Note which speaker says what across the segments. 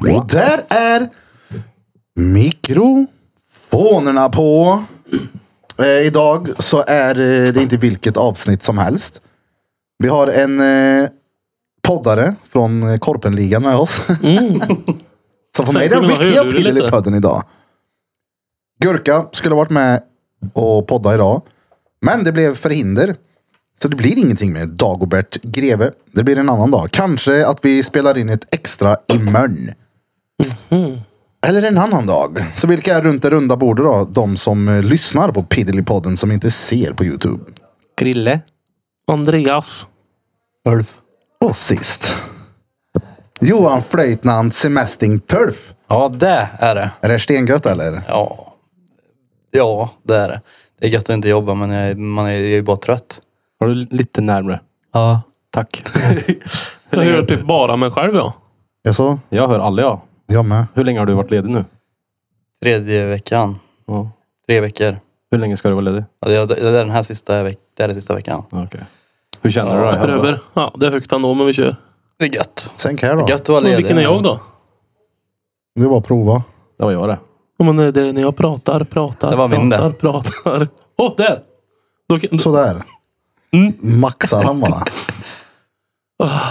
Speaker 1: Och där är mikrofonerna på. Eh, idag så är eh, det inte vilket avsnitt som helst. Vi har en eh, poddare från eh, Korpenligan med oss. så för mig är det den
Speaker 2: kunde man
Speaker 1: riktiga
Speaker 2: höra det
Speaker 1: pillen i
Speaker 2: lite.
Speaker 1: podden idag. Gurka skulle ha varit med och podda idag. Men det blev förhinder. Så det blir ingenting med Dagobert Greve. Det blir en annan dag. Kanske att vi spelar in ett extra imorgon. Eller en annan dag. Så vilka är runt det runda bordet då? De som eh, lyssnar på Piddelipodden som inte ser på YouTube.
Speaker 3: Krille.
Speaker 2: Andreas.
Speaker 3: Ulf.
Speaker 1: Och sist. Johan Flöjtnant Semesting Turf.
Speaker 3: Ja, det är det.
Speaker 1: Är det stengött eller?
Speaker 3: Ja. Ja, det är det. Det är gött att inte jobba, men jag, är- man är jag är ju bara trött.
Speaker 4: Var du lite närmre?
Speaker 3: Ja.
Speaker 4: Tack.
Speaker 2: Jag hör typ bara mig själv ja.
Speaker 1: Jag så?
Speaker 4: jag hör alla jag.
Speaker 1: Jag med.
Speaker 4: Hur länge har du varit ledig nu?
Speaker 3: Tredje veckan.
Speaker 4: Ja.
Speaker 3: Tre veckor.
Speaker 4: Hur länge ska du vara ledig?
Speaker 3: Ja, det, det är den här sista, veck, det är den sista veckan.
Speaker 4: Ja, Okej. Hur känner
Speaker 3: Ja,
Speaker 4: du dig?
Speaker 2: Pröver. Ja, det är högt ändå men vi kör.
Speaker 3: Det är gött.
Speaker 1: Sänk här då.
Speaker 3: Gött att vara
Speaker 2: Men
Speaker 3: ledig.
Speaker 2: vilken är jag då?
Speaker 1: Det var bara att prova.
Speaker 4: Det var jag det.
Speaker 2: Ja, men eh, det är när jag pratar, pratar,
Speaker 3: Det var min
Speaker 2: pratar, pratar. Åh, oh, där! Då, kan-
Speaker 1: Sådär.
Speaker 2: Mm.
Speaker 1: Maxar han bara.
Speaker 2: Ah,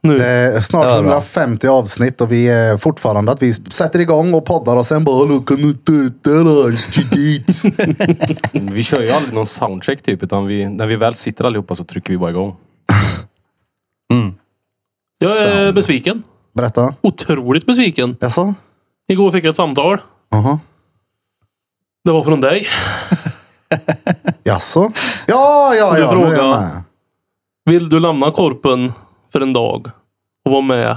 Speaker 2: nu.
Speaker 1: Det är snart
Speaker 3: Det var bra.
Speaker 1: 150 avsnitt och vi är fortfarande att vi sätter igång och poddar och sen bara "Hallå, kan du inte det där? Dit."
Speaker 4: Vi kör ju aldrig någon soundcheck typ, utan vi, när vi väl sitter allihopa så trycker vi bara igång.
Speaker 2: Jag är besviken.
Speaker 1: Berätta.
Speaker 2: Otroligt besviken.
Speaker 1: Jaså?
Speaker 2: Igår fick jag ett samtal.
Speaker 1: Jaha.
Speaker 2: Det var från dig.
Speaker 1: Jaså? Ja, ja, ja.
Speaker 2: Du
Speaker 1: Nu är jag
Speaker 2: frågar.
Speaker 1: med.
Speaker 2: Vill du lämna korpen för en dag och vara med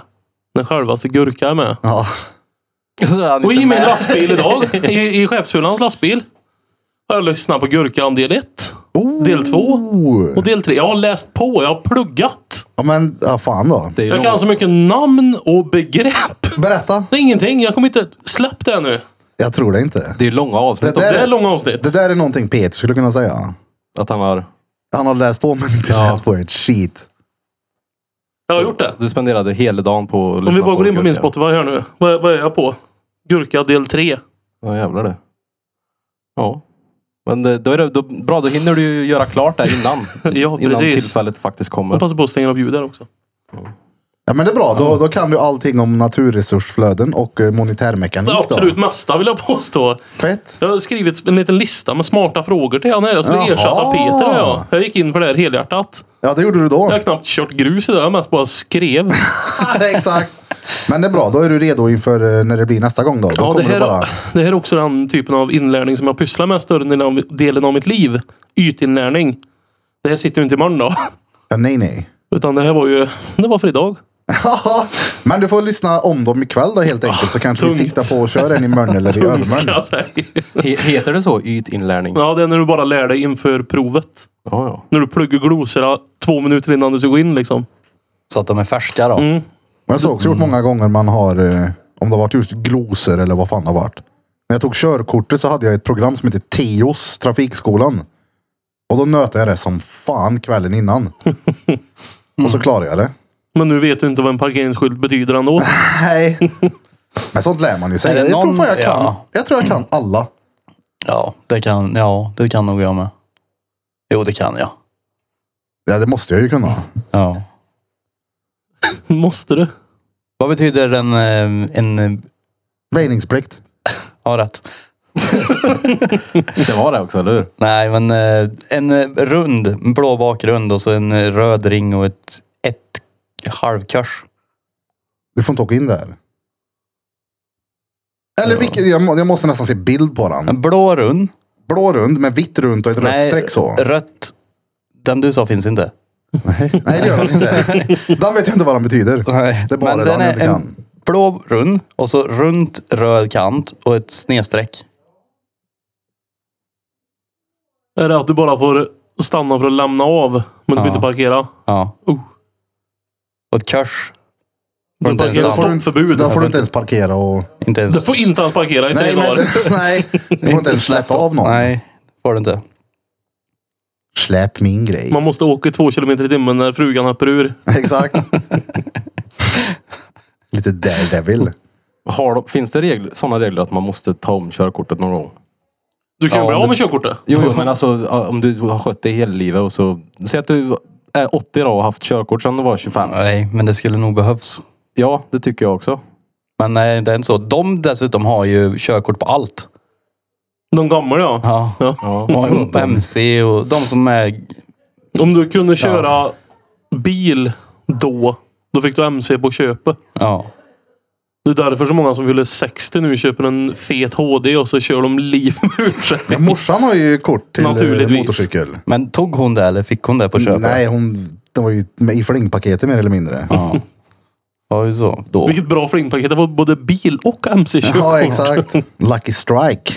Speaker 2: när självaste Gurka är med?
Speaker 1: Ja.
Speaker 3: Så är han
Speaker 2: Och
Speaker 3: inte
Speaker 2: i min
Speaker 3: med.
Speaker 2: lastbil idag, i, i chefsfyllans lastbil, har jag lyssnat på Gurkan del 1, del 2
Speaker 1: Oh.
Speaker 2: och del 3. Jag har läst på, jag har pluggat.
Speaker 1: Ja, men ja, fan då.
Speaker 4: Det är ju
Speaker 2: Jag
Speaker 4: lång-
Speaker 2: kan så mycket namn och begrepp.
Speaker 1: Berätta.
Speaker 2: Det är ingenting, jag kommer inte... Släpp det nu.
Speaker 1: Jag tror det inte.
Speaker 4: det är ju långa avsnitt
Speaker 1: Det där-
Speaker 2: Det är långa avsnitt.
Speaker 1: Det där är någonting Peter skulle kunna säga.
Speaker 4: om att han har...
Speaker 1: Han har läst på men inte läst på ett skit.
Speaker 2: Jag har gjort det.
Speaker 4: Du spenderade hela dagen på att
Speaker 2: Om vi
Speaker 4: lyssna
Speaker 2: bara
Speaker 4: på
Speaker 2: går in på min
Speaker 4: Gurka.
Speaker 2: Spotify här nu. Vad, vad är jag på? Gurka del 3.
Speaker 4: Ja jävlar det. Ja. Men det, då är det då, bra, då hinner du ju göra klart där innan.
Speaker 2: Ja,
Speaker 4: innan
Speaker 2: precis.
Speaker 4: tillfället faktiskt
Speaker 2: Jag
Speaker 4: kommer.
Speaker 2: passar på att stänga av ljudet här också.
Speaker 1: Ja men det är bra. Då, då kan du allting om naturresursflöden och eh, monetärmekanik.
Speaker 2: Det
Speaker 1: då.
Speaker 2: absolut mesta vill jag påstå.
Speaker 1: Fett.
Speaker 2: Jag har skrivit en liten lista med smarta frågor till honom. Jag skulle
Speaker 1: Jaha.
Speaker 2: ersätta Peter och jag. Jag gick in på det här helhjärtat.
Speaker 1: Ja det gjorde du då.
Speaker 2: Jag har knappt kört grus idag. Jag har mest bara skrev.
Speaker 1: Exakt. Men det är bra, då är du redo inför eh, när det blir nästa gång då. Då
Speaker 2: Ja,
Speaker 1: kommer
Speaker 2: det, här,
Speaker 1: du bara...
Speaker 2: det här är också den typen av inlärning som jag pysslar med större delen av, delen av mitt liv. Ytinlärning. Det här sitter ju inte imorgon då.
Speaker 1: Ja, nej, nej.
Speaker 2: Utan det här var ju... Det var för idag.
Speaker 1: men du får lyssna om dem ikväll då helt enkelt. Så kanske vi
Speaker 2: tungt.
Speaker 1: siktar på att köra en i morgon eller i
Speaker 2: Punkt, kan
Speaker 1: övermorgon.
Speaker 2: jag säga.
Speaker 4: He, heter det så? Ytinlärning? Ja,
Speaker 2: Ja, det är när du bara lär dig inför provet.
Speaker 4: ja.
Speaker 2: När du pluggar glosorna två minuter innan du ska gå in liksom.
Speaker 3: Så att de är färska då.
Speaker 1: Men jag har också gjort många gånger man har, eh, om det har varit just gloser eller vad fan det har varit. När jag tog körkortet så hade jag ett program som heter Teos, Trafikskolan. Och då nötade jag det som fan kvällen innan. Och så klarade jag det.
Speaker 2: Men nu vet du inte vad en parkeringsskylt betyder ändå.
Speaker 1: Nej. Men sånt lär man ju sig.
Speaker 3: Är det
Speaker 1: Jag tror
Speaker 3: någon-
Speaker 1: fan jag kan.
Speaker 3: ja.
Speaker 1: Jag tror jag kan alla.
Speaker 3: Ja, det kan, ja, det kan nog jag med. Jo, det kan jag.
Speaker 1: Ja, det måste jag ju kunna.
Speaker 3: Ja.
Speaker 2: Måste du?
Speaker 3: Vad betyder en... eh, en eh,
Speaker 1: Väjningsplikt.
Speaker 3: ja, rätt.
Speaker 4: Det var det också, eller hur?
Speaker 3: Nej, men eh, en eh, rund, en blå bakgrund och så en eh, röd ring och ett, ett halvkors.
Speaker 1: Du får inte åka in där. Eller vilket, jag, må, jag måste nästan se bild på den.
Speaker 3: En blå rund.
Speaker 1: Blå rund med vitt runt och ett rött streck så.
Speaker 3: rött. Den du sa finns inte.
Speaker 1: Nej det gör den inte. Den vet jag inte vad den betyder.
Speaker 3: Nej,
Speaker 1: Det är bara den jag inte kan.
Speaker 3: en blå rund och så runt röd kant och ett snedstreck.
Speaker 2: Är det att du bara får stanna för att lämna av, men du får
Speaker 3: Ja.
Speaker 2: inte parkera?
Speaker 3: Ja.
Speaker 2: Oh.
Speaker 3: Och ett kors. Får
Speaker 2: Du
Speaker 3: inte ens
Speaker 2: parkerar
Speaker 3: stanna.
Speaker 2: stoppförbud.
Speaker 1: Där får du inte ens parkera och...
Speaker 3: Inte ens...
Speaker 2: Du får inte ens parkera i
Speaker 1: Nej,
Speaker 2: tre dagar.
Speaker 1: men, nej du får inte ens släppa av någon.
Speaker 3: Nej, får du inte.
Speaker 1: Släpp min grej.
Speaker 2: Man måste åka i två kilometer i timmen när frugan hoppar ur.
Speaker 1: Exakt. Lite daredevil.
Speaker 4: Har de, finns det regler, sådana regler att man måste ta om körkortet någon gång?
Speaker 2: Du kan ju
Speaker 3: Ja,
Speaker 2: bli
Speaker 3: om
Speaker 2: av
Speaker 3: du-
Speaker 2: med körkortet.
Speaker 4: Jo, jo men alltså ja, om du har skött dig hela livet och så... Säg att du är 80 idag och har haft körkort sedan du var 25.
Speaker 3: Nej, men det skulle nog behövs.
Speaker 4: Ja, det tycker jag också.
Speaker 3: Men nej, det är inte så. De dessutom har ju körkort på allt.
Speaker 2: De gamla ja.
Speaker 3: Ja.
Speaker 4: Ja.
Speaker 3: De har
Speaker 1: Mm.
Speaker 3: ju på MC och de som är...
Speaker 2: Om du kunde köra bil då, då fick du MC på köpet.
Speaker 3: Ja.
Speaker 2: Det är därför så många som fyller 60 nu köper en fet HD och så kör de livet ur sig.
Speaker 1: Men morsan har ju kort till eh,
Speaker 2: Naturligtvis.
Speaker 1: motorcykel.
Speaker 3: Men tog hon det eller fick hon det på köpet?
Speaker 1: Nej, hon det var ju med i flingpaketet mer eller mindre.
Speaker 3: Ja. Var ju så. Då.
Speaker 2: Vilket bra flingpaket. Det var både bil och MC-körkort.
Speaker 1: Ja, exakt. Lucky strike.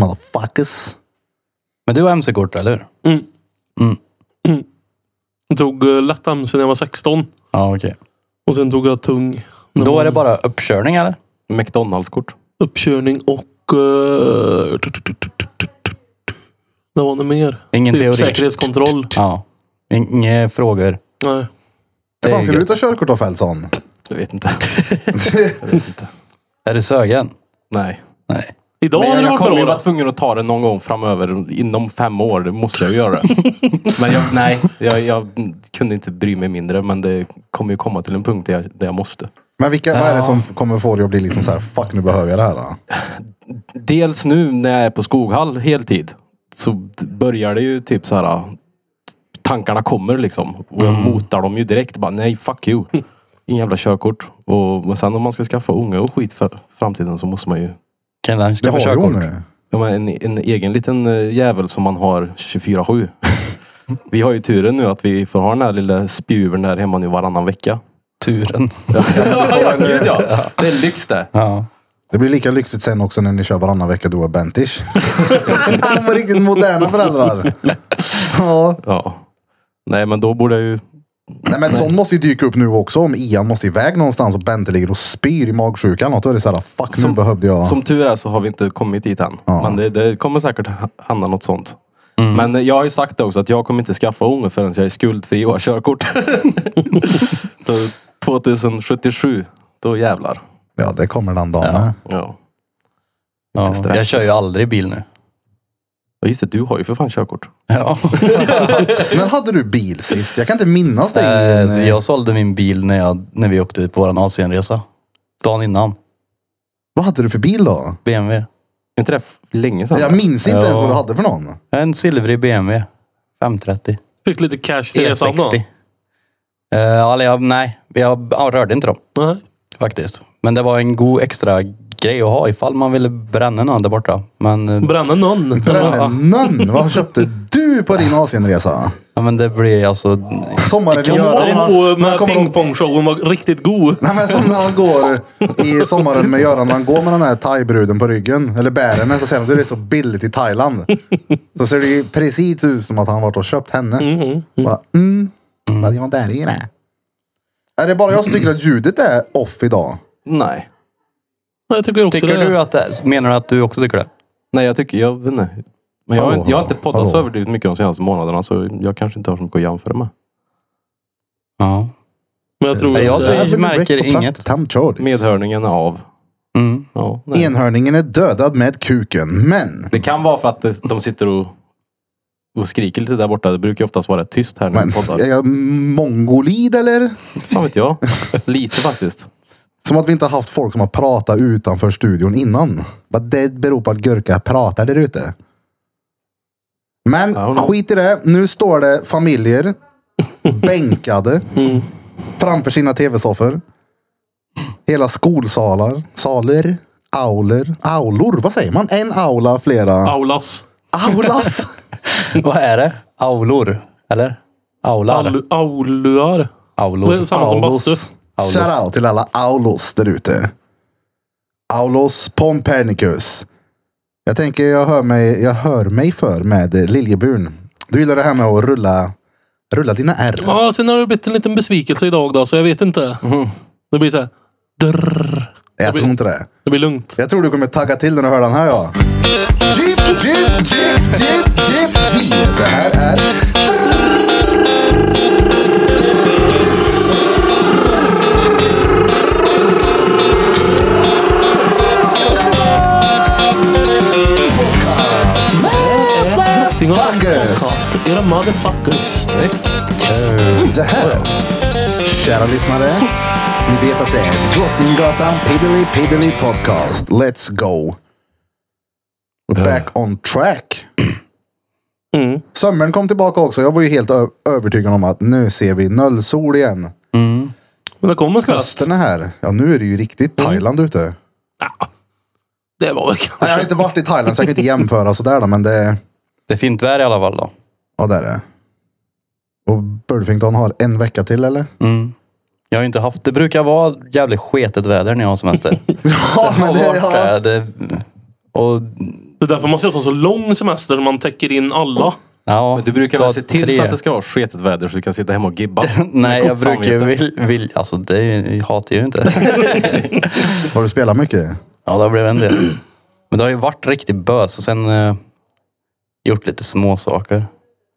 Speaker 1: Motherfuckers.
Speaker 3: Men du har MC-kort eller hur?
Speaker 2: Jag tog eh, lätt MC när jag var 16.
Speaker 3: Ja, okej.
Speaker 2: Och sen tog jag tung
Speaker 3: Då är det bara uppkörning eller?
Speaker 4: McDonalds-kort.
Speaker 2: uppkörning och... eh,
Speaker 3: Mm.
Speaker 2: tut, tut, tut, tut, tut, tut. Vad var det mer?
Speaker 3: Ingen
Speaker 2: typ
Speaker 3: teori.
Speaker 2: säkerhetskontroll.
Speaker 3: Ja. In- Inga frågor.
Speaker 2: Nej.
Speaker 1: Det
Speaker 3: är
Speaker 1: fanns ju
Speaker 3: gött.
Speaker 1: ta körkort av Fältson.
Speaker 4: Jag vet inte.
Speaker 3: Är du sögen?
Speaker 4: Nej.
Speaker 3: Nej.
Speaker 2: Idag
Speaker 4: Men
Speaker 2: hade
Speaker 4: jag,
Speaker 2: det
Speaker 4: jag kommer
Speaker 2: varit
Speaker 4: ju
Speaker 2: bra.
Speaker 4: vara
Speaker 2: då.
Speaker 4: tvungen att ta det någon gång framöver. Inom fem år det måste jag göra det. men jag, nej, jag, jag kunde inte bry mig mindre. Men det kommer ju komma till en punkt där jag, där jag måste.
Speaker 1: Men vilka vad är det som kommer få dig att bli liksom så här, fuck nu behöver jag det här. Då?
Speaker 4: Dels nu när jag är på Skoghall heltid. Så d- börjar det ju typ så här. Tankarna kommer liksom. Och jag motar dem ju direkt. Bara nej, fuck you. Ingen jävla körkort. Och, och sen om man ska skaffa unga och skit för framtiden så måste man ju
Speaker 3: Kan han
Speaker 1: Det
Speaker 3: skaffa
Speaker 1: har ju
Speaker 3: körkort?
Speaker 1: hon nu.
Speaker 4: Ja, men en, en egen liten eh, jävel som man har 24-7. vi har ju turen nu att vi får ha den här lilla spjuvern där hemma nu varannan vecka.
Speaker 3: Turen.
Speaker 4: ja, gud ja. Det är lyx det.
Speaker 3: Ja.
Speaker 1: Det blir lika lyxigt sen också när ni kör varannan vecka du och Bentish. De var riktigt moderna föräldrar. Ja.
Speaker 4: Ja. Nej, men då borde jag ju...
Speaker 1: Nej, men sån måste ju dyka upp nu också. Om Ian måste iväg någonstans och Bente ligger och spyr i magsjuka eller något. Då är det så här, fuck nu
Speaker 4: Som-
Speaker 1: behövde jag.
Speaker 4: Som tur är så har vi inte kommit dit än.
Speaker 1: Ja. Mm.
Speaker 4: Men det, det kommer säkert ha- hamna något sånt. Men eh, jag har ju sagt det också att jag kommer inte skaffa unge förrän jag är skuldfri och har körkort. så 2077, då jävlar.
Speaker 1: Ja, det kommer den dagen med.
Speaker 4: Ja.
Speaker 3: Ja.
Speaker 4: stress.
Speaker 3: Jag kör ju aldrig bil nu.
Speaker 4: Och just det, du har ju för fan körkort.
Speaker 3: Ja.
Speaker 1: När hade du bil sist? Jag kan inte minnas det.
Speaker 3: Eh,
Speaker 1: Ian.
Speaker 3: så jag sålde min bil när, jag, när vi åkte på vår Asienresa. Dagen innan.
Speaker 1: Vad hade du för bil då?
Speaker 3: BMW.
Speaker 4: Är inte det f- länge sedan?
Speaker 1: Jag minns inte
Speaker 3: Ja.
Speaker 1: ens vad du hade för någon.
Speaker 3: En silvrig BMW. 530.
Speaker 2: Fick lite cash till resan då.
Speaker 3: E60. Eh, eller jag, nej, jag ja, rörde inte dem
Speaker 2: Nej.
Speaker 3: faktiskt. Men det var en god extra grej att ha ifall man ville bränna någon där borta. Men, eh,
Speaker 2: Bränna någon.
Speaker 1: Brännön, vad köpte du på din Asienresa?
Speaker 3: ja, men det blir alltså...
Speaker 1: Sommaren i
Speaker 2: Jag
Speaker 1: Göran.
Speaker 2: var på
Speaker 1: när- när
Speaker 2: med
Speaker 1: kommer de-
Speaker 2: pingpongshowen var riktigt god.
Speaker 1: Nej men som när han går i sommaren med Göran, när han går med den här thaibruden på ryggen, eller bär henne, så säger han att det är så billigt i Thailand. Så ser det ju precis ut som att han varit och köpt henne. Bara, mm, vad gör man där i det? Är det bara jag som tycker att ljudet är off idag?
Speaker 4: Nej.
Speaker 2: Jag tycker också
Speaker 3: Tycker
Speaker 2: det.
Speaker 3: du att det, menar du att du också tycker det?
Speaker 4: Nej, jag tycker, jag vet inte. Men jag, har
Speaker 1: Hallå,
Speaker 4: inte- jag har
Speaker 1: hallå,
Speaker 4: inte poddat så
Speaker 1: hallå.
Speaker 4: överdrivet mycket de senaste månaderna så jag kanske inte har så mycket att jämföra med.
Speaker 3: Ja.
Speaker 2: Men jag tror
Speaker 3: Nej, jag
Speaker 2: inte-
Speaker 3: tycker- märker
Speaker 1: På platt
Speaker 3: inget.
Speaker 1: tam choice.
Speaker 4: Medhörningen är av.
Speaker 3: Mm.
Speaker 4: Ja, nej.
Speaker 1: Enhörningen är dödad med kuken, men...
Speaker 4: Det kan vara för att det- de sitter och, och skriker lite där borta. Det brukar ju oftast vara rätt tyst här när
Speaker 1: men
Speaker 4: vi poddar.
Speaker 1: är jag mongolid eller?
Speaker 4: Inte fan vet jag. Lite faktiskt.
Speaker 1: Som att vi inte har haft folk som har pratat utanför studion innan. Bara det beror på att Gurka pratar där ute. Men
Speaker 4: Ja, hon-
Speaker 1: skit i det. Nu står det familjer bänkade
Speaker 4: Mm.
Speaker 1: framför sina tv-soffor. Hela skolsalar, saler, auler, aulor. Vad säger man? En aula, flera
Speaker 2: Aulas.
Speaker 1: aulas.
Speaker 3: Vad är det? Aulor? Eller? Aular?
Speaker 2: Aul- Auluar. Det är
Speaker 3: Aulor.
Speaker 2: samma som bastu.
Speaker 1: Aulos. Shoutout till alla aulos där ute. Aulos Pompernicus. Jag tänker, jag hör mig, jag hör mig för med eh, Liljeburn. Du gillar det här med att rulla, rulla dina R.
Speaker 2: Ja, sen har det blivit en liten besvikelse idag då, så jag vet inte. Det blir så här. Drrr.
Speaker 1: jag tror inte det.
Speaker 2: Det blir lugnt.
Speaker 1: Jag tror du kommer tagga till när du hör den här ja. Jeep, jeep, jeep, jeep, jeep, jeep. Det här är...
Speaker 2: Era motherfuckers.
Speaker 4: Direkt.
Speaker 1: Mm. Så här. Kära lyssnare. Ni vet att det är Drottninggatan Piddly Piddly Podcast. Let's go. We're back on track.
Speaker 2: Mm.
Speaker 1: Sommaren kom tillbaka också. Jag var ju helt ö- övertygad om att nu ser vi nollsol igen.
Speaker 2: Men det kom en skvätt.
Speaker 1: Hösten är här. Ja, nu är det ju riktigt Thailand ute.
Speaker 2: Ja. Det var väl
Speaker 1: Nej, jag har
Speaker 2: kanske...
Speaker 1: inte varit i Thailand så jag kan inte jämföra sådär då, men det...
Speaker 3: Det är fint väder i alla fall då.
Speaker 1: Ja, det är det. Och Burfington har en vecka till eller?
Speaker 3: Jag har ju inte haft, det brukar vara jävligt sketet väder när jag har semester.
Speaker 1: Ja, men det,
Speaker 3: varit
Speaker 1: ja.
Speaker 3: där, det, och
Speaker 2: Det är därför man ska ta så lång semester när man täcker in alla.
Speaker 3: ja,
Speaker 4: Du brukar
Speaker 3: ta
Speaker 4: väl se till
Speaker 3: tre.
Speaker 4: så att det ska vara sketet väder så du kan sitta hemma och gibba?
Speaker 3: Nej,
Speaker 4: Med
Speaker 3: jag
Speaker 4: gott
Speaker 3: brukar ju
Speaker 4: samvete.
Speaker 3: vill, vill, alltså det är ju- jag hatar ju inte.
Speaker 1: Har du spelat mycket?
Speaker 3: Ja, det blev en del. Men det har ju varit riktigt bös och sen eh, gjort lite småsaker.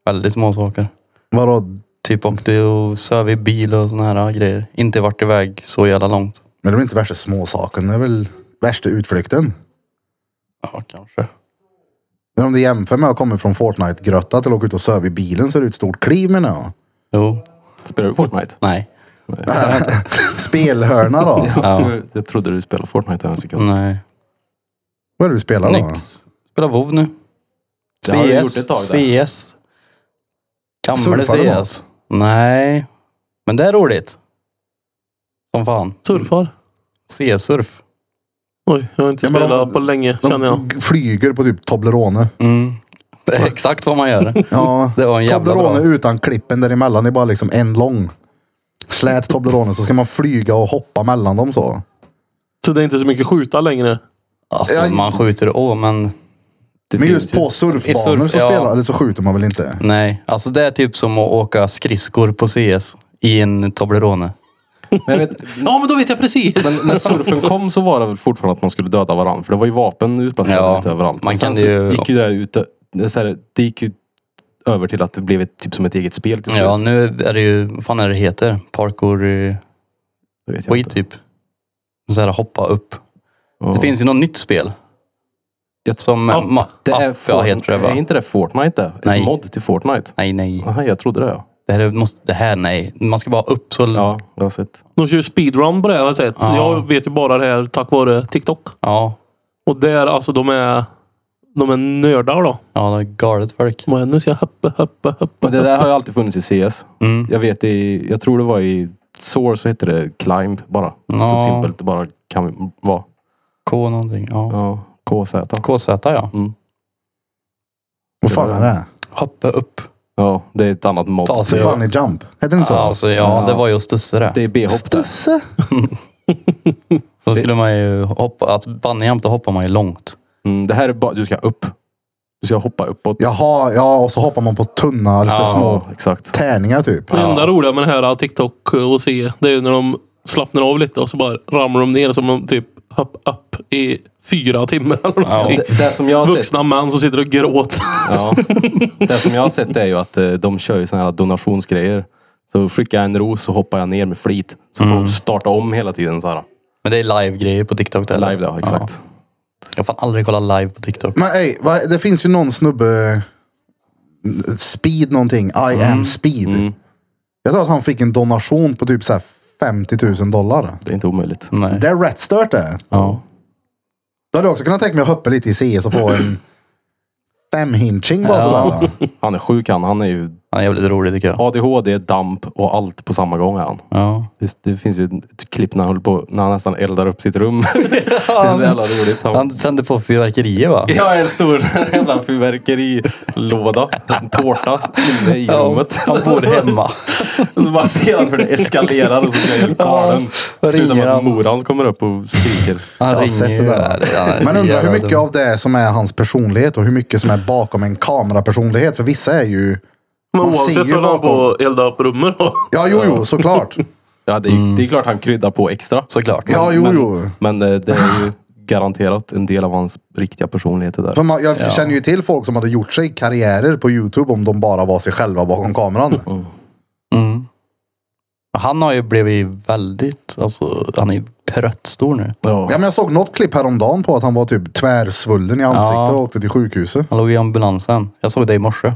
Speaker 3: Väldigt småsaker.
Speaker 1: Vadå?
Speaker 3: Typ åkte och söv i bil och såna här grejer. Inte varit iväg så jävla långt.
Speaker 1: Men det är väl inte värsta småsaken? Det är väl värsta utflykten?
Speaker 3: Ja, kanske.
Speaker 1: Men om du jämför med att komma från Fortnite-grötta till att åka ut och söva i bilen så är det ett stort kliv menar jag.
Speaker 3: Jo.
Speaker 4: Spelar du Fortnite?
Speaker 3: Nej.
Speaker 1: Spelhörna då?
Speaker 3: Ja.
Speaker 4: Jag trodde du spelade Fortnite en sekund.
Speaker 3: Nej.
Speaker 1: Vad är det du spelar då?
Speaker 3: Nix. Spela WoW nu.
Speaker 4: Det har du gjort ett
Speaker 3: CS.
Speaker 4: tag
Speaker 3: CS. Gamla
Speaker 1: Surfar du något?
Speaker 3: CS. Nej. Men det är roligt. Som fan.
Speaker 2: Surfar.
Speaker 3: CS-surf.
Speaker 2: Oj, jag har inte
Speaker 1: Ja, men
Speaker 2: spelat
Speaker 1: de-
Speaker 2: på länge känner jag.
Speaker 1: De flyger på typ Toblerone.
Speaker 3: Mm. Det är exakt vad man gör.
Speaker 1: Ja,
Speaker 3: Mm. Det var en jävla
Speaker 1: Toblerone
Speaker 3: bra.
Speaker 1: utan klippen däremellan. Det är bara liksom en lång. Slät Toblerone så ska man flyga och hoppa mellan dem så.
Speaker 2: Så det är inte så mycket skjuta längre.
Speaker 3: Alltså,
Speaker 1: Ja,
Speaker 3: man skjuter å, men
Speaker 4: Det
Speaker 1: Men
Speaker 4: finns
Speaker 1: just
Speaker 4: ju.
Speaker 1: på
Speaker 3: I
Speaker 1: surfbanor
Speaker 3: surf,
Speaker 1: så,
Speaker 3: ja.
Speaker 1: spelar, eller så skjuter man väl inte?
Speaker 3: nej. Alltså det är typ som att åka skridskor på CS i en Toblerone.
Speaker 4: Men, jag vet,
Speaker 2: Ja, men då vet jag precis.
Speaker 4: men när surfen kom så var det väl fortfarande att man skulle döda varandra. För det var ju vapen utplacerade
Speaker 3: Ja,
Speaker 4: lite överallt.
Speaker 3: man
Speaker 4: Men sen
Speaker 3: kan
Speaker 4: så
Speaker 3: ju-
Speaker 4: gick ju det, ut, det, är så här, det gick ju över till att det blev ett, typ som ett eget spel till slut.
Speaker 3: Ja, nu är det ju, vad fan är det heter? Parkour eh,
Speaker 4: det vet jag
Speaker 3: skit
Speaker 4: inte.
Speaker 3: typ. Så här hoppa upp.
Speaker 4: Ja.
Speaker 3: Det finns ju något nytt spel.
Speaker 4: Jag-
Speaker 3: Som
Speaker 2: Ja,
Speaker 3: ma-
Speaker 4: Det är,
Speaker 3: app, ja, heter det
Speaker 4: är
Speaker 3: va?
Speaker 4: inte det Fortnite det?
Speaker 3: Nej.
Speaker 4: Ett mod till Fortnite?
Speaker 3: Nej, nej.
Speaker 4: Aha, jag trodde det ja.
Speaker 3: Det här, måste, det här nej. Man ska bara upp så... Ja.
Speaker 4: Ja, jag har sett.
Speaker 2: De kör ju speedrun på det här har jag sett.
Speaker 3: Ja.
Speaker 2: Jag vet ju bara det här tack vare TikTok.
Speaker 3: Ja,
Speaker 2: Och där, alltså de är... De är nördar då.
Speaker 3: det är galet folk.
Speaker 2: Vad är det? nu ska jag hoppa, hoppa, hoppa.
Speaker 4: Men det där har ju alltid funnits i CS.
Speaker 3: Mm.
Speaker 4: Jag vet i, jag tror det var i Source så hette det Climb bara.
Speaker 3: Ja.
Speaker 4: Så simpelt det bara kan vara.
Speaker 3: K någonting. Ja.
Speaker 4: Ja, KZ.
Speaker 3: KZ ja.
Speaker 1: Vad fan är det?
Speaker 3: Hoppa upp.
Speaker 4: Ja, det är ett annat mod.
Speaker 3: Ta sig upp.
Speaker 1: Bunny jump? Heter det inte så?
Speaker 3: Ja, Alltså, ja,
Speaker 4: Ja.
Speaker 3: det var ju att stussa det.
Speaker 4: Det är B-hopp där.
Speaker 1: Stusse?
Speaker 3: Då skulle man ju hoppa. Alltså, bungyjump, då hoppar man ju långt.
Speaker 4: Mm, det här är bara, du ska upp. Du ska hoppa uppåt.
Speaker 1: Jaha, ja och så hoppar man på tunna, alltså små
Speaker 4: exakt.
Speaker 1: tärningar typ.
Speaker 2: Det enda roliga med det här TikTok och se, det är ju när de slappnar av lite och så bara ramlar de ner som om typ hopp upp i fyra timmar eller någonting.
Speaker 4: Det, det som jag har sett,
Speaker 2: Vuxna män som sitter och gråter.
Speaker 4: ja, det som jag har sett är ju att eh, de kör ju såna här donationsgrejer. Så skickar jag en ros så hoppar jag ner med flit. Så får de starta om hela tiden så här.
Speaker 3: Men det är live-grejer på TikTok. Där.
Speaker 4: Live då, exakt.
Speaker 3: Ja. Jag har fan aldrig kollat live på TikTok.
Speaker 1: Men ey, vad- det finns ju någon snubbe. Speed någonting. I am speed. Jag tror att han fick en donation på typ så här 50 000 dollar.
Speaker 4: Det är inte omöjligt.
Speaker 3: Nej.
Speaker 1: Det är rätt stört det.
Speaker 3: Ja.
Speaker 1: Då hade jag också kunnat tänka mig att hoppa lite i CS och få en femhinching bara
Speaker 3: Ja.
Speaker 1: sådär. va?
Speaker 4: Han är sjuk han. Han är ju
Speaker 3: Han är jävligt rolig tycker jag.
Speaker 4: ADHD, damp och allt på samma gång är han.
Speaker 3: Ja.
Speaker 4: Det, det finns ju ett klipp när han, håller på, när han nästan eldar upp sitt rum. det är så jävla roligt. Han,
Speaker 3: Han tände på fyrverkerier va?
Speaker 4: Ja, en stor jävla fyrverkerilåda. En tårta inne i rummet.
Speaker 3: Han bor hemma.
Speaker 4: Så bara ser han hur det eskalerar och så säger karlen.
Speaker 3: Ja,
Speaker 4: Slutar med
Speaker 3: ringer han.
Speaker 4: att moran kommer upp och skriker.
Speaker 3: Han
Speaker 1: Jag har
Speaker 3: ringer
Speaker 1: sett det
Speaker 3: ju. Ja, det- han
Speaker 1: där.
Speaker 3: är
Speaker 1: Men undrar hur
Speaker 3: jävla
Speaker 1: mycket
Speaker 3: dum.
Speaker 1: av det är som är hans personlighet och hur mycket som är bakom en kamerapersonlighet. För vissa är ju...
Speaker 2: Men
Speaker 1: Man ser
Speaker 2: oavsett
Speaker 1: ju
Speaker 2: så håller han
Speaker 1: bakom.
Speaker 2: på att elda upp rummet då.
Speaker 1: Ja, jo, jo, såklart.
Speaker 4: Ja, det, är,
Speaker 3: Mm.
Speaker 4: det är klart han kryddar på extra.
Speaker 3: Såklart.
Speaker 1: Ja, jo,
Speaker 4: men,
Speaker 1: jo.
Speaker 4: Men eh, det är ju garanterat en del av hans riktiga personlighet det där.
Speaker 1: För man, jag känner ju till folk som hade gjort sig karriärer på YouTube om de bara var sig själva bakom kameran.
Speaker 3: Mm. Han har ju blivit väldigt, alltså han är ju pröttstor nu.
Speaker 4: Ja.
Speaker 1: Ja, men jag såg något klipp häromdagen på att han var typ tvärsvullen i ansiktet
Speaker 3: Ja.
Speaker 1: och åkte till sjukhuset.
Speaker 3: Han låg i ambulansen. Jag såg det i morse.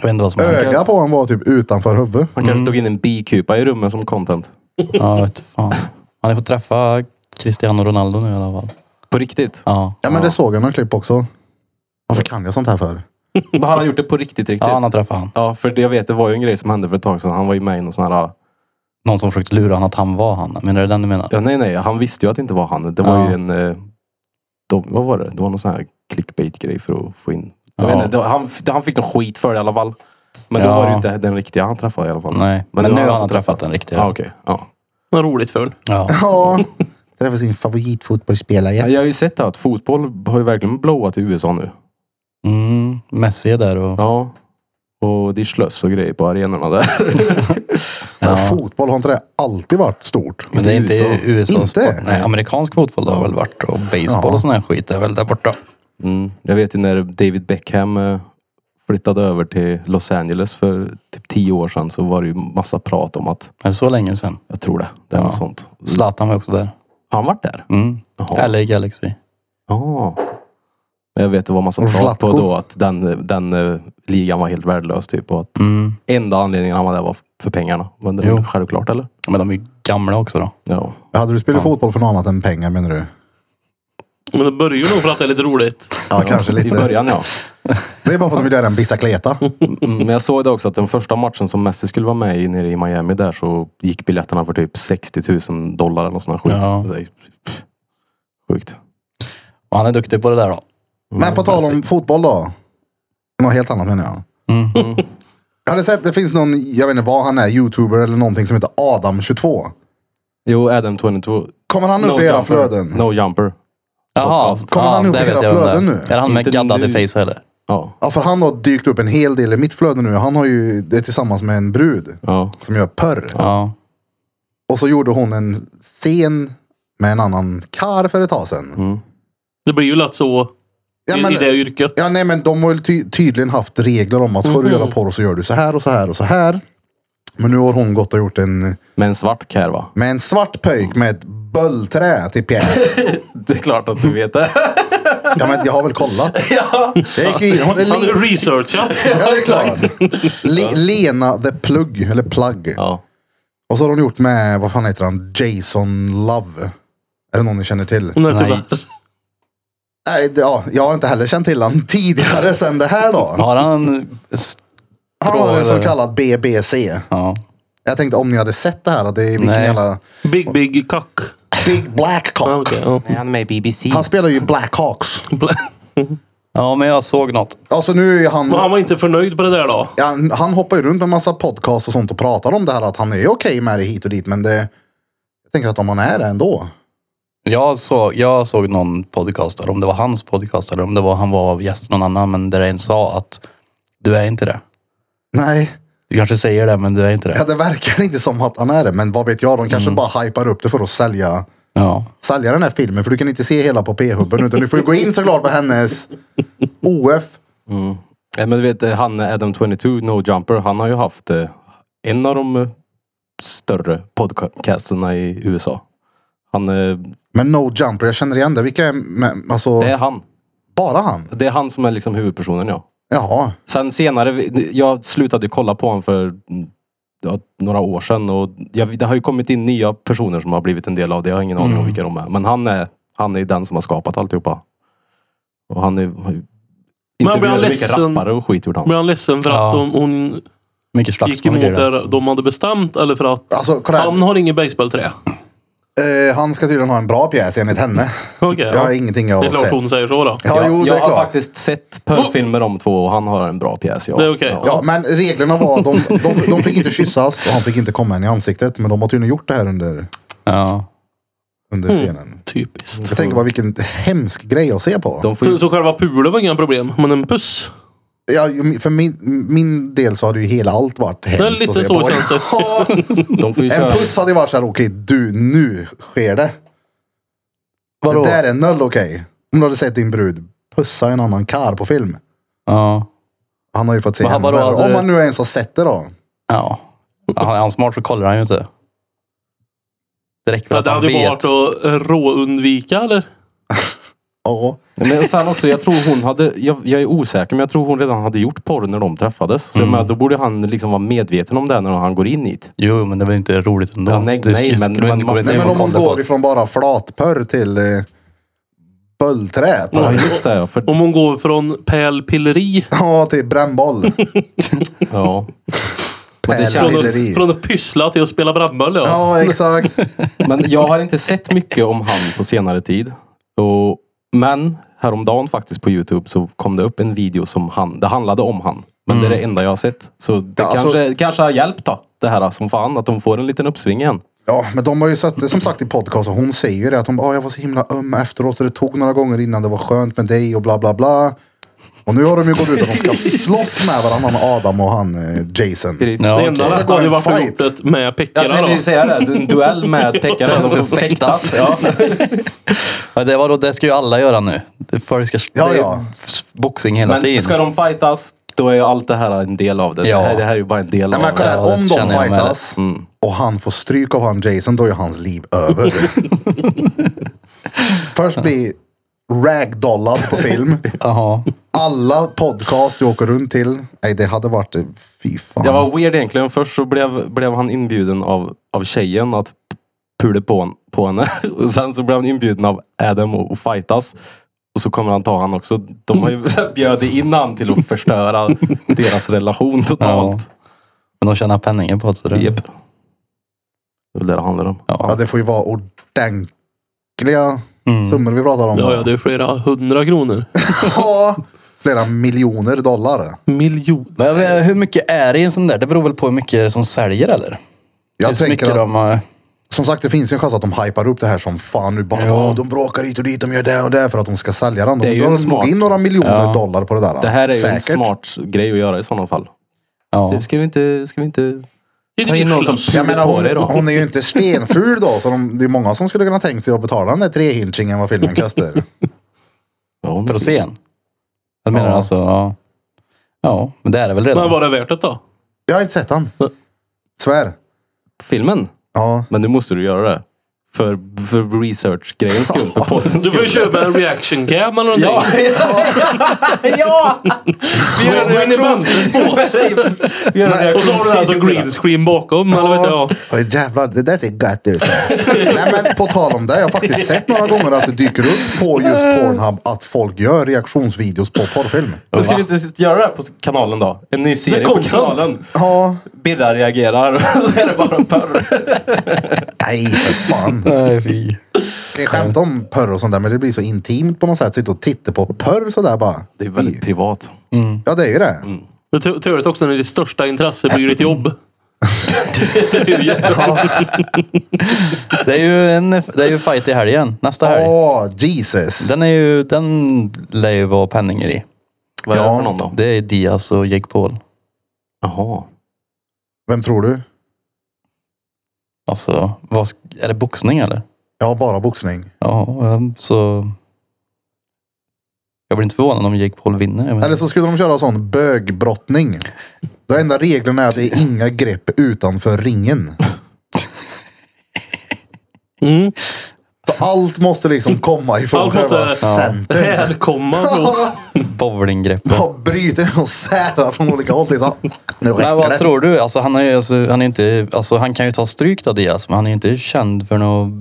Speaker 3: Jag vet inte vad som händer.
Speaker 1: Öga på honom var typ utanför huvudet.
Speaker 4: Han
Speaker 3: Mm.
Speaker 4: kanske tog in en bikupa i rummet som content.
Speaker 3: Ja, vet fan. Han har fått träffa Cristiano Ronaldo nu i alla fall.
Speaker 4: På riktigt.
Speaker 3: Ja.
Speaker 1: Ja men det såg jag någon klipp också. Varför kan jag sånt här för?
Speaker 4: Men han har gjort det på riktigt, riktigt.
Speaker 3: Ja, han
Speaker 4: Ja,
Speaker 3: har träffat han.
Speaker 4: för det jag vet, det var ju en grej som hände för ett tag sedan. Han var ju med i någon sån här...
Speaker 3: Någon som försökte lura han att han var han. Menar du den du menar?
Speaker 4: Ja, nej, nej. Han visste ju att det inte var han. Det var
Speaker 3: Ja.
Speaker 4: ju en... eh, De, vad var det? Det var någon sån här clickbait-grej för att få in... Jag
Speaker 3: Ja.
Speaker 4: vet inte, det, han, han fick någon skit för det i alla fall. Men då
Speaker 3: Ja. Mm.
Speaker 4: var det ju inte den riktiga han träffade i alla fall.
Speaker 3: Nej, men,
Speaker 4: det var
Speaker 3: nu har han
Speaker 4: som
Speaker 3: träffat den riktiga.
Speaker 4: Ja, okej. Ja.
Speaker 2: Vad roligt för en.
Speaker 3: Ja.
Speaker 1: Ja. Träffade sin favoritfotbollsspelare.
Speaker 4: Jag har ju sett att fotboll har ju verkligen blowat i USA nu.
Speaker 3: Mm, Messi är där och...
Speaker 4: Ja. Och det är slöss och grejer på arenorna där.
Speaker 1: Men
Speaker 3: Ja.
Speaker 1: fotboll har inte det alltid varit stort?
Speaker 3: Men det är inte
Speaker 4: USA.
Speaker 3: USA.
Speaker 1: Inte?
Speaker 3: Sport. Nej, amerikansk fotboll har väl varit och baseball
Speaker 1: Ja.
Speaker 3: och sån här skit är väl där borta.
Speaker 4: Mm. Jag vet ju när David Beckham eh, flyttade över till Los Angeles för typ tio år sedan så var det ju massa prat om att,
Speaker 3: Är det så länge sedan?
Speaker 4: jag tror det, det är
Speaker 3: Ja.
Speaker 4: något sånt.
Speaker 3: Zlatan var också där.
Speaker 4: Har han varit där?
Speaker 3: Mm.
Speaker 4: Jaha.
Speaker 3: LA Galaxy.
Speaker 4: Ja. Men Jag vet det var massa
Speaker 1: Och
Speaker 4: prat på
Speaker 1: Zlatko.
Speaker 4: då att den, den eh, ligan var helt värdelös typ och att
Speaker 3: Mm.
Speaker 4: enda anledningen han var där var för pengarna. Men det är
Speaker 3: Jo.
Speaker 4: väl självklart eller?
Speaker 3: Men de är ju gamla också då.
Speaker 4: Ja.
Speaker 1: Hade du spelat fotboll för något annat än pengar menar du?
Speaker 2: Men det börjar ju nog för att det är lite roligt.
Speaker 1: Ja, kanske
Speaker 4: I
Speaker 1: lite.
Speaker 4: början ja.
Speaker 1: Det är bara för att de vill göra en bicicleta.
Speaker 4: Mm, Men jag såg det också att den första matchen som Messi skulle vara med i nere i Miami där så gick biljetterna för typ 60 000 dollar eller något sånt här skit.
Speaker 3: Ja.
Speaker 4: Det är ju Sjukt.
Speaker 3: Och han är duktig på det där då.
Speaker 1: Men på tal om fotboll då. Något helt annat menar jag. Mm. Jag hade sett, det finns någon, jag vet inte vad han är, youtuber eller någonting som heter Adam22.
Speaker 4: Jo, Adam 22.
Speaker 1: Kommer han upp i era flöden?
Speaker 4: No jumper.
Speaker 3: Jaha,
Speaker 1: Kommer han
Speaker 3: ja,
Speaker 1: upp i
Speaker 3: det
Speaker 1: era
Speaker 3: vet jag vem det är.
Speaker 1: flöden nu?
Speaker 3: Är han med
Speaker 4: Inte
Speaker 3: gaddade
Speaker 4: nu.
Speaker 3: face eller?
Speaker 4: Ja.
Speaker 1: Ja, för han har dykt upp en hel del i mitt flöde nu. Han har ju det tillsammans med en brud
Speaker 4: ja.
Speaker 1: som gör pörr.
Speaker 3: Ja.
Speaker 1: Och så gjorde hon en scen med en annan kar för ett tag sedan.
Speaker 4: Mm.
Speaker 2: Det blir ju lätt så
Speaker 1: Ja,
Speaker 2: i,
Speaker 1: men-
Speaker 2: i det yrket.
Speaker 1: Ja, nej, men de har ju ty- tydligen haft regler om att ska du göra porr så gör du så här och så här och så här. Men nu har hon gått och gjort en
Speaker 4: Med en svart kär va?
Speaker 1: med en svart pöjk med ett böldträ till pjäs.
Speaker 4: Det är klart att du vet det.
Speaker 1: Ja, men jag har väl kollat. Jag gick ju in. Hon är
Speaker 2: Han har
Speaker 1: le-
Speaker 2: ju researchat.
Speaker 1: ja, det är klart. Le- Lena the Plug, eller Plug.
Speaker 4: Ja.
Speaker 1: Och så har hon gjort med, vad fan heter han, Jason Love. Är det någon ni känner till?
Speaker 2: Nej, tyvärr.
Speaker 1: Nej, det, ja, jag har inte heller känt till han tidigare sen det här då.
Speaker 3: Har han... s-
Speaker 1: Han har en så
Speaker 3: eller-
Speaker 1: kallad BBC.
Speaker 3: Ja.
Speaker 1: Jag tänkte om ni hade sett det här, att det är vilken
Speaker 3: Nej.
Speaker 1: jävla
Speaker 2: Big, big cock.
Speaker 1: Big Black
Speaker 2: Ja,
Speaker 1: Cock.
Speaker 2: okej, ja.
Speaker 4: Han är med i BBC.
Speaker 1: Han spelar ju Black Hawks.
Speaker 3: ja, men jag såg något.
Speaker 1: Alltså nu är ju han...
Speaker 2: Men han var inte förnöjd på det där då?
Speaker 1: Ja, han hoppar ju runt med massa podcast och sånt och pratar om det här att han är okej med det hit och dit. Men det, jag tänker att om han är det ändå.
Speaker 3: Jag såg, jag såg någon podcast, eller om det var hans podcast eller om det var han var gäst någon annan, men där en sa att du är inte det.
Speaker 1: Nej,
Speaker 3: Du kanske säger det, men du är inte
Speaker 1: ja,
Speaker 3: det.
Speaker 1: det verkar inte som att han är det. Men vad vet jag, de kanske bara hypar upp det för att sälja,
Speaker 3: Ja.
Speaker 1: sälja den här filmen. För du kan inte se hela på P-hubben utan du får ju gå in såklart på hennes OF.
Speaker 4: Ja, men du vet, eh, han Adam 22, No Jumper, han har ju haft eh, en av de eh, större podcasterna i USA. Han, eh,
Speaker 1: Men No Jumper, jag känner igen det. Vilka är, men, alltså,
Speaker 4: det är han.
Speaker 1: bara han?
Speaker 4: Det är han som är liksom huvudpersonen ja.
Speaker 1: Jaha.
Speaker 4: Sen senare, jag slutade ju kolla på honom för mm, ja, några år sedan och jag, det har ju kommit in nya personer som har blivit en del av det. Jag har ingen
Speaker 2: Mm.
Speaker 4: aning om vilka de är. Men han är, han är den som har skapat alltihopa. Och han är, har ju
Speaker 2: blir
Speaker 4: intervjuat
Speaker 2: han
Speaker 4: mycket
Speaker 2: ledsen?
Speaker 4: rappare och skit gjorde han.
Speaker 2: Blev han ledsen för
Speaker 3: Ja.
Speaker 2: att de, hon
Speaker 3: Mycket
Speaker 2: gick
Speaker 3: slagsmål
Speaker 2: emot
Speaker 3: och grejer.
Speaker 2: det de hade bestämt eller för att
Speaker 1: Alltså, kolla här.
Speaker 2: han har ingen baseballträ?
Speaker 1: Eh, han ska tydligen ha en bra pjäs enligt henne.
Speaker 2: Okej,
Speaker 1: Jag har ingenting jag
Speaker 2: Det är
Speaker 1: har
Speaker 2: klart
Speaker 1: sett.
Speaker 2: hon säger så då.
Speaker 1: Ja, jo, det
Speaker 4: jag
Speaker 1: är
Speaker 4: har
Speaker 1: klart.
Speaker 4: faktiskt sett porrfilmer med de två och han har en bra pjäs. Ja.
Speaker 2: Det är okej.
Speaker 1: Ja, men reglerna var de, de, de fick inte kyssas och han fick inte komma en i ansiktet. Men de har tydligen gjort det här under,
Speaker 3: Ja.
Speaker 1: under
Speaker 2: Mm.
Speaker 1: scenen.
Speaker 2: Typiskt.
Speaker 1: Jag tänker bara vilken hemsk grej att se på.
Speaker 4: De får ju,
Speaker 2: Så, så själva pulen var inga problem, men en puss?
Speaker 1: Ja, för min, min del så hade ju hela allt varit hemskt
Speaker 2: Det är lite
Speaker 1: att se
Speaker 2: så
Speaker 1: på.
Speaker 2: känns det.
Speaker 1: Ja,
Speaker 4: de får ju
Speaker 1: en
Speaker 4: köra,
Speaker 1: puss hade ju varit så här, okej du, nu sker det.
Speaker 3: Vadå?
Speaker 1: Det där är noll okej. Om du hade sett din brud pussa en annan kar på film.
Speaker 3: Ja.
Speaker 1: Han har ju fått se
Speaker 3: Men
Speaker 1: henne
Speaker 3: vadå,
Speaker 1: värre.
Speaker 3: hade
Speaker 1: Om
Speaker 3: det-
Speaker 1: han nu ens har sett det då.
Speaker 3: Ja. Han, är han smart så kollar han ju inte. Det räcker väl
Speaker 2: Ja,
Speaker 3: att
Speaker 2: det
Speaker 3: han
Speaker 2: hade ju
Speaker 3: vet.
Speaker 2: varit att eh, råundvika eller?
Speaker 1: Ja.
Speaker 4: Men och sen också, jag tror hon hade, jag, jag är osäker, men jag tror hon redan hade gjort porr när de träffades. Så
Speaker 2: Mm.
Speaker 4: jag menar, då borde han liksom vara medveten om det när han går in hit.
Speaker 3: Jo, men det är väl inte roligt ändå.
Speaker 4: Ja, nej,
Speaker 3: det
Speaker 4: nej, men-
Speaker 3: skulle
Speaker 4: men
Speaker 3: inte
Speaker 4: man-
Speaker 3: gå in
Speaker 4: Det
Speaker 1: Nej, men
Speaker 4: är
Speaker 3: och
Speaker 1: om hon
Speaker 3: kolla på.
Speaker 1: går ifrån bara flatpörr till eh, böldträ. på
Speaker 4: Ja,
Speaker 1: den.
Speaker 4: just det. ja, För,
Speaker 2: Om hon går från pärlpilleri
Speaker 1: Ja, till brännboll.
Speaker 4: ja. Men, det
Speaker 2: från
Speaker 4: känns,
Speaker 1: Pärlpilleri.
Speaker 2: att, från att pyssla till att spela brännboll. Ja.
Speaker 1: Ja, exakt.
Speaker 4: men jag har inte sett mycket om han på senare tid. Och, men häromdagen faktiskt på Youtube så kom det upp en video som han, det handlade om han. Men det är
Speaker 2: Mm.
Speaker 4: det enda jag har sett. Så det
Speaker 1: Ja, alltså-
Speaker 4: kanske, kanske har hjälpt då, det här som fan. Att de får en liten uppsving igen.
Speaker 1: Ja, men de har ju sett det som sagt i podcast och hon säger ju det att hon bara, "Ah, jag var så himla öm efteråt så det tog några gånger innan det var skönt med dig och bla bla bla. Och nu har de ju gått ut att de ska slåss med varandra, han Adam och han eh, Jason.
Speaker 3: Ja,
Speaker 2: Det
Speaker 3: okej.
Speaker 2: enda
Speaker 1: Så
Speaker 2: rätta
Speaker 1: går
Speaker 2: hade
Speaker 1: en
Speaker 2: varit
Speaker 1: fight.
Speaker 2: hotet med
Speaker 4: Jag
Speaker 2: Pekka.
Speaker 4: tänkte
Speaker 2: då.
Speaker 4: säga det. En duell med
Speaker 3: Ja,
Speaker 4: Pekka.
Speaker 3: de ska
Speaker 4: De fäktas.
Speaker 3: fäktas.
Speaker 4: Ja.
Speaker 3: Ja, det, var då, det ska ju alla göra nu. Det- Folk ska...
Speaker 1: Ja,
Speaker 3: det är
Speaker 1: ja.
Speaker 3: s- Boxning hela
Speaker 4: Men
Speaker 3: tiden.
Speaker 4: ska de fightas, då är ju allt det här en del av det.
Speaker 3: Ja.
Speaker 4: Det, här, det här är ju bara en del
Speaker 1: Nej,
Speaker 4: av
Speaker 1: men kolla
Speaker 4: det.
Speaker 1: här,
Speaker 3: Ja,
Speaker 1: om
Speaker 3: det
Speaker 1: de
Speaker 3: känner jag Mm. med
Speaker 1: fightas och han får stryk av han Jason, då är hans liv över. Först blir ragdollad på film.
Speaker 3: Jaha.
Speaker 1: Alla podcast du åker runt till. Nej, det hade varit... Fy fan.
Speaker 4: Det var weird egentligen. Först så blev, blev han inbjuden av, av tjejen att pula på, hon- på henne. Och sen så blev han inbjuden av Adam och, och fightas. Och så kommer han ta han också. De har ju bjöd in han till att förstöra deras relation
Speaker 3: Ja.
Speaker 4: totalt.
Speaker 3: Men de tjänar penningar på det. så det-
Speaker 4: Japp. Det är väl det det handlar om.
Speaker 1: Ja, det får ju vara ordentliga
Speaker 4: Mm.
Speaker 1: summor vi pratar om.
Speaker 2: Ja, ja, det är flera hundra kronor.
Speaker 1: Ja, flera miljoner dollar.
Speaker 2: Miljon.
Speaker 3: Men jag vet, hur mycket är det i en sån där? Det beror väl på hur mycket som säljer eller?
Speaker 1: Jag
Speaker 3: det är så
Speaker 1: tänker
Speaker 3: mycket
Speaker 1: att,
Speaker 3: de har...
Speaker 1: Som sagt, det finns ju en chans att de hypar upp det här som fan. Nu bara,
Speaker 3: Ja.
Speaker 1: "Åh, de bråkar hit och dit, de gör det och det för att de ska sälja den.
Speaker 4: Det är
Speaker 1: De
Speaker 4: ju en
Speaker 1: drar
Speaker 4: smart-
Speaker 1: nog in några miljoner dollar på det där.
Speaker 4: Det här är ju
Speaker 1: Säkert.
Speaker 4: en smart grej att göra i sådana fall.
Speaker 3: Ja.
Speaker 4: Nu Ska vi inte... Ska vi inte
Speaker 2: Det är
Speaker 4: ta in någon som
Speaker 2: vitslas.
Speaker 1: Jag menar,
Speaker 4: på dig
Speaker 1: hon,
Speaker 4: då?
Speaker 1: hon är ju inte stenful då, så de, det är många som skulle kunna tänkt sig att betala den där trehinchingen vad filmen kostar.
Speaker 4: Ja,
Speaker 3: För att se en? Jag menar
Speaker 1: Ja.
Speaker 3: alltså, ja. Ja, men det är det väl redan.
Speaker 2: Men var det värt det då?
Speaker 1: Jag har inte sett den. Svär.
Speaker 4: filmen.
Speaker 1: Ja.
Speaker 4: Men nu måste du göra det. För, för research-grejens skull. För poddens
Speaker 2: Du får ju
Speaker 4: skull.
Speaker 2: köpa en reaction cam eller någonting.
Speaker 4: Ja! ja! Vi gör en
Speaker 2: Gå in i
Speaker 4: reaktions-
Speaker 2: bandspåse.
Speaker 4: vi gör en
Speaker 1: Nej,
Speaker 2: Och så har du alltså green screen bakom. Eller vet jag.
Speaker 1: Oj, jävlar, det där ser gött ut. Nej men på tal om det, jag har faktiskt sett några gånger att det dyker upp på just Pornhub att folk gör reaktionsvideos på porrfilm.
Speaker 4: Då ska vi inte göra det här på kanalen då? En ny serie på
Speaker 2: content.
Speaker 4: kanalen.
Speaker 1: Ja,
Speaker 4: Birra reagerar. Så är det bara porr.
Speaker 1: nej för fan.
Speaker 3: Nej, fy.
Speaker 1: Det är skämt om porr och sånt där men det blir så intimt på något sätt. Sitta och titta på porr sådär bara.
Speaker 4: Det är väldigt privat.
Speaker 1: Ja det är ju det.
Speaker 2: Men tu- Turret också när ditt största intresse blir ditt jobb. Det är ju jävla-
Speaker 3: Det är ju en det är ju fight i helgen. Nästa helg.
Speaker 1: Åh, Jesus.
Speaker 3: Den är ju, den lär ju vara penningar i.
Speaker 4: Vad är det
Speaker 1: Ja,
Speaker 4: för någon då?
Speaker 3: Det är Diaz och Jake Paul.
Speaker 4: Jaha.
Speaker 1: Vem tror du?
Speaker 3: Alltså, vad, sk- är det boxning eller?
Speaker 1: Ja, bara boxning.
Speaker 3: Ja, ehm, så... Jag blir inte förvånad om Jake Paul vinner. jag menar.
Speaker 1: Eller så skulle de köra sån bögbrottning. De enda reglerna är att det är inga grepp utanför ringen.
Speaker 2: Mm.
Speaker 1: Så allt måste liksom komma ifrån
Speaker 2: Allt måste-
Speaker 1: själva
Speaker 2: Ja.
Speaker 1: centern.
Speaker 2: Välkomma från...
Speaker 3: Bowlinggreppet.
Speaker 1: Bara bryter och särar från olika håll. Liksom. Nu
Speaker 3: Men
Speaker 1: räcker
Speaker 3: vad
Speaker 1: det.
Speaker 3: tror du? Alltså, han, är, ju- alltså, han, är inte, alltså, han kan ju ta stryk av Diaz, men han är ju inte känd för något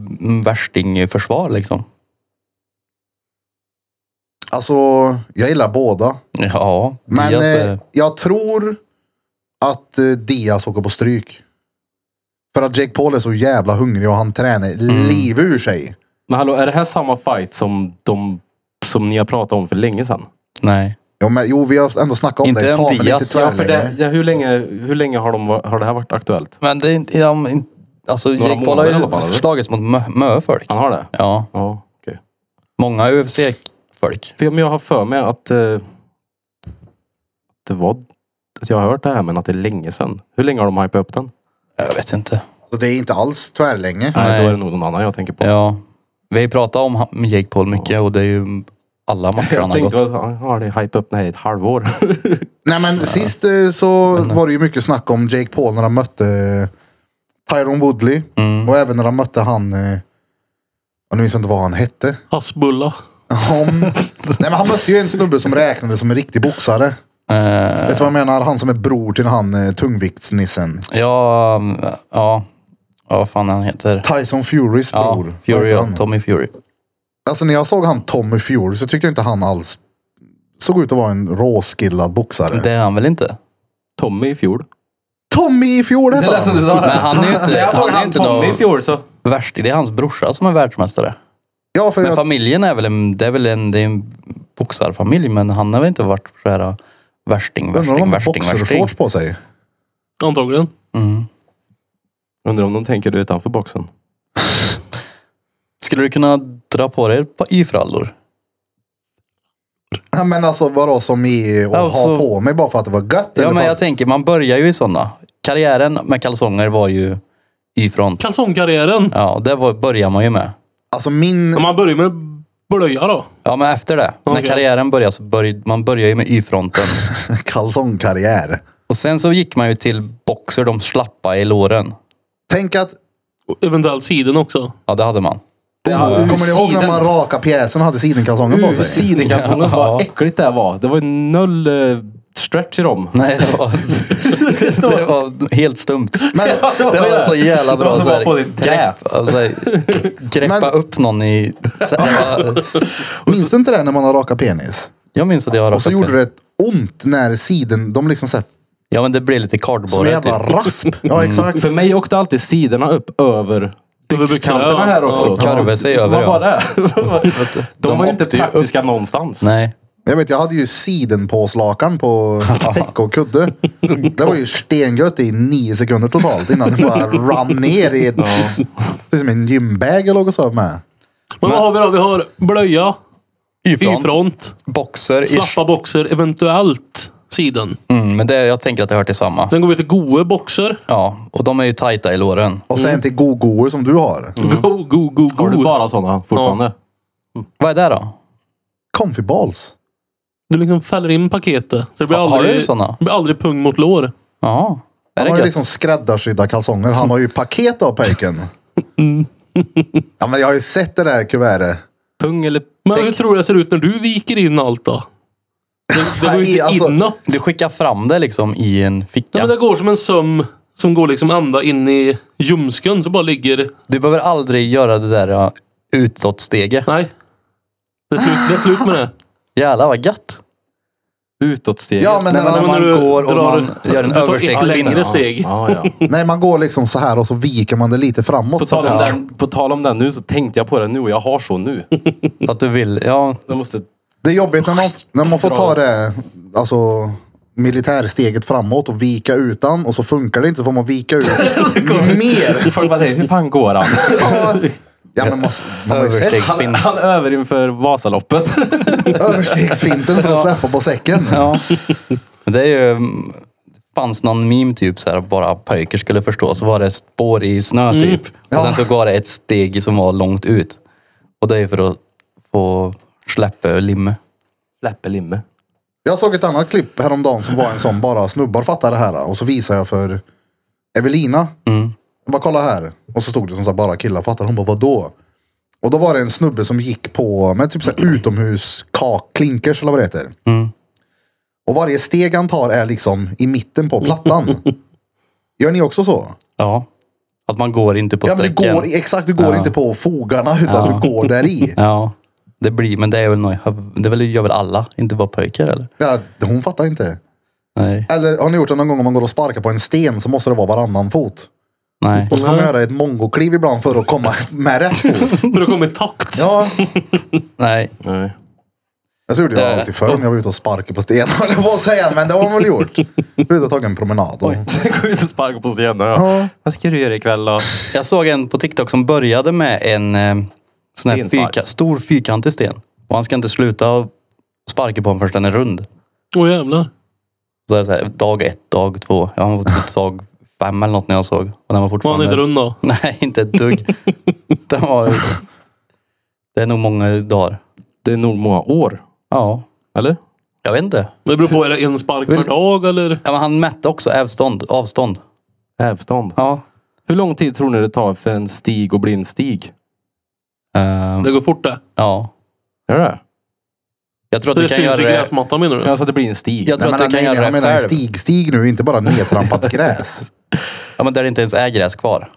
Speaker 3: värstingförsvar liksom.
Speaker 1: Alltså, jag gillar båda.
Speaker 3: Ja,
Speaker 1: Men
Speaker 3: Diaz
Speaker 1: eh,
Speaker 3: är...
Speaker 1: jag tror att eh, Diaz åker på stryk. För att Jake Paul är så jävla hungrig och han tränar
Speaker 3: Mm.
Speaker 1: liv ur sig.
Speaker 4: Men hallå, är det här samma fight som de som ni har pratat om för länge sedan?
Speaker 3: Nej.
Speaker 1: Jo, men, jo vi har ändå snackat om
Speaker 3: Inte
Speaker 1: det ett
Speaker 3: en
Speaker 1: tag, men inte
Speaker 3: Diaz.
Speaker 1: tvärlänge.
Speaker 4: Ja, för det, ja, hur, länge, hur länge har, de, va- har det här varit aktuellt?
Speaker 3: Men det är inte... de- in- Alltså,
Speaker 4: Några
Speaker 3: Jake Paul har
Speaker 4: månader i alla fall,
Speaker 3: ju
Speaker 4: eller?
Speaker 3: slagits mot mö, mö folk.
Speaker 4: Han har det?
Speaker 3: Ja,
Speaker 4: Ja, okej.
Speaker 3: många UFC-folk.
Speaker 4: För, men jag har för mig att, eh, att det var... Att jag har hört det här men att det är länge sedan. Hur länge har de hypat upp den?
Speaker 3: Jag vet inte.
Speaker 1: Så det är inte alls tvärlänge.
Speaker 4: Nej.
Speaker 3: Nej.
Speaker 4: Då är det nog någon annan jag tänker på.
Speaker 3: Ja. Vi har ju pratat om ha- med Jake Paul mycket och det är ju alla matcher han
Speaker 4: jag
Speaker 3: har gått.
Speaker 4: tänkte att han har det hypat upp nej, ett halvår.
Speaker 1: Nej men sist eh, så var det ju mycket snack om Jake Paul när han mötte eh, Tyrone Woodley.
Speaker 3: Mm.
Speaker 1: Och även när han mötte han... eh, Jag nu minns jag inte vad han hette.
Speaker 2: Hasbulla.
Speaker 1: Om... Nej, men han mötte ju en snubbe som räknades som en riktig boxare.
Speaker 3: Eh,
Speaker 1: Vet du vad jag menar? Han som är bror till han eh, tungviktsnissen.
Speaker 3: Ja, mm, ja. Ja, vad fan han heter.
Speaker 1: Tyson Furys
Speaker 3: Ja,
Speaker 1: bror. Vad
Speaker 3: Fury
Speaker 1: heter
Speaker 3: ja,
Speaker 1: han?
Speaker 3: Tommy Fury.
Speaker 1: Alltså när jag såg han Tommy Fury så tyckte jag inte han alls såg ut att vara en råskillad boxare.
Speaker 3: Det är han väl inte?
Speaker 4: Tommy i fjol.
Speaker 1: Tommy i fjol hette han.
Speaker 4: sa.
Speaker 3: Men han är ju inte, han är ju inte
Speaker 4: Tommy i
Speaker 3: någon
Speaker 4: fjol så.
Speaker 3: värst. Det är hans brorsa som är världsmästare.
Speaker 1: Ja, för
Speaker 3: Men
Speaker 1: jag,
Speaker 3: familjen är väl en, det är väl en, det är en boxarfamilj, men han har väl inte varit så här äh, värsting,
Speaker 1: undrar om han har
Speaker 3: värsting, värsting, värsting.
Speaker 1: boxershorts på sig.
Speaker 2: Antagligen.
Speaker 3: Mm.
Speaker 4: Undrar om de tänker utanför boxen.
Speaker 3: Skulle du kunna dra på dig ett par y-frallor?
Speaker 1: Ja, men alltså vadå som i att ha
Speaker 3: Alltså-
Speaker 1: på mig bara för att det var gött?
Speaker 3: Ja,
Speaker 1: eller
Speaker 3: men
Speaker 1: för
Speaker 3: jag
Speaker 1: att-
Speaker 3: tänker, man börjar ju i sådana. Karriären med kalsonger var ju y-front.
Speaker 2: Kalsongkarriären.
Speaker 3: Ja, och det var, börjar man ju med.
Speaker 1: Alltså min...
Speaker 2: Om Man börjar med blöja då.
Speaker 3: Ja, men efter det.
Speaker 2: Okej.
Speaker 3: När karriären börjar så börj, man börjar ju med y-fronten.
Speaker 1: kalsongkarriär.
Speaker 3: och sen så gick man ju till boxer, de slappa i låren.
Speaker 1: Tänk att,
Speaker 2: Och eventuellt siden också.
Speaker 3: Ja, det hade man.
Speaker 1: kommer ni ihåg när man raka pjäsen och hade sidenkalsonger på sig?
Speaker 4: Sidenkalsonger, vad äckligt det var. Det var ju noll eh, stretch i dem.
Speaker 3: Nej, det var, det var helt stumt.
Speaker 1: Men,
Speaker 3: Det var så jävla
Speaker 4: Det
Speaker 3: bra.
Speaker 4: var som
Speaker 3: så här,
Speaker 4: var på ditt trä.
Speaker 3: grepp, alltså, greppa
Speaker 1: Men-
Speaker 3: upp någon i... Så här,
Speaker 1: minns du inte det när man har raka penis?
Speaker 3: jag minns att jag har
Speaker 1: Och så
Speaker 3: rakat
Speaker 1: gjorde
Speaker 3: mig.
Speaker 1: det ett ont när siden, de liksom såhär,
Speaker 3: Ja, men det blir lite
Speaker 1: som en
Speaker 3: kardborre.
Speaker 1: jävla
Speaker 3: Typ.
Speaker 1: rasp. Ja exakt.
Speaker 4: För mig åkte alltid sidorna upp över
Speaker 2: byxorna,
Speaker 4: byxkanterna
Speaker 2: ja.
Speaker 4: här också.
Speaker 3: Och karvade sig över.
Speaker 4: Vad var
Speaker 3: ja.
Speaker 4: det? De, var ju inte
Speaker 3: åkte ju upp.
Speaker 4: praktiska någonstans.
Speaker 3: Nej.
Speaker 1: Jag vet, jag hade ju sidenpåslakan på täcke och kudde. Det var ju stengött i nio sekunder totalt innan det bara rann ner i ett... Det är som en gymbag jag låg och sov med.
Speaker 2: Men vad har vi då? Vi har blöja,
Speaker 3: Y-front.
Speaker 2: Y-front,
Speaker 3: Boxer. ish.
Speaker 2: slappa boxer, eventuellt siden.
Speaker 3: Mm, men det, jag tänker att det hör till samma.
Speaker 2: Sen går vi till goe boxer.
Speaker 3: Ja, och de är ju tajta i låren.
Speaker 1: Och sen till gogoer som du har.
Speaker 3: Mm.
Speaker 2: Go, go, go, go.
Speaker 4: Har du bara sådana fortfarande?
Speaker 3: Vad är det då?
Speaker 1: Comfy balls.
Speaker 2: Du liksom fäller in paketet. Så det blir
Speaker 3: Har- har
Speaker 2: aldrig,
Speaker 3: du såna?
Speaker 2: det blir aldrig pung mot lår.
Speaker 3: Ja. Är
Speaker 1: Han
Speaker 3: det
Speaker 1: har
Speaker 3: gött?
Speaker 1: ju liksom skräddarsydda kalsonger. Han har ju paket av pöjken.
Speaker 3: Mm.
Speaker 1: Ja men jag har ju sett det där kuvertet.
Speaker 4: Pung eller...
Speaker 2: Men hur tror du det ser ut när du viker in allt då? Det, det går ju
Speaker 1: Nej,
Speaker 2: inte
Speaker 1: alltså,
Speaker 2: inåt.
Speaker 3: Du skickar fram det liksom i en
Speaker 2: Ja,
Speaker 3: ficka.
Speaker 2: men det går som en söm som går liksom ända in i ljumsken. Så bara ligger...
Speaker 3: Du behöver aldrig göra det där ja, utåtsteget.
Speaker 2: Nej. Det är slut, det är slut med det.
Speaker 3: Jävlar vad gött.
Speaker 4: Utåtsteget.
Speaker 1: Ja men
Speaker 3: Nej,
Speaker 1: när
Speaker 3: men
Speaker 1: han,
Speaker 3: om man
Speaker 2: du
Speaker 3: går och
Speaker 2: drar-
Speaker 3: man gör en
Speaker 2: du tar ett
Speaker 3: överstegsvinkel.
Speaker 2: längre steg.
Speaker 4: Ja, ja.
Speaker 1: nej, man går liksom så här och så viker man det lite
Speaker 4: På,
Speaker 1: framåt.
Speaker 4: tal om
Speaker 1: Så att-
Speaker 4: den, på tal om den nu så tänkte jag på det nu och jag har så nu.
Speaker 3: Att du vill, ja.
Speaker 4: Jag måste...
Speaker 1: Det är jobbigt när man, när man får ta det alltså, militärsteget framåt och vika utan och så funkar det inte så får man vika ut mer.
Speaker 4: Folk bara säger, hur fan går han?
Speaker 1: Ja, men man, man har ju sett
Speaker 4: Han,
Speaker 3: Överstegsfint.
Speaker 4: han över inför Vasaloppet.
Speaker 1: överstegsfinten för att släppa på säcken.
Speaker 3: Ja. Men Det är ju... mm, fanns någon meme typ så här, bara pojkar skulle förstå. Så var det spår i snö typ. Och
Speaker 1: Mm. Ja.
Speaker 3: sen så går det ett steg som var långt ut. Och det är ju för att få släppa limme.
Speaker 4: Läppe Limme.
Speaker 1: Jag såg ett annat klipp häromdagen som var en sån bara snubbar fattar det här och så visar jag för Evelina. Jag bara kolla här. Och så stod det som sagt bara killar fattar. Hon bara vadå? Och då var det en snubbe som gick på med typ så här utomhus klinkers eller vad det heter. Och varje steg han tar är liksom i mitten på plattan. Gör ni också så?
Speaker 3: Ja. Att man går inte på
Speaker 1: Ja, men det
Speaker 3: sträckan.
Speaker 1: går, exakt, du går inte på fogarna utan du går där i.
Speaker 3: Ja. Det blir, men det är väl något, det är väl, gör väl alla? Inte bara pojkar eller?
Speaker 1: Ja, hon fattar inte.
Speaker 3: Nej.
Speaker 1: Eller har ni gjort det någon gång om man går och sparkar på en sten så måste det vara varannan fot.
Speaker 3: Nej.
Speaker 1: Och så får man göra ett mongokliv ibland för att komma med rätt fot.
Speaker 2: För att komma i takt.
Speaker 1: Ja,
Speaker 3: Nej.
Speaker 4: Nej.
Speaker 1: jag gjorde jag alltid förr om jag var ute och sparkade på stenar. Det var att säga, men det har man väl gjort. Brukar ta en promenad. Och...
Speaker 4: Går ut och sparkar på scenen. Ja. Vad ska du göra ikväll då?
Speaker 3: Jag såg en på TikTok som började med en eh, sån här
Speaker 4: Stenspark.
Speaker 3: fyrka, stor fyrkantig sten. Och han ska inte sluta sparka på den förrän den är rund.
Speaker 2: Åh jävlar.
Speaker 3: Så är det så här, dag ett, dag två. Ja, han var typ dag fem eller något när jag såg. Och den var
Speaker 2: Var han
Speaker 3: fortfarande...
Speaker 2: inte rund då?
Speaker 3: Nej, inte ett dugg. den var... Det är nog många dagar.
Speaker 4: Det är nog många år.
Speaker 3: Ja,
Speaker 4: Eller?
Speaker 3: jag vet inte.
Speaker 2: Det beror på, är det en spark per dag eller?
Speaker 3: Ja, men han mätte också avstånd. avstånd.
Speaker 4: Hävstånd.
Speaker 3: Ja.
Speaker 4: Hur lång tid tror ni det tar för en stig att bli en stig?
Speaker 3: Ehm,
Speaker 2: Det går fort det.
Speaker 3: ja.
Speaker 4: Är det det?
Speaker 3: Jag tror att
Speaker 2: Så
Speaker 3: du
Speaker 2: det
Speaker 3: kan
Speaker 2: syns i
Speaker 3: göra det.
Speaker 2: gräsmattan menar du?
Speaker 4: Alltså det blir en stig.
Speaker 1: Nej,
Speaker 3: Jag tror
Speaker 1: men,
Speaker 3: att du
Speaker 1: nej,
Speaker 3: kan
Speaker 1: nej,
Speaker 3: göra
Speaker 1: jag
Speaker 3: det
Speaker 1: menar en
Speaker 3: själv.
Speaker 1: stig, stig nu, inte bara nedtrampat gräs.
Speaker 3: Ja, men där det inte ens är gräs kvar.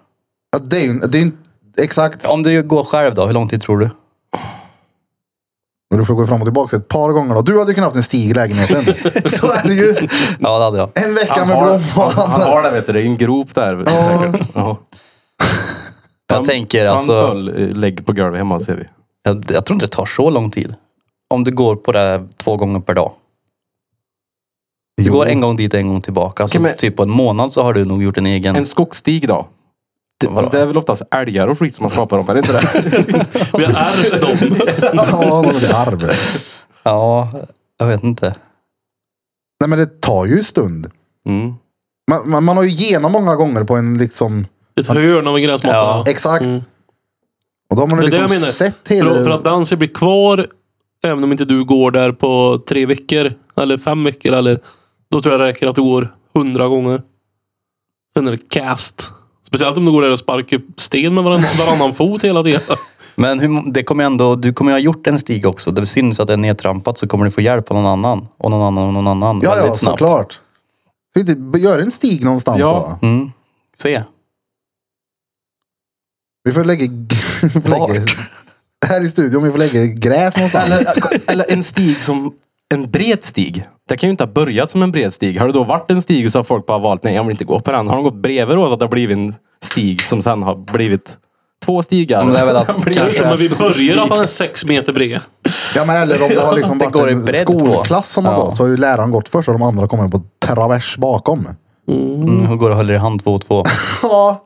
Speaker 1: Ja, Det är ju det är ju- exakt.
Speaker 3: Om du går själv då, hur lång tid tror du?
Speaker 1: Men du får gå fram och tillbaka ett par gånger då. Du hade ju kunnat haft en stig i lägenheten. Så är det ju.
Speaker 3: Ja, det hade jag.
Speaker 1: En vecka
Speaker 4: Han
Speaker 1: med
Speaker 4: har,
Speaker 1: blomman.
Speaker 4: han, han har det vet du. Det är ju en grop där. säkert. Ja.
Speaker 3: Jag tänker
Speaker 4: Han
Speaker 3: alltså,
Speaker 4: höll eh, lägg på golvet hemma ser vi.
Speaker 3: jag, jag tror inte det tar så lång tid. Om du går på det två gånger per dag. Du
Speaker 1: Jo.
Speaker 3: går en gång dit, en gång tillbaka. Så
Speaker 4: Okej, men-
Speaker 3: typ på en månad så har du nog gjort en egen.
Speaker 4: En skogsstig då? Det,
Speaker 3: Vadå?
Speaker 4: alltså, Mm. det är väl oftast älgar och skit som man skapar dem, är det inte det?
Speaker 2: Vi har ärvt dem.
Speaker 1: Ja, men det är arv.
Speaker 3: Ja, jag vet inte.
Speaker 1: Nej, men det tar ju stund.
Speaker 4: Mm.
Speaker 1: Man, man, man har ju genom många gånger på en liksom...
Speaker 2: Ett hörn av en gräsmatta.
Speaker 3: Ja.
Speaker 1: Exakt.
Speaker 2: Mm.
Speaker 1: Och då har man
Speaker 2: Det
Speaker 1: ju
Speaker 2: är det jag
Speaker 1: liksom
Speaker 2: menar.
Speaker 1: sett
Speaker 2: För,
Speaker 1: hela...
Speaker 2: för att dansen blir kvar, även om inte du går där på tre veckor, eller fem veckor, eller då tror jag det räcker att du går hundra gånger. Sen är det cast. Speciellt om du går där och sparkar sten med varann, varannan fot hela tiden.
Speaker 3: Men hur, det kommer ju ändå, du kommer ju ha gjort en stig också. Det syns att det är nedtrampat så kommer du få hjälp av någon annan. Och någon annan och någon annan.
Speaker 1: Ja,
Speaker 3: väldigt
Speaker 1: ja,
Speaker 3: snabbt.
Speaker 1: såklart. Ska vi inte göra en stig någonstans
Speaker 4: Ja.
Speaker 1: då?
Speaker 3: Mm. Se.
Speaker 1: Vi får lägga... vi får lägga
Speaker 3: Vart?
Speaker 1: här i studion, vi får lägga gräs någonstans.
Speaker 4: Eller, äh, eller en stig som... En bred stig. Det kan ju inte ha börjat som en bred stig. Har det då varit en stig så har folk bara valt, nej jag vill inte gå på den. Har de gått bredvid då så att det har blivit en stig som sen har blivit två stigar?
Speaker 3: Men det är väl att
Speaker 4: Den blir-
Speaker 3: kanske-
Speaker 2: Men vi börjar att han är sex meter bred.
Speaker 1: Ja, men eller om det har liksom
Speaker 3: Det
Speaker 1: varit
Speaker 3: går i
Speaker 1: en
Speaker 3: bredd
Speaker 1: skolklass som har
Speaker 3: då. Ja.
Speaker 1: gått så har ju läraren gått först och de andra kommer på travers bakom.
Speaker 3: Mm. Hur går det och håller i hand två och två?
Speaker 1: Ja.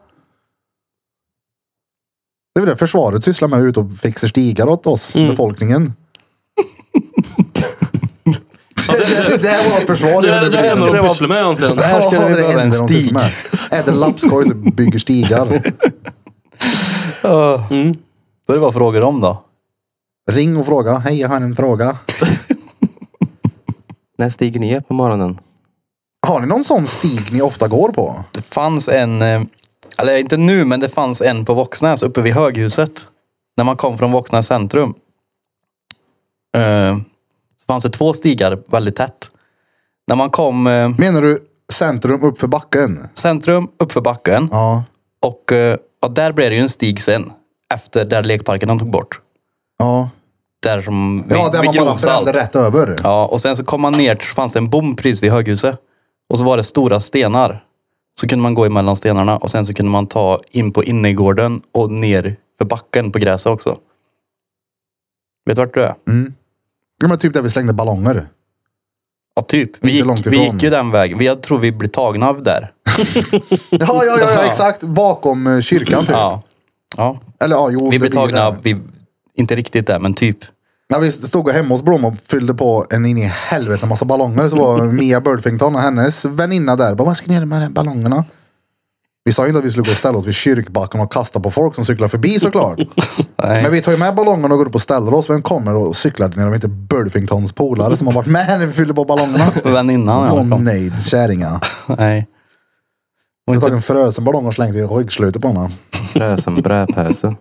Speaker 1: Det är väl det försvaret sysslar med ute och fixar stigar åt oss,
Speaker 2: Mm.
Speaker 1: befolkningen. det, det, det är vårt försvar.
Speaker 2: Det är det
Speaker 1: Ja,
Speaker 2: enda
Speaker 3: skulle
Speaker 2: de
Speaker 3: vara-
Speaker 2: pysslar med egentligen.
Speaker 1: det
Speaker 3: här skulle vi
Speaker 1: enda
Speaker 3: behöva en
Speaker 1: de sysslar
Speaker 3: stig.
Speaker 1: med. Äter lappskoj så bygger stigar.
Speaker 2: Mm.
Speaker 3: Då är det bara frågor om då.
Speaker 1: Ring och fråga. Hej, jag har en fråga.
Speaker 4: När stiger ni upp på morgonen?
Speaker 1: Har ni någon sån stig ni ofta går på?
Speaker 3: Det fanns en, eh, eller inte nu, men det fanns en på Våxnäs uppe vid höghuset. När man kom från Våxnäs centrum. Eh, så fanns det två stigar väldigt tätt. När man kom eh,
Speaker 1: Menar du centrum uppför backen?
Speaker 3: centrum, uppför backen.
Speaker 1: Ja.
Speaker 3: Och eh, ja, där blev det ju en stig sen. Efter där lekparken de tog bort.
Speaker 1: Ja.
Speaker 3: Där som
Speaker 1: Ja, där man bara
Speaker 3: grovs allt.
Speaker 1: brände rätt över.
Speaker 3: Ja, och sen så kom man ner, så fanns det en bom precis vid höghuset. Och så var det stora stenar. Så kunde man gå emellan stenarna och sen så kunde man ta in på innergården och ner för backen på gräset också. Vet du vart du är?
Speaker 1: Mm. Ja, men typ där vi slängde ballonger.
Speaker 3: Ja, typ. Vi
Speaker 1: Inte
Speaker 3: gick,
Speaker 1: långt
Speaker 3: vi
Speaker 1: ifrån.
Speaker 3: gick ju den vägen. Vi, jag tror vi blev tagna av där.
Speaker 1: Ja, ja, ja, ja exakt. Bakom eh, kyrkan typ.
Speaker 3: Ja. ja.
Speaker 1: Eller ja, jo.
Speaker 3: Vi
Speaker 1: det
Speaker 3: blev
Speaker 1: blir
Speaker 3: tagna,
Speaker 1: det.
Speaker 3: vi, inte riktigt där, men typ.
Speaker 1: När vi stod hemma hos Blom och fyllde på en in i helvete massa ballonger så var Mia Birdfington och hennes väninna där. Bara, vad ska ni göra med de här ballongerna? Vi sa ju inte att vi skulle gå och ställa oss vid kyrkbacken och kasta på folk som cyklar förbi såklart.
Speaker 3: Nej.
Speaker 1: Men vi tar ju med ballongerna och går upp och ställer oss. Vem kommer och cyklar när de inte är Birdfingtons polare som har varit med när vi fyllde på ballongerna?
Speaker 3: Väninnan i alla fall.
Speaker 1: Omnöjd kärringa.
Speaker 3: Nej.
Speaker 1: Jag har tagit en frusen ballong och slängt i ryggslutet på henne.
Speaker 4: Fräsen bräpäse.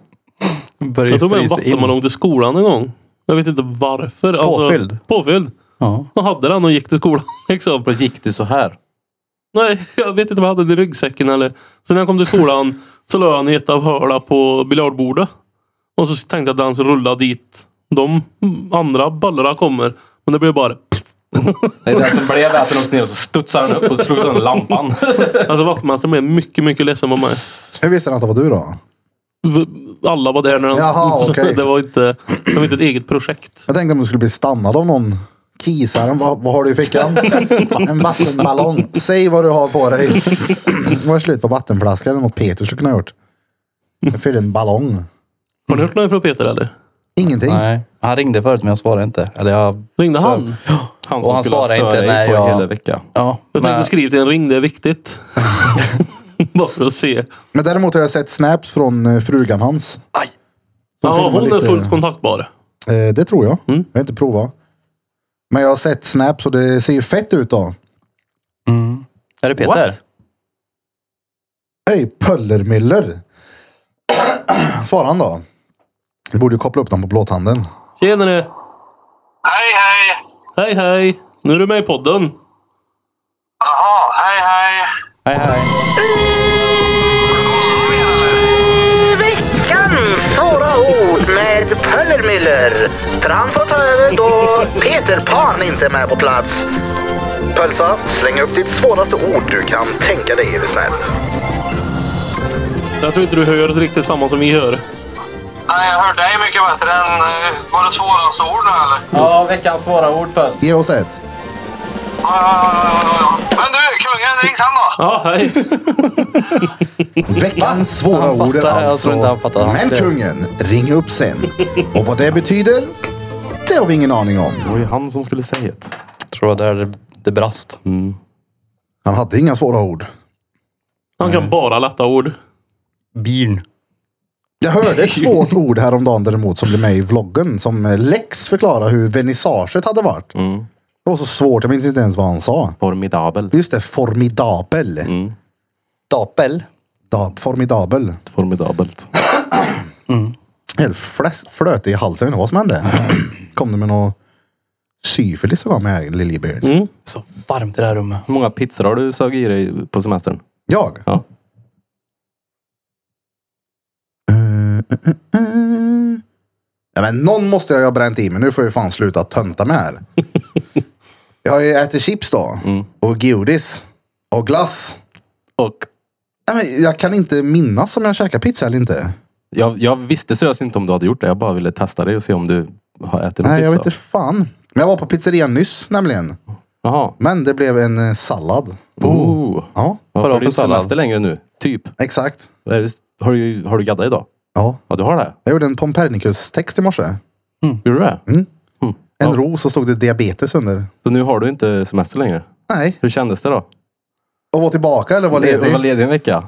Speaker 3: Började
Speaker 2: Jag tog med en
Speaker 3: frysa in.
Speaker 2: vattenmelon till skolan en gång. Jag vet inte varför. Alltså,
Speaker 3: Påfylld?
Speaker 2: Påfylld.
Speaker 3: Ja.
Speaker 2: Jag hade den och gick till skolan. Liksom.
Speaker 4: Vad gick det så här?
Speaker 2: Nej, jag vet inte vad jag hade i ryggsäcken eller. Sen när jag kom till skolan så la jag en ett av hörla på biljardbordet. Och så tänkte jag att den skulle rulla dit. De andra ballarna kommer. Men det blev bara...
Speaker 4: Det är det som blev att den åkte ner och så studsade den upp och slog sönder lampan.
Speaker 2: Alltså vaktmästaren blev mycket, mycket ledsen på mig.
Speaker 1: Hur visste han att det var du då?
Speaker 2: V- Alla var där när han...
Speaker 1: Jaha,
Speaker 2: så
Speaker 1: okej.
Speaker 2: det, var inte, det var inte ett eget projekt.
Speaker 1: Jag tänkte om du skulle bli stannad av någon. Kisaren, vad, vad har du i fickan? En vattenballong. Säg vad du har på dig. Det var slut på vattenflaska eller något Peter skulle kunna ha gjort. Jag fyllde en ballong.
Speaker 2: Har ni hört något från Peter eller?
Speaker 1: Ingenting.
Speaker 3: Nej. Han ringde förut men jag svarade inte. Eller jag...
Speaker 2: Ringde
Speaker 3: Så-
Speaker 2: han?
Speaker 4: Han
Speaker 3: Och
Speaker 4: som
Speaker 3: han
Speaker 4: skulle ha
Speaker 3: svarar inte
Speaker 4: stört
Speaker 3: när
Speaker 4: dig på
Speaker 3: jag-
Speaker 4: hela veckan.
Speaker 3: Ja.
Speaker 2: Jag tänkte
Speaker 3: men-
Speaker 2: skriv till en ring, det är viktigt. Bara för att se.
Speaker 1: Men däremot har jag sett snaps från eh, frugan hans.
Speaker 3: Aj.
Speaker 2: Ja,
Speaker 1: filmar
Speaker 2: hon är
Speaker 1: lite-
Speaker 2: fullt Mm. kontaktbar.
Speaker 1: Eh, det tror jag. Jag har inte provat. Men jag har sett snaps och det ser ju fett ut då.
Speaker 3: Är det Peter?
Speaker 4: What?
Speaker 1: Hej, Pöllermüller. Svarar han då. Vi borde ju koppla upp dem på blåtanden.
Speaker 2: Tjenare!
Speaker 5: Hej, hej!
Speaker 2: Hej hej! Nu är du med i podden.
Speaker 5: Jaha, hej, hej!
Speaker 3: Hej, hej.
Speaker 6: veckans svåra ord med Pöllermüller. Tran får ta över då Peter Pan inte är med på plats. Pölsa, släng upp ditt svåraste ord du kan tänka dig är du snäll.
Speaker 2: Jag tror inte du hör riktigt samma som vi hör.
Speaker 5: Nej, jag hör dig mycket bättre än... eh, Var det svåraste ord nu, eller?
Speaker 3: Ja, veckans svåra ord Pöls.
Speaker 1: Ge oss ett.
Speaker 5: Ja, ja, ja, ja, ja. Men du, kungen, ring sen då!
Speaker 2: Ja, hej.
Speaker 1: Veckans svåra
Speaker 3: Han fattar
Speaker 1: ord är
Speaker 3: det, jag tror inte
Speaker 1: alltså.
Speaker 3: han fattar. Han
Speaker 1: Men
Speaker 3: skrev.
Speaker 1: kungen, ring upp sen. Och vad det betyder, det har vi ingen aning om.
Speaker 4: Det var ju han som skulle säga det.
Speaker 3: Tror att det är det brast.
Speaker 1: Han hade inga svåra ord.
Speaker 2: Han kan bara lätta ord.
Speaker 3: Bin.
Speaker 1: Jag hörde ett svårt ord häromdagen däremot som blev med i vloggen. Som eh, Lex förklarade hur vernissaget hade varit.
Speaker 3: Mm.
Speaker 1: Det var så svårt, jag minns inte ens vad han sa.
Speaker 4: Formidabel.
Speaker 1: Just det, formidabel.
Speaker 3: Mm. Dapel.
Speaker 1: Da, formidabel.
Speaker 4: Formidabelt.
Speaker 1: Helt fläs- flöt i halsen, jag vet inte vad som hände. Kom det med någon syfilis eller vad med Liljebjörn?
Speaker 3: Så varmt i det här rummet.
Speaker 4: Hur många pizzor har du sög i dig på semestern?
Speaker 1: Jag?
Speaker 4: Ja.
Speaker 1: Ja, men någon måste jag ju ha bränt i mig. Nu får jag fan sluta tönta med här. jag har ju ätit chips då.
Speaker 4: Mm.
Speaker 1: Och godis. Och glass.
Speaker 4: Och
Speaker 1: Nej, men jag kan inte minnas om jag käkar pizza eller inte.
Speaker 4: jag, jag visste seriöst inte om du hade gjort det. Jag bara ville testa dig och se om du har ätit någon
Speaker 1: Nej, jag
Speaker 4: pizza.
Speaker 1: vet inte fan. Men jag var på pizzerian nyss nämligen.
Speaker 4: Jaha.
Speaker 1: Men det blev en eh, sallad.
Speaker 4: Oh.
Speaker 1: Ja,
Speaker 4: Varför
Speaker 3: Vadå
Speaker 4: har du
Speaker 3: för sallad?
Speaker 4: semester längre nu? Typ.
Speaker 1: exakt.
Speaker 4: Vad är det- Har du, har du gaddat idag?
Speaker 1: Ja.
Speaker 4: Ja, du har det.
Speaker 1: Jag gjorde en Pompernicus-text i morse.
Speaker 4: Gjorde du det?
Speaker 1: En ros och stod det diabetes under.
Speaker 4: Så nu har du inte semester längre.
Speaker 1: Nej.
Speaker 4: Hur kändes det då?
Speaker 1: Och var tillbaka eller var
Speaker 4: Du
Speaker 1: ledig?
Speaker 4: var ledig en vecka.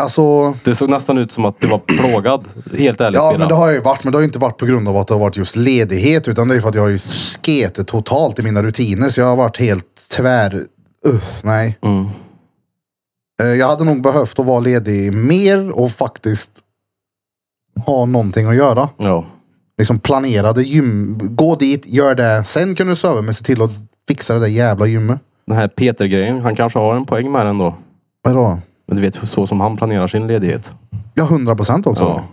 Speaker 1: Alltså,
Speaker 4: Det såg nästan ut som att du var plågad. Helt ärligt
Speaker 1: ja
Speaker 4: Birra.
Speaker 1: men det har jag ju varit. Men det har ju inte varit på grund av att det har varit just ledighet. Utan det är ju för att jag har ju sketet totalt i mina rutiner. Så jag har varit helt tvär... Uff, nej.
Speaker 4: Mm.
Speaker 1: Eh, Jag hade nog behövt att vara ledig mer och faktiskt ha någonting att göra.
Speaker 4: Ja.
Speaker 1: Liksom planerade gym. Gå dit, gör det. Sen kan du söva men se till att fixa det där jävla gymmet.
Speaker 4: Den här Peter-grejen, han kanske har en poäng med den då.
Speaker 1: Vadå?
Speaker 4: Men du vet så som han planerar sin ledighet.
Speaker 1: Ja, hundra procent också.
Speaker 4: Ja.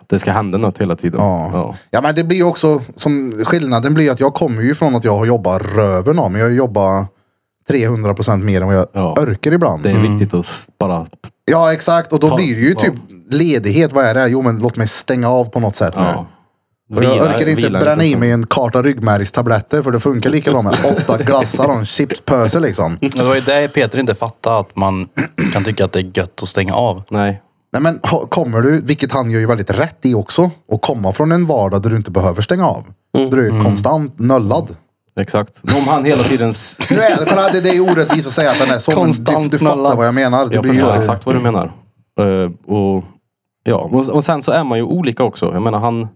Speaker 4: Att Det ska hända något hela tiden.
Speaker 1: Ja. Ja men det blir ju också, som, skillnaden blir ju att jag kommer ju från att jag har jobbat röven av mig. Jag jobbar 300% mer än vad jag
Speaker 4: Ja.
Speaker 1: orkar ibland.
Speaker 4: Det är viktigt att s- bara...
Speaker 1: Ja exakt och då
Speaker 4: Ta-
Speaker 1: blir det ju
Speaker 4: ja.
Speaker 1: typ ledighet, vad är det? Jo men låt mig stänga av på något sätt nu.
Speaker 4: Ja.
Speaker 1: Och jag
Speaker 4: Vila-
Speaker 1: orkar inte
Speaker 4: vila
Speaker 1: bränna i
Speaker 4: lite.
Speaker 1: mig en karta ryggmärgstabletter för det funkar lika bra med åtta glassar och en chipspöse liksom.
Speaker 3: Det var ju det Peter inte fattade, att man kan tycka att det är gött att stänga av.
Speaker 4: Nej.
Speaker 1: Nej men ha- kommer du, vilket han gör ju väldigt rätt i också, och komma från en vardag där du inte behöver stänga av.
Speaker 4: Mm.
Speaker 1: Där du är konstant nollad.
Speaker 4: Exakt. Om han hela tiden... s-
Speaker 1: Nu är det, kolla, det, det är orättvist att säga att den är så, men du,
Speaker 3: Konstant
Speaker 1: du fattar
Speaker 3: nollan.
Speaker 1: vad jag menar. Det
Speaker 4: Jag
Speaker 1: blir ju
Speaker 4: förstår
Speaker 1: inte-
Speaker 4: exakt vad du menar. Eh, och, ja. och, och sen så är man ju olika också. Jag menar han...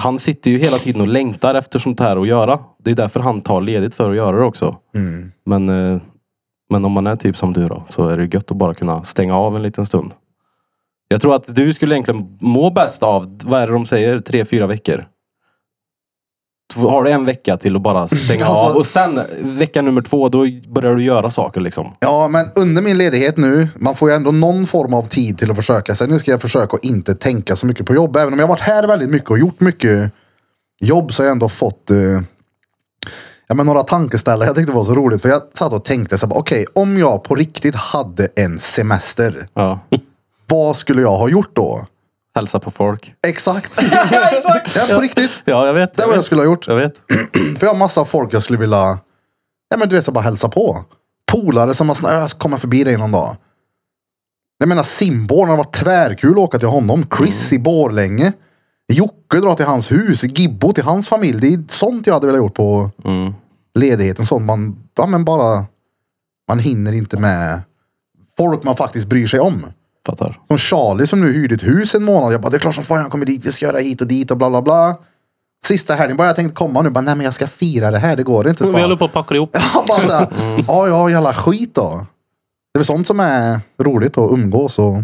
Speaker 4: Han sitter ju hela tiden och längtar efter sånt här att göra. Det är därför han tar ledigt för att göra det också.
Speaker 1: Mm.
Speaker 4: Men, eh, men om man är typ som du då, så är det gött att bara kunna stänga av en liten stund. Jag tror att du skulle egentligen må bäst av, vad är det de säger, tre, fyra veckor? Två- Har du en vecka till att bara stänga
Speaker 1: Alltså-
Speaker 4: av och sen vecka nummer två, då börjar du göra saker liksom.
Speaker 1: Ja, men under min ledighet nu, man får ju ändå någon form av tid till att försöka. Sen nu ska jag försöka att inte tänka så mycket på jobb. Även om jag har varit här väldigt mycket och gjort mycket jobb så har jag ändå fått eh, ja, men några tankeställare. Jag tyckte det var så roligt för jag satt och tänkte så här, bara, okej, om jag på riktigt hade en semester,
Speaker 4: Ja.
Speaker 1: vad skulle jag ha gjort då?
Speaker 4: Hälsa på folk.
Speaker 1: Exakt. Ja, på riktigt.
Speaker 4: Ja, jag vet.
Speaker 1: Det var vad jag skulle ha gjort.
Speaker 4: jag vet.
Speaker 1: För jag har massa folk jag skulle vilja, ja men du vet så bara hälsa på. Polare som har sån, jag ska komma förbi dig någon dag. Jag menar Simborn, det har varit tvärkul att åka till honom. Chris i Borlänge. Jocke drar till hans hus, Gibbo till hans familj. Det är sånt jag hade velat gjort på
Speaker 4: Mm.
Speaker 1: ledigheten. Sånt man, ja men bara, man hinner inte med folk man faktiskt bryr sig om.
Speaker 4: Fattar.
Speaker 1: Som Charlie som nu hyrde ett hus en månad. Jag bara, det är klart som fan jag kommer dit. Vi ska göra hit och dit och bla bla bla. Sista helgen bara jag tänkte komma nu. Bara, nej men jag ska fira det här. Det går inte. Så
Speaker 2: Vi håller
Speaker 1: bara,
Speaker 2: på att packa ihop.
Speaker 1: ja, bara så här, ja, ja, jävla skit då. Det är väl sånt som är roligt att umgås och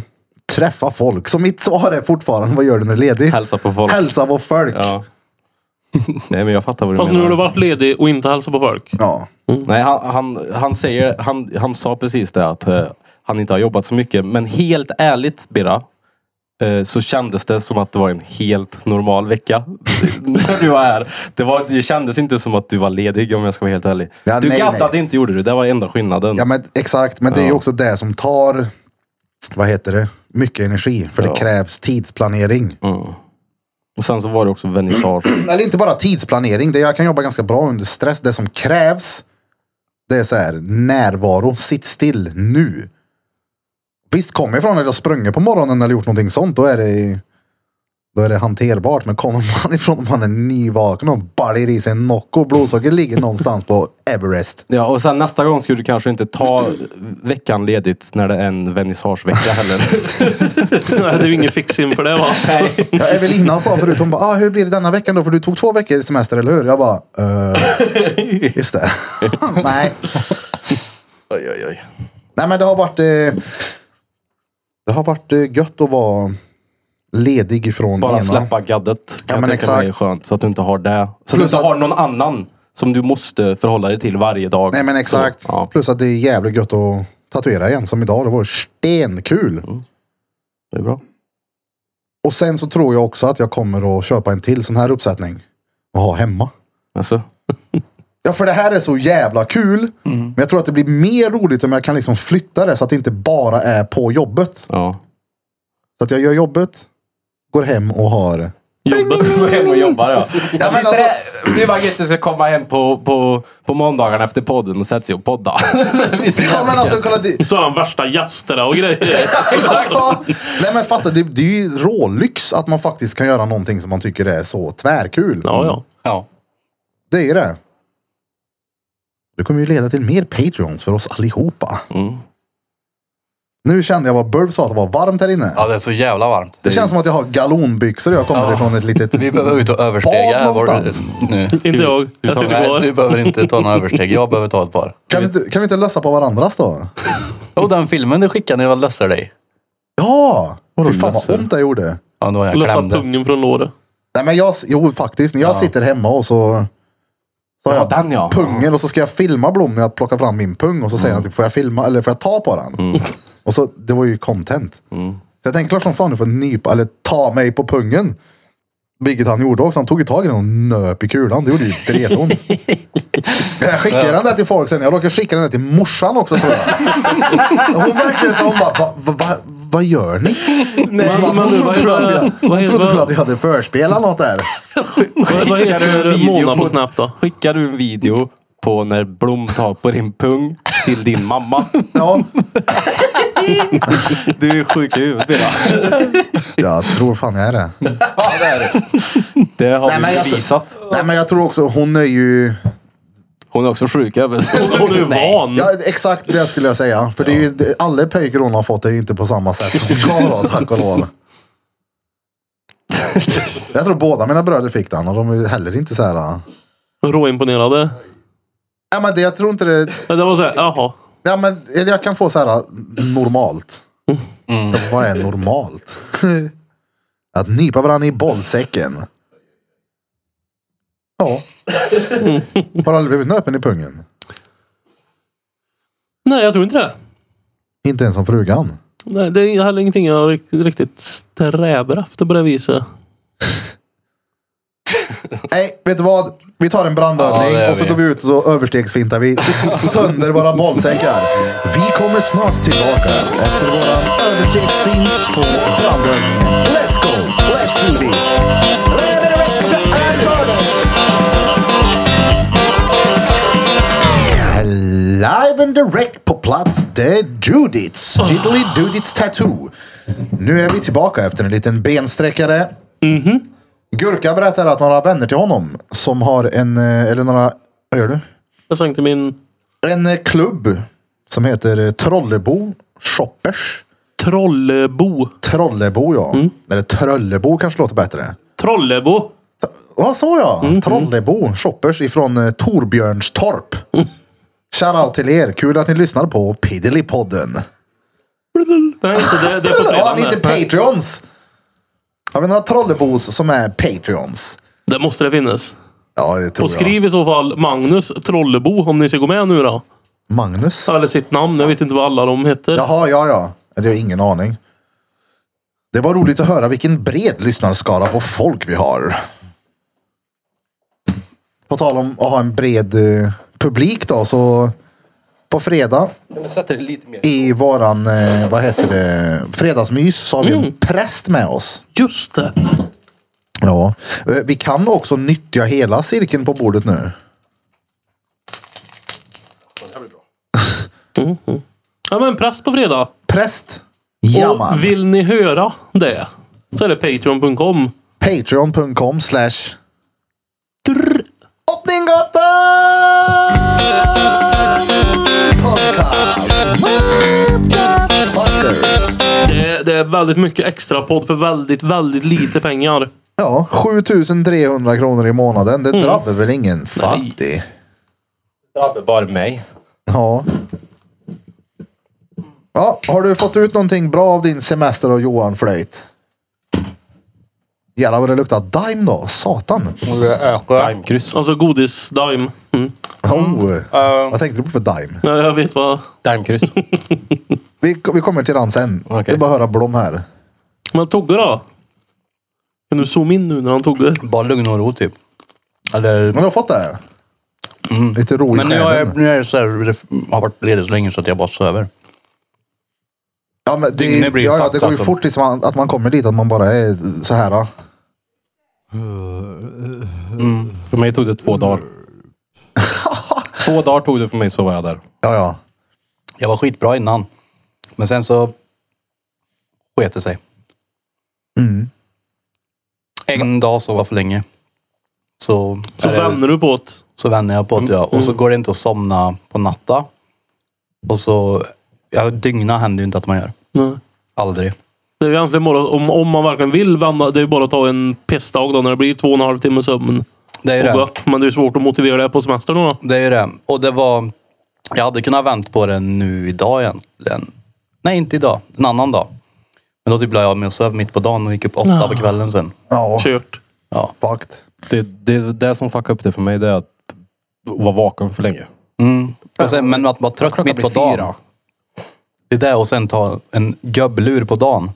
Speaker 1: träffa folk. Så mitt svar är fortfarande, vad gör du när du är ledig?
Speaker 4: Hälsa på folk.
Speaker 1: Hälsa på folk.
Speaker 4: Ja. Nej, men jag fattar vad du
Speaker 2: Fast nu har
Speaker 4: menar.
Speaker 2: du varit ledig och inte hälsat på folk.
Speaker 1: Ja.
Speaker 4: Nej, han, han, han, säger, han, han sa precis det att eh, han inte har jobbat så mycket. Men helt ärligt Birra, eh, så kändes det som att det var en helt normal vecka. när du var här. Det, var, det kändes inte som att du var ledig om jag ska vara helt ärlig.
Speaker 1: Ja,
Speaker 4: du
Speaker 1: nej,
Speaker 4: gaddade
Speaker 1: nej.
Speaker 4: inte gjorde du. Det var enda skillnaden.
Speaker 1: ja men, exakt, men det är ju också det som tar, vad heter det, mycket energi. För
Speaker 4: Ja.
Speaker 1: det krävs tidsplanering.
Speaker 4: Och sen så var det också vernissage.
Speaker 1: Eller inte bara tidsplanering, det jag kan jobba ganska bra under stress. Det som krävs, det är så här, närvaro. Sitt still nu. Visst, kommer jag ifrån att jag sprungit på morgonen eller gjort någonting sånt, då är det, då är det hanterbart. Men kommer man ifrån att man är nyvaken och baljer i sig en Nocco och blodsocker ligger någonstans på Everest.
Speaker 4: Ja, och sen nästa gång skulle du kanske inte ta veckan ledigt när det är en vernissagevecka heller.
Speaker 2: Nej, det är ju ingen fix inför det va?
Speaker 1: Ja, Evelina sa förut, hon bara, ah, hur blir det denna veckan då? För du tog två veckor i semester, eller hur? Jag bara, eh, just det. Nej.
Speaker 4: oj, oj, oj.
Speaker 1: Nej men det har varit eh, Det har varit eh, gött att vara ledig ifrån
Speaker 4: Bara
Speaker 1: ena.
Speaker 4: släppa gaddet kan
Speaker 1: Ja,
Speaker 4: jag
Speaker 1: men
Speaker 4: tänka mig är
Speaker 1: exakt.
Speaker 4: skönt. Så att du inte har det. Så att du
Speaker 1: Plus
Speaker 4: inte
Speaker 1: att-
Speaker 4: har någon annan som du måste förhålla dig till varje dag.
Speaker 1: Nej men exakt.
Speaker 4: Så, ja,
Speaker 1: Plus att det är jävligt gött att tatuera igen. Som idag, det var stenkul.
Speaker 4: Mm. det är bra.
Speaker 1: Och sen så tror jag också att jag kommer att köpa en till sån här uppsättning. Och ha hemma.
Speaker 4: Alltså,
Speaker 1: Ja för det här är så jävla kul.
Speaker 4: Mm.
Speaker 1: Men jag tror att det blir mer roligt om jag kan liksom flytta det så att det inte bara är på jobbet.
Speaker 4: ja.
Speaker 1: Så att jag gör jobbet, går hem och har
Speaker 4: Du går hem och jobbar ja.
Speaker 1: men
Speaker 4: Jag sitter
Speaker 1: alltså-
Speaker 4: här- Nu var Gitte ska komma hem på, på, på måndagarna efter podden och sätta sig och podda. Vi ser
Speaker 1: Ja men alltså kolla, det,
Speaker 2: Så har han värsta gästerna och grejer.
Speaker 1: Ja. Nej men fatta, det, det är ju rålyx att man faktiskt kan göra någonting som man tycker är så tvärkul.
Speaker 2: Ja, ja.
Speaker 3: Ja.
Speaker 1: Det är ju det. Det kommer ju leda till mer Patreons för oss allihopa. Nu kände jag vad Burb sa, att det var varmt här inne.
Speaker 3: ja, det är så jävla varmt.
Speaker 1: det känns som att jag har galonbyxor och jag kommer ifrån ett litet...
Speaker 3: Vi behöver ut och överstega här
Speaker 1: Bad
Speaker 3: bort-
Speaker 1: någonstans.
Speaker 3: nu.
Speaker 2: Inte jag. Jag sitter
Speaker 3: Nej,
Speaker 2: kvar.
Speaker 3: du behöver inte ta några översteg. Jag behöver ta ett par.
Speaker 1: Kan vi, inte, kan vi inte lösa på varandras då?
Speaker 3: Och den filmen du skickade när jag lösser dig.
Speaker 1: Ja! Fy fan
Speaker 4: löser?
Speaker 1: vad ont det gjorde.
Speaker 3: Ja, då jag
Speaker 2: Lösa
Speaker 3: klämde.
Speaker 2: pungen från låret.
Speaker 1: Nej men jag, jo faktiskt, när jag sitter hemma och så... så har
Speaker 4: Ja,
Speaker 1: jag
Speaker 4: den ja.
Speaker 1: pungen och så ska jag filma Blom när jag plockar fram min pung och så säger han typ, får jag filma eller får jag ta på den? Och så, det var ju content. Så jag tänkte klart som fan du får nypa, eller ta mig på pungen. Vilket han gjorde också. Han tog ju tag i den och nöp i kulan. Det gjorde ju dretont. jag skickade den där till folk sen. Jag råkade skicka den där till morsan också tror jag. Hon verkligen sa, hon bara, va, va, va, vad gör ni?
Speaker 2: men-
Speaker 1: hon
Speaker 2: men-
Speaker 1: trodde väl att jag-
Speaker 2: vad-
Speaker 1: hon trodde
Speaker 2: vad-
Speaker 1: väl att vi hade förspelat något där.
Speaker 2: Vad vad
Speaker 4: Skickar du en
Speaker 2: heter
Speaker 4: video
Speaker 2: Mona på
Speaker 4: på-
Speaker 2: Snap då?
Speaker 4: Skickar du en video på när Blom tar på din pung till din mamma.
Speaker 1: Ja,
Speaker 4: Du är sjuk i huvudet Birra.
Speaker 1: jag tror fan jag är det.
Speaker 4: Det har
Speaker 1: Nej, men
Speaker 4: vi
Speaker 1: jag-
Speaker 4: bevisat.
Speaker 1: Nej men jag tror också hon är ju...
Speaker 4: Hon är också sjuk över
Speaker 2: Hon är ju van.
Speaker 1: Ja, exakt det skulle jag säga. För det är ju, det, alla pöjker hon har fått är ju inte på samma sätt som jag då, tack och lov. Jag tror båda mina bröder fick den och de är ju heller inte så här... äh.
Speaker 2: Råimponerade.
Speaker 1: Nej men det, jag tror inte det...
Speaker 2: Ja, Det var såhär, jaha.
Speaker 1: Ja, men, eller jag kan få så här äh, normalt. Vad är normalt? Att nypa varandra i bollsäcken. Ja. Har aldrig blivit nöpen i pungen.
Speaker 2: Nej, jag tror inte det.
Speaker 1: Inte ens som frugan.
Speaker 2: Nej, det är heller ingenting jag rikt- riktigt strävar efter på det viset.
Speaker 1: Nej, vet du vad? Vi tar en
Speaker 3: Ja,
Speaker 1: brandövning
Speaker 3: det gör
Speaker 1: och så
Speaker 3: vi.
Speaker 1: går vi ut och så överstegsfintar vi sönder våra bollsäckar. Vi kommer snart tillbaka efter våran överstegsfint på brandövningen. Let's go! Let's do this! Live and direct på plats, det är Judiths. Jiddly Judiths Tattoo. Nu är vi tillbaka efter en liten bensträckare. Gurka berättar att några vänner till honom som har en, eh, eller några, vad gör du?
Speaker 2: Jag sänkte min
Speaker 1: En eh, klubb som heter eh, Trollebo Shoppers.
Speaker 2: Trollebo.
Speaker 1: Trollebo ja.
Speaker 2: Mm.
Speaker 1: Eller Tröllebo kanske låter bättre.
Speaker 2: Trollebo.
Speaker 1: Vad sa
Speaker 2: Mm,
Speaker 1: jag? Trollebo Shoppers ifrån eh, Torbjörnstorp.
Speaker 2: Mm.
Speaker 1: Shoutout till er. Kul att ni lyssnar på Piddelipodden.
Speaker 2: Nej, inte det. Det är på
Speaker 1: Ja,
Speaker 2: fredagen
Speaker 1: ni är inte
Speaker 2: det.
Speaker 1: Patreons. Har vi några Trollebos som är Patreons?
Speaker 2: Det måste det finnas.
Speaker 1: Ja, det tror
Speaker 2: Och skriv i så fall Magnus Trollebo om ni ska gå med nu då.
Speaker 1: jag. Magnus?
Speaker 2: Eller sitt namn. Jag vet inte vad alla de heter.
Speaker 1: Jaha, ja, ja. Det har jag ingen aning. Det var roligt att höra vilken bred lyssnarskara på folk vi har. På tal om att ha en bred eh, publik då, så på fredag
Speaker 4: Sätter det lite mer.
Speaker 1: i våran, eh, vad heter det, fredagsmys så har vi en präst med oss.
Speaker 2: Just det.
Speaker 1: Ja. Eh, Vi kan också nyttja hela cirkeln på bordet nu.
Speaker 2: Ja, men präst på fredag.
Speaker 1: Präst.
Speaker 2: Och
Speaker 1: Jamman.
Speaker 2: vill ni höra det så är det patreon.com.
Speaker 1: Patreon.com slash Drottninggatan Podcast. Motherfuckers.
Speaker 2: Det, det är väldigt mycket extra podd för väldigt, väldigt lite pengar.
Speaker 1: Ja, 7300 kronor i månaden. Det drabbar väl ingen fattig?
Speaker 4: Mm. Drabbar bara mig.
Speaker 1: Ja. Ja, har du fått ut någonting bra av din semester och Johan Flöjt? Jävlar vad det luktar Dime då. Satan.
Speaker 4: Dimekryss.
Speaker 2: Alltså godis, dime. Mm.
Speaker 1: Oh.
Speaker 3: eh,
Speaker 1: Vad tänkte du på för Dime?
Speaker 2: Ja, jag vet vad.
Speaker 4: Dimekryss.
Speaker 1: Vi, vi kommer till den sen.
Speaker 4: Okej.
Speaker 1: Det är bara att höra Blom här.
Speaker 2: Men Togge då? Kan du zooma in nu när han Togge?
Speaker 3: Bara lugn och ro typ. Eller,
Speaker 1: Men du har fått det? Lite ro i
Speaker 3: Mm. men nu, har
Speaker 1: själen.
Speaker 3: jag, nu är det så här, det har varit ledigt så länge så att jag bara söver.
Speaker 1: Ja, men det,
Speaker 3: Dygnet blir
Speaker 1: ja, ja,
Speaker 3: fatt,
Speaker 1: det går ju
Speaker 3: alltså.
Speaker 1: fort tills man, att man kommer dit, att man bara är så här. Då.
Speaker 4: För mig tog det två dagar. två dagar tog det för mig så var jag där.
Speaker 1: Ja, ja.
Speaker 3: Jag var skitbra innan. Men sen så sket det sig. En dag så var för länge. Så,
Speaker 2: Så Mm.
Speaker 3: är det-
Speaker 2: vänder du på det.
Speaker 3: så vänder jag på det ja. Och så går det inte att somna på natta. Och så, ja dygna händer ju inte att man gör.
Speaker 2: Nej.
Speaker 3: Aldrig.
Speaker 2: Det är ju egentligen bara, om, om man verkligen vill vända, det är ju bara att ta en pissdag då när det blir två och en halv timme sömn.
Speaker 3: Det är
Speaker 2: Och gå
Speaker 3: det.
Speaker 2: upp. Men det är ju svårt att motivera det på semestern då.
Speaker 3: Det är ju det. Och det var... Jag hade kunnat vänt på det nu idag egentligen. Nej, inte idag. En annan dag. Men då typ la jag mig och sov mitt på dagen och gick upp åtta
Speaker 2: Ah.
Speaker 3: på kvällen sen.
Speaker 1: Ja,
Speaker 2: Kört.
Speaker 3: Ja.
Speaker 1: fakt.
Speaker 4: Det, det, det som fuckade upp det för mig det är att vara vaken för länge.
Speaker 3: Mm. Och sen, men att vara trött
Speaker 4: Klockan
Speaker 3: mitt
Speaker 4: blir
Speaker 3: på dagen.
Speaker 4: fyra.
Speaker 3: Det är det. Och sen ta en göbblur på dagen.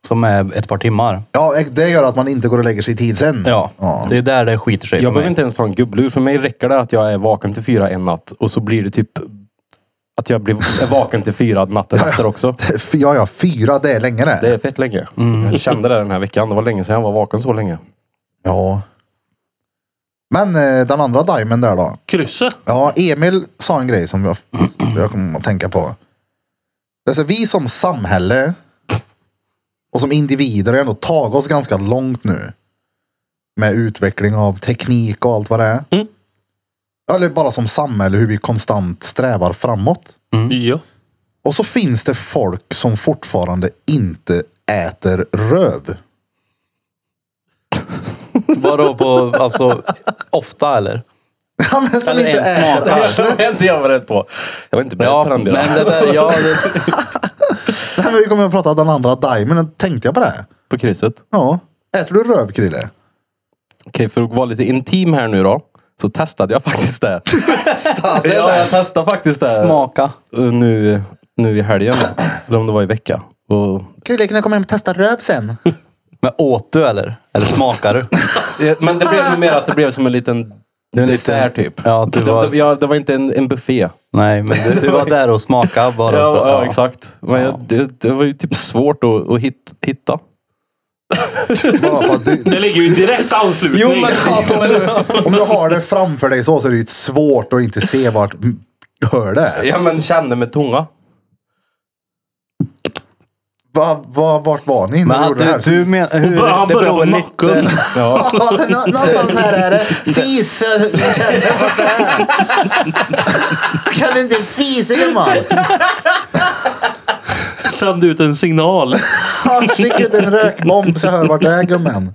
Speaker 3: Som är ett par timmar.
Speaker 1: Ja, det gör att man inte går och lägger sig i tid sen.
Speaker 3: Ja.
Speaker 1: ja.
Speaker 3: Det är där det skiter sig
Speaker 4: Jag
Speaker 3: för
Speaker 4: behöver
Speaker 3: mig.
Speaker 4: inte ens ta en gubblur. För mig räcker det att jag är vaken till fyra en natt och så blir det typ att jag blir är vaken till fyra natten efter också.
Speaker 1: F- Ja, ja, fyra, det är länge det.
Speaker 4: Det är fett länge. Jag kände det den här veckan. Det var länge sedan jag var vaken så länge.
Speaker 1: Ja. Men eh, den andra dimen där då.
Speaker 2: Krysset.
Speaker 1: Ja, Emil sa en grej som jag, jag kom att tänka på. Alltså, vi som samhälle och som individer har ändå tagit oss ganska långt nu. Med utveckling av teknik och allt vad det är.
Speaker 2: Mm.
Speaker 1: Eller bara som samhälle, hur vi konstant strävar framåt.
Speaker 2: Ja.
Speaker 1: Och så finns det folk som fortfarande inte äter röv.
Speaker 3: Vadå på, alltså, ofta eller?
Speaker 1: Ja, men som
Speaker 3: Eller
Speaker 1: inte
Speaker 3: ens
Speaker 1: äter.
Speaker 3: smakar.
Speaker 4: Det var inte jag var rädd på. Jag var inte beredd
Speaker 3: Ja,
Speaker 4: på den
Speaker 3: men
Speaker 4: delen.
Speaker 3: det där, ja, det,
Speaker 1: Det här med vi kommer att prata om den andra dimen, tänkte jag på det.
Speaker 4: På krysset.
Speaker 1: Ja. Äter du röv, Krille?
Speaker 4: Okej, för att vara lite intim här nu då. Så testade jag faktiskt det.
Speaker 1: Ja, det är så
Speaker 4: Ja,
Speaker 1: här.
Speaker 4: jag testade faktiskt det.
Speaker 3: smaka.
Speaker 4: Och nu, nu i helgen. Eller om det var i vecka. Och,
Speaker 1: Krille, kan jag komma hem och testa röv sen?
Speaker 3: Men åt du eller? Eller smakar du?
Speaker 4: eh, men det blev mer att det blev som en liten
Speaker 3: är en
Speaker 4: dessert
Speaker 3: liten-
Speaker 4: typ.
Speaker 3: Ja, du
Speaker 4: det,
Speaker 3: var-
Speaker 4: det, ja, det var inte en, en buffé.
Speaker 3: Nej, men du, du var där och smakade bara.
Speaker 4: Ja,
Speaker 3: för,
Speaker 4: ja, exakt. Men jag, det, det var ju typ svårt att, att hit, hitta.
Speaker 1: Bara för att du,
Speaker 2: Det ligger ju i direkt anslutning.
Speaker 1: alltså, om, du, om du har det framför dig så, så är det ju svårt att inte se vart mm, hör det är.
Speaker 4: Ja, men kände med tunga.
Speaker 1: Va, va, vart var ni
Speaker 3: Men
Speaker 1: när du gjorde det
Speaker 3: hade
Speaker 1: här?
Speaker 3: du men, hur,
Speaker 2: Han
Speaker 3: det
Speaker 2: börjar på
Speaker 3: beror lite...
Speaker 2: nacken.
Speaker 4: Ja.
Speaker 1: Alltså, nå- någonstans här är det. Fis, eh, jag känner vart det är. Kan du inte fisa gumman?
Speaker 2: Sänd ut en signal.
Speaker 1: Skicka ut en rökbomb så jag hör vart det är gumman.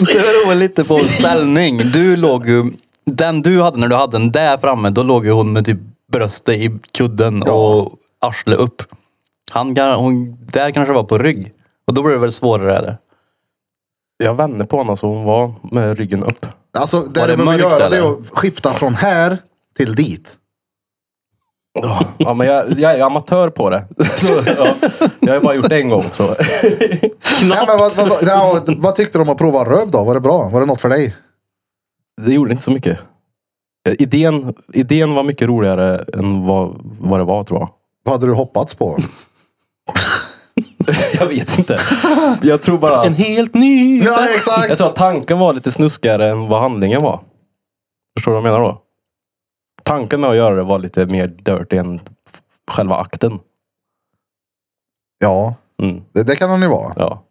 Speaker 3: Det beror lite på ställning. Du låg ju... Den du hade när du hade den där framme, då låg ju hon med typ bröstet i kudden och arsle upp. Han, kan- hon, där kanske var på rygg. Och då blir det väl svårare eller?
Speaker 4: Jag vände på henne så hon var med ryggen upp.
Speaker 1: Alltså, det
Speaker 3: Var
Speaker 1: du behöver
Speaker 3: det mörkt,
Speaker 1: göra det är
Speaker 3: eller?
Speaker 1: att skifta från här till dit.
Speaker 4: Ja, men jag, jag är amatör på det. Så, ja, jag har bara gjort det en gång. Så.
Speaker 1: Nej, men vad, vad, vad, ja, vad tyckte du om att prova röv då? Var det bra? Var det något för dig?
Speaker 4: Det gjorde inte så mycket. Eh, Idén, idén var mycket roligare än vad, vad det var tror jag.
Speaker 1: Vad hade du hoppats på?
Speaker 4: Jag vet inte. Jag tror bara...
Speaker 2: En helt ny...
Speaker 1: ja,
Speaker 4: Jag
Speaker 1: exakt!
Speaker 4: tror att tanken var lite snuskigare än vad handlingen var. Förstår du vad jag menar då? Tanken med att göra det var lite mer dirty än f- själva akten.
Speaker 1: Ja,
Speaker 4: Mm,
Speaker 1: det, det kan han ju vara.
Speaker 4: ja.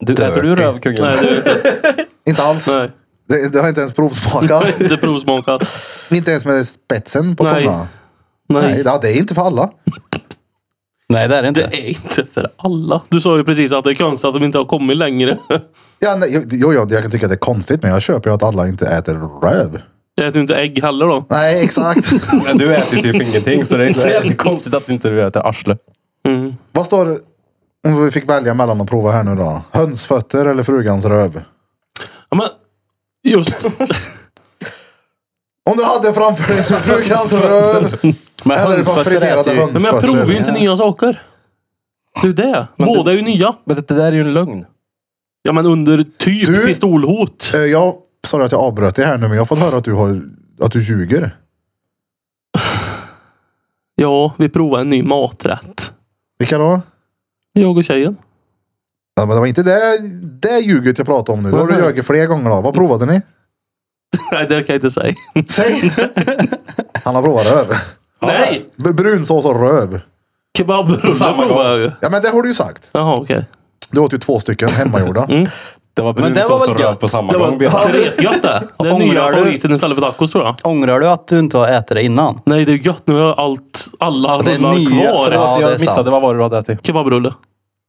Speaker 4: Du, äter du
Speaker 1: Dirty.
Speaker 4: rövkungen?
Speaker 2: Nej, det är inte.
Speaker 1: Inte alls.
Speaker 2: Nej.
Speaker 1: Det, det har inte ens provsmakat.
Speaker 2: Inte provsmakat.
Speaker 1: inte ens med spetsen på
Speaker 2: Nej.
Speaker 1: tungan. Nej,
Speaker 2: Nej.
Speaker 1: ja, det är inte för alla.
Speaker 3: Nej, det är det
Speaker 2: Det
Speaker 3: inte.
Speaker 2: är inte för alla. Du sa ju precis att det är konstigt att de inte har kommit längre.
Speaker 1: Ja, nej, jo, jo, jag kan tycka att det är konstigt, men jag köper ju att alla inte äter röv.
Speaker 2: Jag äter ju inte ägg heller då.
Speaker 1: Nej, exakt.
Speaker 4: Men du äter ju typ ingenting så det är inte så jävla konstigt att inte du äter arsle.
Speaker 2: Mm.
Speaker 1: Vad står det? Om vi fick välja mellan att prova här nu då. Hönsfötter eller frugans röv?
Speaker 2: Ja, men just...
Speaker 1: Om du hade framför dig frugans röv.
Speaker 3: Men
Speaker 1: Eller det var
Speaker 3: hönsfötter
Speaker 1: friterade
Speaker 3: äter ju...
Speaker 1: höns.
Speaker 2: Nej, men jag provar ju inte nya saker. Det är ju det. Båda är ju nya.
Speaker 4: Men det, det där är ju en lögn.
Speaker 2: Ja, men under typ
Speaker 1: Du-
Speaker 2: pistolhot.
Speaker 1: Eh, Jag sa att jag avbröt dig här nu, men jag har fått höra att du, har, att du ljuger.
Speaker 2: Ja, vi provar en ny maträtt.
Speaker 1: Vilka då?
Speaker 2: Jag och tjejen.
Speaker 1: Ja, men det var inte det, det ljuget jag pratade om nu. Då har du
Speaker 2: Mhm.
Speaker 1: ljugit flera gånger. Då. Vad provade ni?
Speaker 2: Nej, det kan jag inte säga.
Speaker 1: Säg! Han har provat röv.
Speaker 2: Nej!
Speaker 1: B- Brunsås och röv.
Speaker 2: Kebabrulle
Speaker 4: Samma
Speaker 2: provar jag ju.
Speaker 1: Ja, men det har du ju sagt.
Speaker 2: Jaha, okej.
Speaker 1: Du åt ju två stycken hemmagjorda.
Speaker 3: Mm.
Speaker 4: Det var
Speaker 3: Men det var
Speaker 4: brunsås
Speaker 3: väl
Speaker 4: och röv
Speaker 3: gött?
Speaker 4: på samma
Speaker 2: Det
Speaker 4: gång.
Speaker 2: var retgött det. Det är nya
Speaker 3: Ångrar du?
Speaker 2: favoriten istället för tacos tror jag.
Speaker 3: Ångrar du att du inte har ätit det innan?
Speaker 2: Nej, det är gött. Nu har jag allt, alla
Speaker 3: Det är
Speaker 2: rullar
Speaker 3: nya
Speaker 2: kvar.
Speaker 3: frågor. Ja, det är
Speaker 4: jag missade.
Speaker 3: sant.
Speaker 4: Vad var det du hade ätit?
Speaker 2: Kebabrulle.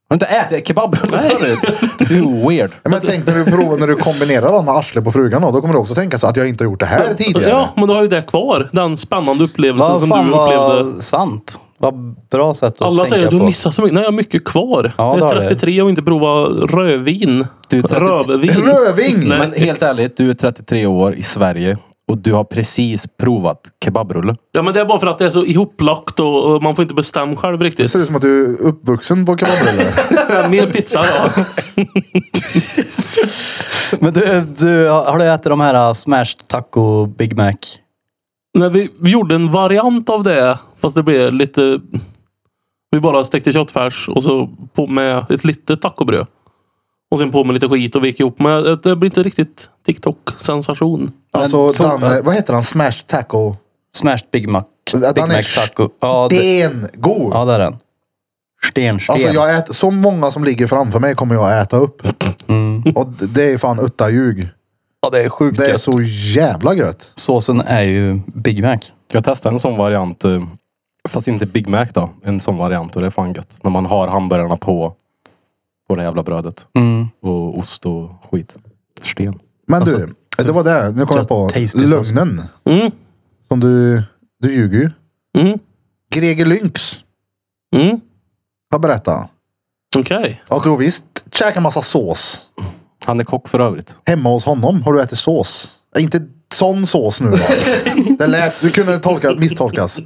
Speaker 4: Har du inte ätit kebabrullar
Speaker 2: Nej.
Speaker 4: förut? Du är weird.
Speaker 1: Ja, men tänk när du, provar, när du kombinerar dem med arslet på frugan då, då kommer du också tänka så att jag inte har gjort det här tidigare.
Speaker 2: Ja, men då har ju det kvar. Den spännande upplevelsen
Speaker 3: Vad
Speaker 2: som
Speaker 3: fan
Speaker 2: du upplevde.
Speaker 3: var sant? Vad bra sätt att
Speaker 2: Alla
Speaker 3: tänka
Speaker 2: säger att du
Speaker 3: på.
Speaker 2: har missat så mycket. Nej, jag har mycket kvar.
Speaker 3: Ja, det
Speaker 2: jag
Speaker 3: har
Speaker 2: är
Speaker 3: du.
Speaker 2: 33 och inte provat rödvin.
Speaker 4: Du är 33.
Speaker 2: Rövvin.
Speaker 1: Röving!
Speaker 2: Nej.
Speaker 4: Men helt ärligt, du är 33 år i Sverige och du har precis provat kebabrulle.
Speaker 2: Ja, men det är bara för att det är så ihoplagt och, och man får inte bestämma själv
Speaker 1: Det
Speaker 2: riktigt.
Speaker 1: ser ut som att du är uppvuxen på kebabrullar.
Speaker 2: Mer pizza då.
Speaker 3: Men du, du, har du ätit de här uh, smashed taco Big Mac?
Speaker 2: Nej, vi, vi gjorde en variant av det. Fast det blev lite... Vi bara stekte köttfärs och så på med ett litet tacobröd. Och sen på med lite skit och vek ihop. Men det- det blir inte riktigt TikTok-sensation.
Speaker 1: alltså,
Speaker 3: Men så-
Speaker 1: Dan, eh, vad heter han? Smash taco?
Speaker 3: Smashed Big Mac.
Speaker 1: Ja,
Speaker 3: Big
Speaker 1: den är
Speaker 3: Mac taco. Ja, det,
Speaker 1: Den god!
Speaker 3: ja, det är den. Sten, sten.
Speaker 1: Alltså jag äter, så många som ligger framför mig kommer jag äta upp. Och d- det är fan utta ljug.
Speaker 3: ja, det är sjukt
Speaker 1: Det är
Speaker 3: Mm. gött.
Speaker 1: så jävla gött.
Speaker 3: Såsen är ju Big Mac.
Speaker 4: Jag testade en sån variant, eh, fast inte Big Mac då. En sån variant och det är fan gött. När man har hamburgarna på, på det jävla brödet. Och ost och skit. Sten.
Speaker 1: Men du, det var det. Nu kom jag på
Speaker 3: tasty sås.
Speaker 1: lögnen.
Speaker 2: Mm.
Speaker 1: Som du, du ljuger ju.
Speaker 2: Mm.
Speaker 1: Greger Lynx
Speaker 2: Mm.
Speaker 1: har berättat.
Speaker 2: Okej.
Speaker 1: Att du visst käkar massa sås.
Speaker 4: Han är kock för övrigt.
Speaker 1: Hemma hos honom har du ätit sås. Äh, Inte sån sås nu då. Det, lät, det kunde tolka, misstolkas.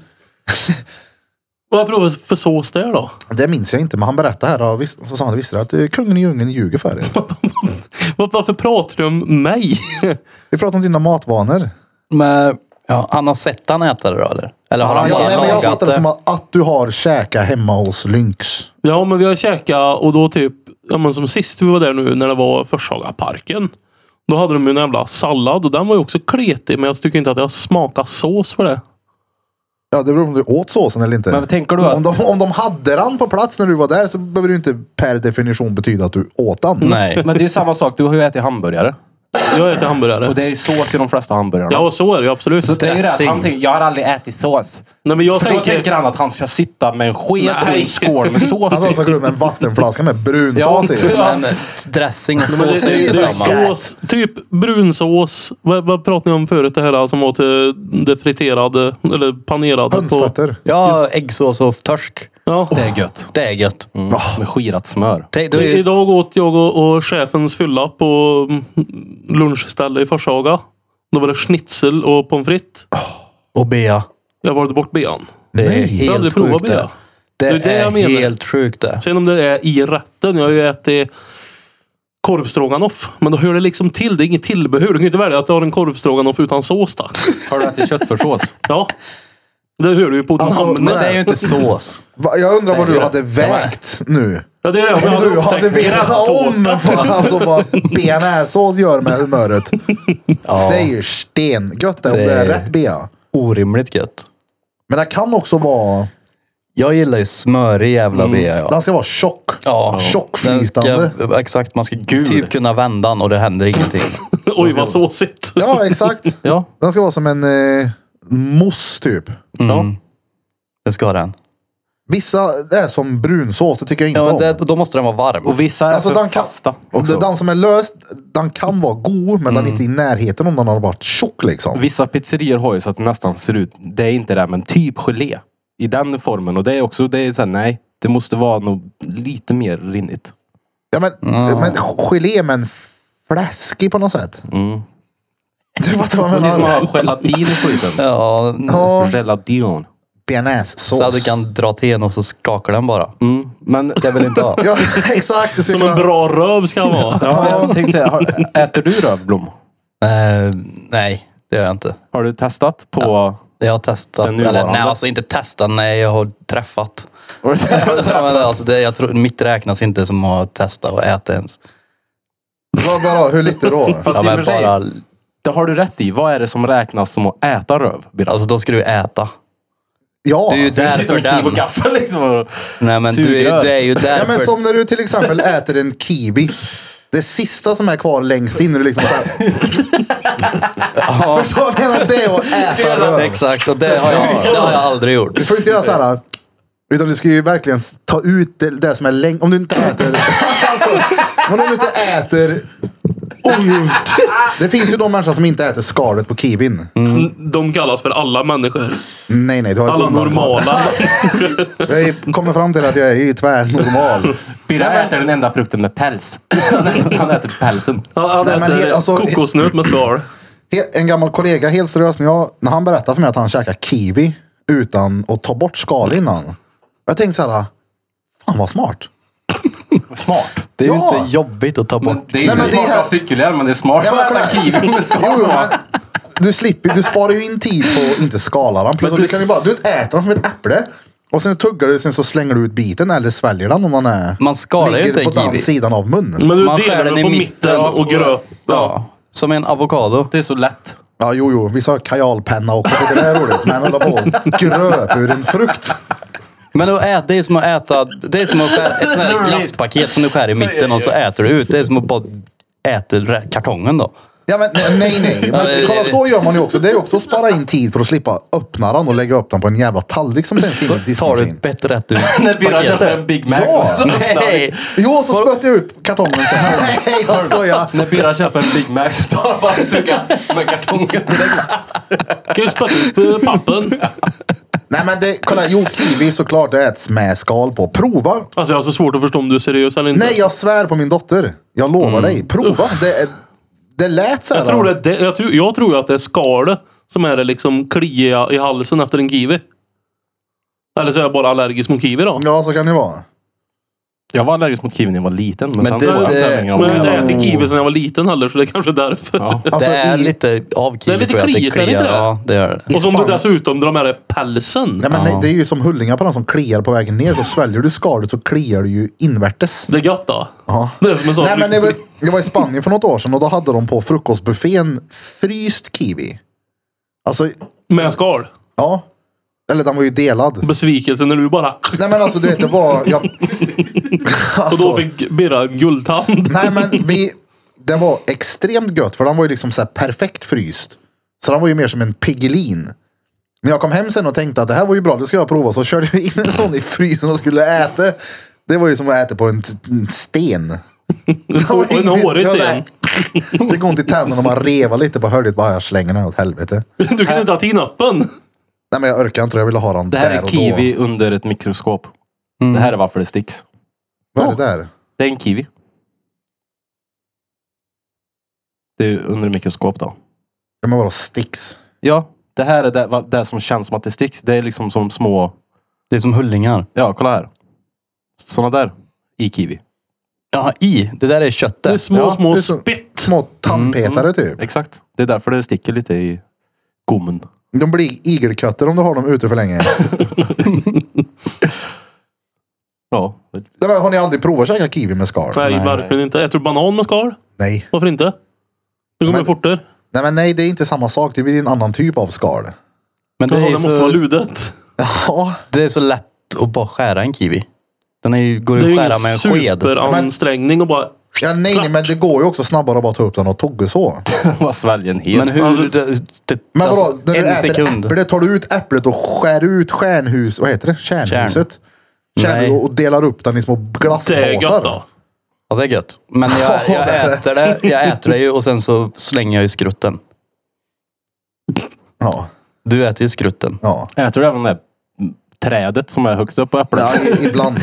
Speaker 2: Vad har jag provat för sås där då?
Speaker 1: Det minns jag inte, men han berättade här. och vis- Så sa han, visste du att eh, kungen i djungeln ljuger för er?
Speaker 2: Var- Varför pratar du om mig?
Speaker 1: Vi pratar om dina matvanor.
Speaker 3: Men ja, han har sett han äta det då eller? Eller har han
Speaker 1: Ja,
Speaker 3: bara
Speaker 1: nej, men jag
Speaker 3: lagat
Speaker 1: fattar det som att, att du har käkat hemma hos Lynx.
Speaker 2: Ja, men vi har käkat och då typ, ja men som sist vi var där nu när det var Förshagaparken. Då hade de ju en jävla sallad och den var ju också kletig. Men jag tycker inte att jag smakar sås för det.
Speaker 1: Ja, det beror på om du åt såsen eller inte.
Speaker 4: Men tänker du att-
Speaker 1: om, de, om de hade den på plats när du var där så behöver det ju inte per definition betyda att du åt den.
Speaker 3: Nej.
Speaker 4: Men det är ju samma sak. Du har ju ätit hamburgare.
Speaker 2: Jag äter hamburgare.
Speaker 4: Och det är ju sås i de flesta hamburgarna.
Speaker 2: Ja, så är det ju absolut.
Speaker 4: Så det är ju det. att
Speaker 3: dressing.
Speaker 4: Han tänker, jag har aldrig ätit sås.
Speaker 2: Nej, men jag
Speaker 4: För då
Speaker 2: tänker...
Speaker 4: tänker han att han ska sitta med en sked och
Speaker 2: Nej.
Speaker 4: en skål med sås
Speaker 1: Han
Speaker 4: till.
Speaker 1: tar upp en vattenflaska med brunsås i.
Speaker 3: Men eh, dressing och
Speaker 2: Men
Speaker 3: sås
Speaker 2: det,
Speaker 3: är ju
Speaker 2: det, det är
Speaker 3: detsamma.
Speaker 2: sås, typ brunsås. Vad, vad pratade ni om förut? Det här som var till det friterade, eller panerade. På,
Speaker 1: Hönsfötter.
Speaker 3: Ja, äggsås och torsk.
Speaker 2: ja.
Speaker 4: Det är gött.
Speaker 3: Det är gött.
Speaker 1: Mm.
Speaker 4: Med skirat smör.
Speaker 3: Tänk, då är ju-
Speaker 2: Idag åt jag och, och chefens fylla på mm, lunchställe i Forshaga. Då var det schnitzel och pommes frites.
Speaker 3: Och bea.
Speaker 2: Jag valde bort bean.
Speaker 3: Det är
Speaker 2: Jag har aldrig
Speaker 3: helt
Speaker 2: provat
Speaker 3: sjukt det.
Speaker 2: bea.
Speaker 3: Det
Speaker 2: Det är det
Speaker 3: är
Speaker 2: jag menar.
Speaker 3: helt sjukt det.
Speaker 2: Sen om det är i rätten. Jag har ju ätit korvstroganoff. Men då hör det liksom till. Det är inget tillbehör. Du kan ju inte välja att du har en korvstroganoff utan sås tack.
Speaker 4: Har du ätit köttfärssås?
Speaker 2: Ja. Det hör du ju på
Speaker 1: Alltså,
Speaker 2: namnet.
Speaker 3: Men det är ju inte sås.
Speaker 1: Va, Jag undrar vad du hade vägt nu.
Speaker 2: Ja, det är det. Jag
Speaker 1: Om
Speaker 2: hade
Speaker 1: du hade
Speaker 2: upptäckt
Speaker 1: vetat
Speaker 2: gräddtårta.
Speaker 1: om vad, alltså, vad bearnaisesås gör med humöret. Det är ju stengött det, om det är
Speaker 3: Det-
Speaker 1: rätt bea.
Speaker 3: Orimligt gött.
Speaker 1: Men det kan också vara...
Speaker 3: Jag gillar ju smörig jävla
Speaker 1: Mm.
Speaker 3: bea. Ja.
Speaker 1: Den ska vara tjock.
Speaker 3: Ja.
Speaker 1: Tjock
Speaker 3: Den
Speaker 1: flytande.
Speaker 3: Ska, exakt, man ska typ kunna vända den och det händer ingenting.
Speaker 2: Oj, vad såsigt.
Speaker 1: Ja, exakt.
Speaker 4: Ja.
Speaker 1: Den ska vara som en eh, mousse typ.
Speaker 3: Mm. Det ska den.
Speaker 1: Vissa det är som brunsås, det tycker jag inte
Speaker 3: Ja, men
Speaker 1: om.
Speaker 3: det, då måste den vara varm.
Speaker 4: Och vissa är
Speaker 1: Alltså,
Speaker 4: för
Speaker 1: den, kan,
Speaker 4: fasta också.
Speaker 1: den som är löst, den kan vara god, men den är inte i närheten om den har varit tjock liksom.
Speaker 4: Vissa pizzerior har ju så att det nästan ser ut, det är inte det men typ gelé. I den formen. Och det är också, det är såhär, nej. Det måste vara nog lite mer rinnigt.
Speaker 1: Ja, men, men gelé men fläskig på något sätt. Du fattar vad jag
Speaker 4: Det är som att
Speaker 1: menar?
Speaker 4: ha gelatin i skiten.
Speaker 3: Ja,
Speaker 1: Ja,
Speaker 4: Gelation.
Speaker 1: bearnaisesås.
Speaker 3: så att du kan dra till den och så skakar den bara.
Speaker 4: Mm. Men
Speaker 3: Det vill inte ha.
Speaker 1: Ja, exakt. Det
Speaker 2: Som en bra röv ska han vara.
Speaker 4: ja, jag tänkte säga, har- äter du rövblom?
Speaker 3: Eh, nej, det gör jag inte.
Speaker 4: Har du testat på...
Speaker 3: Jag har testat.
Speaker 4: Den nuvarande?
Speaker 3: Eller, nej, alltså inte testat. Nej, jag har träffat.
Speaker 4: Har du testat?
Speaker 3: Ja, men alltså, det, jag tror, mitt räknas inte som att testa och äta ens.
Speaker 1: Vad- vadå, hur lite då?
Speaker 4: Fast
Speaker 3: Ja,
Speaker 4: i och för
Speaker 3: men
Speaker 4: sig,
Speaker 3: bara,
Speaker 4: det har du rätt i. Vad är det som räknas som att äta röv? Birra?
Speaker 3: alltså då ska du äta.
Speaker 1: Ja.
Speaker 3: Du är ju
Speaker 4: Sitta
Speaker 3: därför
Speaker 4: med kniv Alltså,
Speaker 3: den.
Speaker 4: och gaffel liksom.
Speaker 3: Nej, men du är
Speaker 4: Sugrör.
Speaker 3: ju, det är ju
Speaker 1: ja,
Speaker 3: därför.
Speaker 1: men som när du till exempel äter en kiwi. Det sista som är kvar längst in är du liksom såhär... Förstår du vad jag menar? Det är att äta röv.
Speaker 3: Exakt, och det har, jag, det har jag aldrig gjort.
Speaker 1: Du får inte göra så här. Utan du ska ju verkligen ta ut det, det som är längst... Om du inte äter... alltså, men om du inte äter... Det finns ju de människor som inte äter skalet på kiwin.
Speaker 3: Mm.
Speaker 2: De kallas för alla människor.
Speaker 1: Nej, nej. Du har ett
Speaker 2: Alla
Speaker 1: undantag.
Speaker 2: normala.
Speaker 1: Jag kommer fram till att jag är ju tvärnormal.
Speaker 4: Birra
Speaker 1: Nej, men-
Speaker 4: äter den enda frukten med päls. Han äter pälsen.
Speaker 2: Ja, Han
Speaker 1: Nej, men
Speaker 2: äter
Speaker 1: helt- alltså-
Speaker 2: kokosnöt med skal.
Speaker 1: He- En gammal kollega, helt seriös, när, jag, när han berättade för mig att han käkar kiwi utan att ta bort skal innan. Jag tänkte så här, fan vad smart.
Speaker 4: Smart.
Speaker 3: Det är ju
Speaker 1: Ja.
Speaker 3: inte jobbigt att ta bort.
Speaker 4: Det är
Speaker 1: Nej,
Speaker 4: inte
Speaker 1: men det
Speaker 4: smart
Speaker 1: här-
Speaker 4: att ha cykelhjälm, men det är smart
Speaker 1: Ja, men
Speaker 4: att äta
Speaker 1: kolla.
Speaker 4: kiwi med
Speaker 1: Jo, jo,
Speaker 4: skal.
Speaker 1: men du, slipper, du sparar ju in tid på att inte skala den. Plus,
Speaker 3: Men
Speaker 1: du,
Speaker 3: du-
Speaker 1: kan ju bara, du äter den som ett äpple. Och sen tuggar du, sen så slänger du ut biten eller sväljer den om man är...
Speaker 3: Man skalar ju
Speaker 1: ligger
Speaker 3: inte en
Speaker 1: på den
Speaker 3: kiwi.
Speaker 1: sidan av munnen.
Speaker 2: Men du
Speaker 3: Man
Speaker 2: delar
Speaker 3: skär den
Speaker 2: den
Speaker 3: i
Speaker 2: på
Speaker 3: mitten
Speaker 2: mitten
Speaker 3: och-
Speaker 2: och gröp.
Speaker 3: Ja, som en avokado.
Speaker 4: Det är så lätt.
Speaker 1: Ja, jo, jo. Vissa har kajalpenna också. Jag tycker det är roligt. Men hålla på och gröp ur en frukt.
Speaker 3: Men att äta, det är som att äta det är som att skära ett sånt här glasspaket som du skär i mitten och så äter du ut. Det är som att bara äta rä- kartongen då.
Speaker 1: Ja, men nej, nej, nej.
Speaker 3: Ja,
Speaker 1: Men
Speaker 3: det-
Speaker 1: kolla, så gör man ju också. Det är ju också att spara in tid för att slippa öppna den och lägga upp den på en jävla tallrik som sen ska
Speaker 3: Så
Speaker 1: in i
Speaker 3: tar du
Speaker 1: diskmaskin.
Speaker 3: ett bett rätt ur
Speaker 4: När Birra köper en Big Mac
Speaker 1: Ja.
Speaker 4: så- så öppnar han
Speaker 3: Nej!
Speaker 1: Jo, så spötte jag ut kartongen sen. Nej, jag skojar.
Speaker 4: När Birra köper en Big Mac så tar han bara en tugga med kartongen.
Speaker 2: Kan ju spötta ut eh, pappen.
Speaker 1: Nej, men det, kolla. Jo, kiwi såklart det äts med skal på. Prova.
Speaker 2: Alltså jag har så svårt att förstå om du är seriös eller inte.
Speaker 1: Nej, jag svär på min dotter. Jag lovar dig. Prova. Det, är- det lät så här.
Speaker 2: Mm. jag, tror det, är det, jag, tror, jag tror ju att det är skalet som är det liksom kliiga i halsen efter en kiwi. Eller så är jag bara allergisk mot kiwi då.
Speaker 1: Ja, så kan det vara.
Speaker 4: Jag var allergisk mot kiwi när jag var liten. Men,
Speaker 3: Men
Speaker 4: sen
Speaker 3: det-
Speaker 4: så var jag
Speaker 3: det-
Speaker 4: tävlingar om
Speaker 2: Men jag har
Speaker 4: det.
Speaker 2: inte ätit kiwi sedan jag var liten heller så det är kanske är därför.
Speaker 4: Ja.
Speaker 1: Alltså,
Speaker 3: det är
Speaker 1: i-
Speaker 3: lite av kiwi
Speaker 2: Det är lite
Speaker 3: tror jag. att
Speaker 2: kliigt, är det inte
Speaker 3: kliar.
Speaker 2: det?
Speaker 3: Ja, det gör det.
Speaker 2: Och som du
Speaker 1: Span-
Speaker 2: dessutom drar med dig pälsen.
Speaker 1: Nej, men nej, det är ju som hullingar på den som kliar på vägen ner. Så sväljer du skalet så kliar du ju invärtes.
Speaker 2: Det är gött då.
Speaker 1: Ja.
Speaker 2: Det är som en sån
Speaker 1: Nej, men det var, jag var i Spanien för något år sedan och då hade de på frukostbuffén fryst kiwi. Alltså,
Speaker 2: med skal.
Speaker 1: ja. Eller den var ju delad.
Speaker 2: Besvikelse när du bara...
Speaker 1: Nej men alltså du vet, det var... Jag, Alltså-
Speaker 2: Och då fick Birra en guldtand.
Speaker 1: Nej men vi, den var extremt gött för den var ju liksom så här perfekt fryst. Så den var ju mer som en pigelin. När jag kom hem sen och tänkte att det här var ju bra, det ska jag prova. Så körde jag in en sån i frysen och skulle äta. Det var ju som att äta på en, t- en sten.
Speaker 2: Och en hårig
Speaker 1: Det var
Speaker 2: sten.
Speaker 1: så här- Det går inte i tänderna och man revar lite på hördet. Bara, jag slänger den här åt helvete.
Speaker 2: Du kunde inte ha tinappen.
Speaker 1: Nej men jag orkar inte det. Jag ville ha den
Speaker 4: Det här
Speaker 1: där
Speaker 4: är
Speaker 1: och Mm.
Speaker 4: kiwi under ett mikroskop. Det här är varför det sticks.
Speaker 1: då. Vad är det där?
Speaker 4: Det är en kiwi. Det är under mikroskop då.
Speaker 1: Ja, men vadå sticks?
Speaker 4: Ja, det här är det, vad- det som känns som att det sticks. Det är liksom som små...
Speaker 3: Det är som hullingar.
Speaker 4: Ja, kolla här. Såna där. I kiwi.
Speaker 3: Ja, i. Det där är köttet.
Speaker 2: Det är små,
Speaker 4: Ja,
Speaker 2: små
Speaker 1: det är så-
Speaker 2: spett.
Speaker 1: Små
Speaker 4: Mm,
Speaker 1: tandpetare typ.
Speaker 4: Exakt. Det är därför det sticker lite i gommen.
Speaker 1: De blir igelkötter om du har dem ute för länge.
Speaker 4: Ja.
Speaker 1: Nej, men har ni aldrig provat att käka kiwi med skal?
Speaker 2: Nej,
Speaker 3: Nej,
Speaker 2: verkligen inte. Äter du banan med skal?
Speaker 1: Nej.
Speaker 2: Varför inte? Det går
Speaker 1: Men-
Speaker 2: ju fortare.
Speaker 1: Nej, men nej, det är inte samma sak. Det blir en annan typ av skal.
Speaker 3: Men det
Speaker 2: Det,
Speaker 3: är,
Speaker 2: måste vara
Speaker 3: så,
Speaker 2: ludet.
Speaker 1: Ja,
Speaker 3: det är så lätt att bara skära en kiwi. Den är ju, går
Speaker 2: Det är
Speaker 3: ju
Speaker 2: ju
Speaker 3: att skära
Speaker 2: ingen
Speaker 3: med en sked.
Speaker 2: superansträngning och bara...
Speaker 1: ja nej, nej, men det går ju också snabbare att bara ta upp den och tugga så.
Speaker 4: Vad sväljer en hel.
Speaker 3: Men hur...
Speaker 2: Alltså-
Speaker 3: det, det,
Speaker 1: Men vadå,
Speaker 3: alltså,
Speaker 1: när du
Speaker 3: en
Speaker 1: äter
Speaker 3: sekund.
Speaker 1: äpple, tar du ut äpplet och skär ut stjärnhus, vad heter det? Kärnhuset? Kärn.
Speaker 3: Nej.
Speaker 1: och delar upp den i små
Speaker 2: Det är gött då.
Speaker 1: glassbåtar.
Speaker 3: Ja, det är gött. Men jag,
Speaker 1: Ja, det är
Speaker 3: jag
Speaker 1: det.
Speaker 3: äter det. Jag äter det ju och sen så slänger jag ju skrutten.
Speaker 1: Ja,
Speaker 3: Du äter ju skrutten.
Speaker 1: ja.
Speaker 4: Äter du även det där trädet som är högst upp på äpplet?
Speaker 1: ja i- ibland.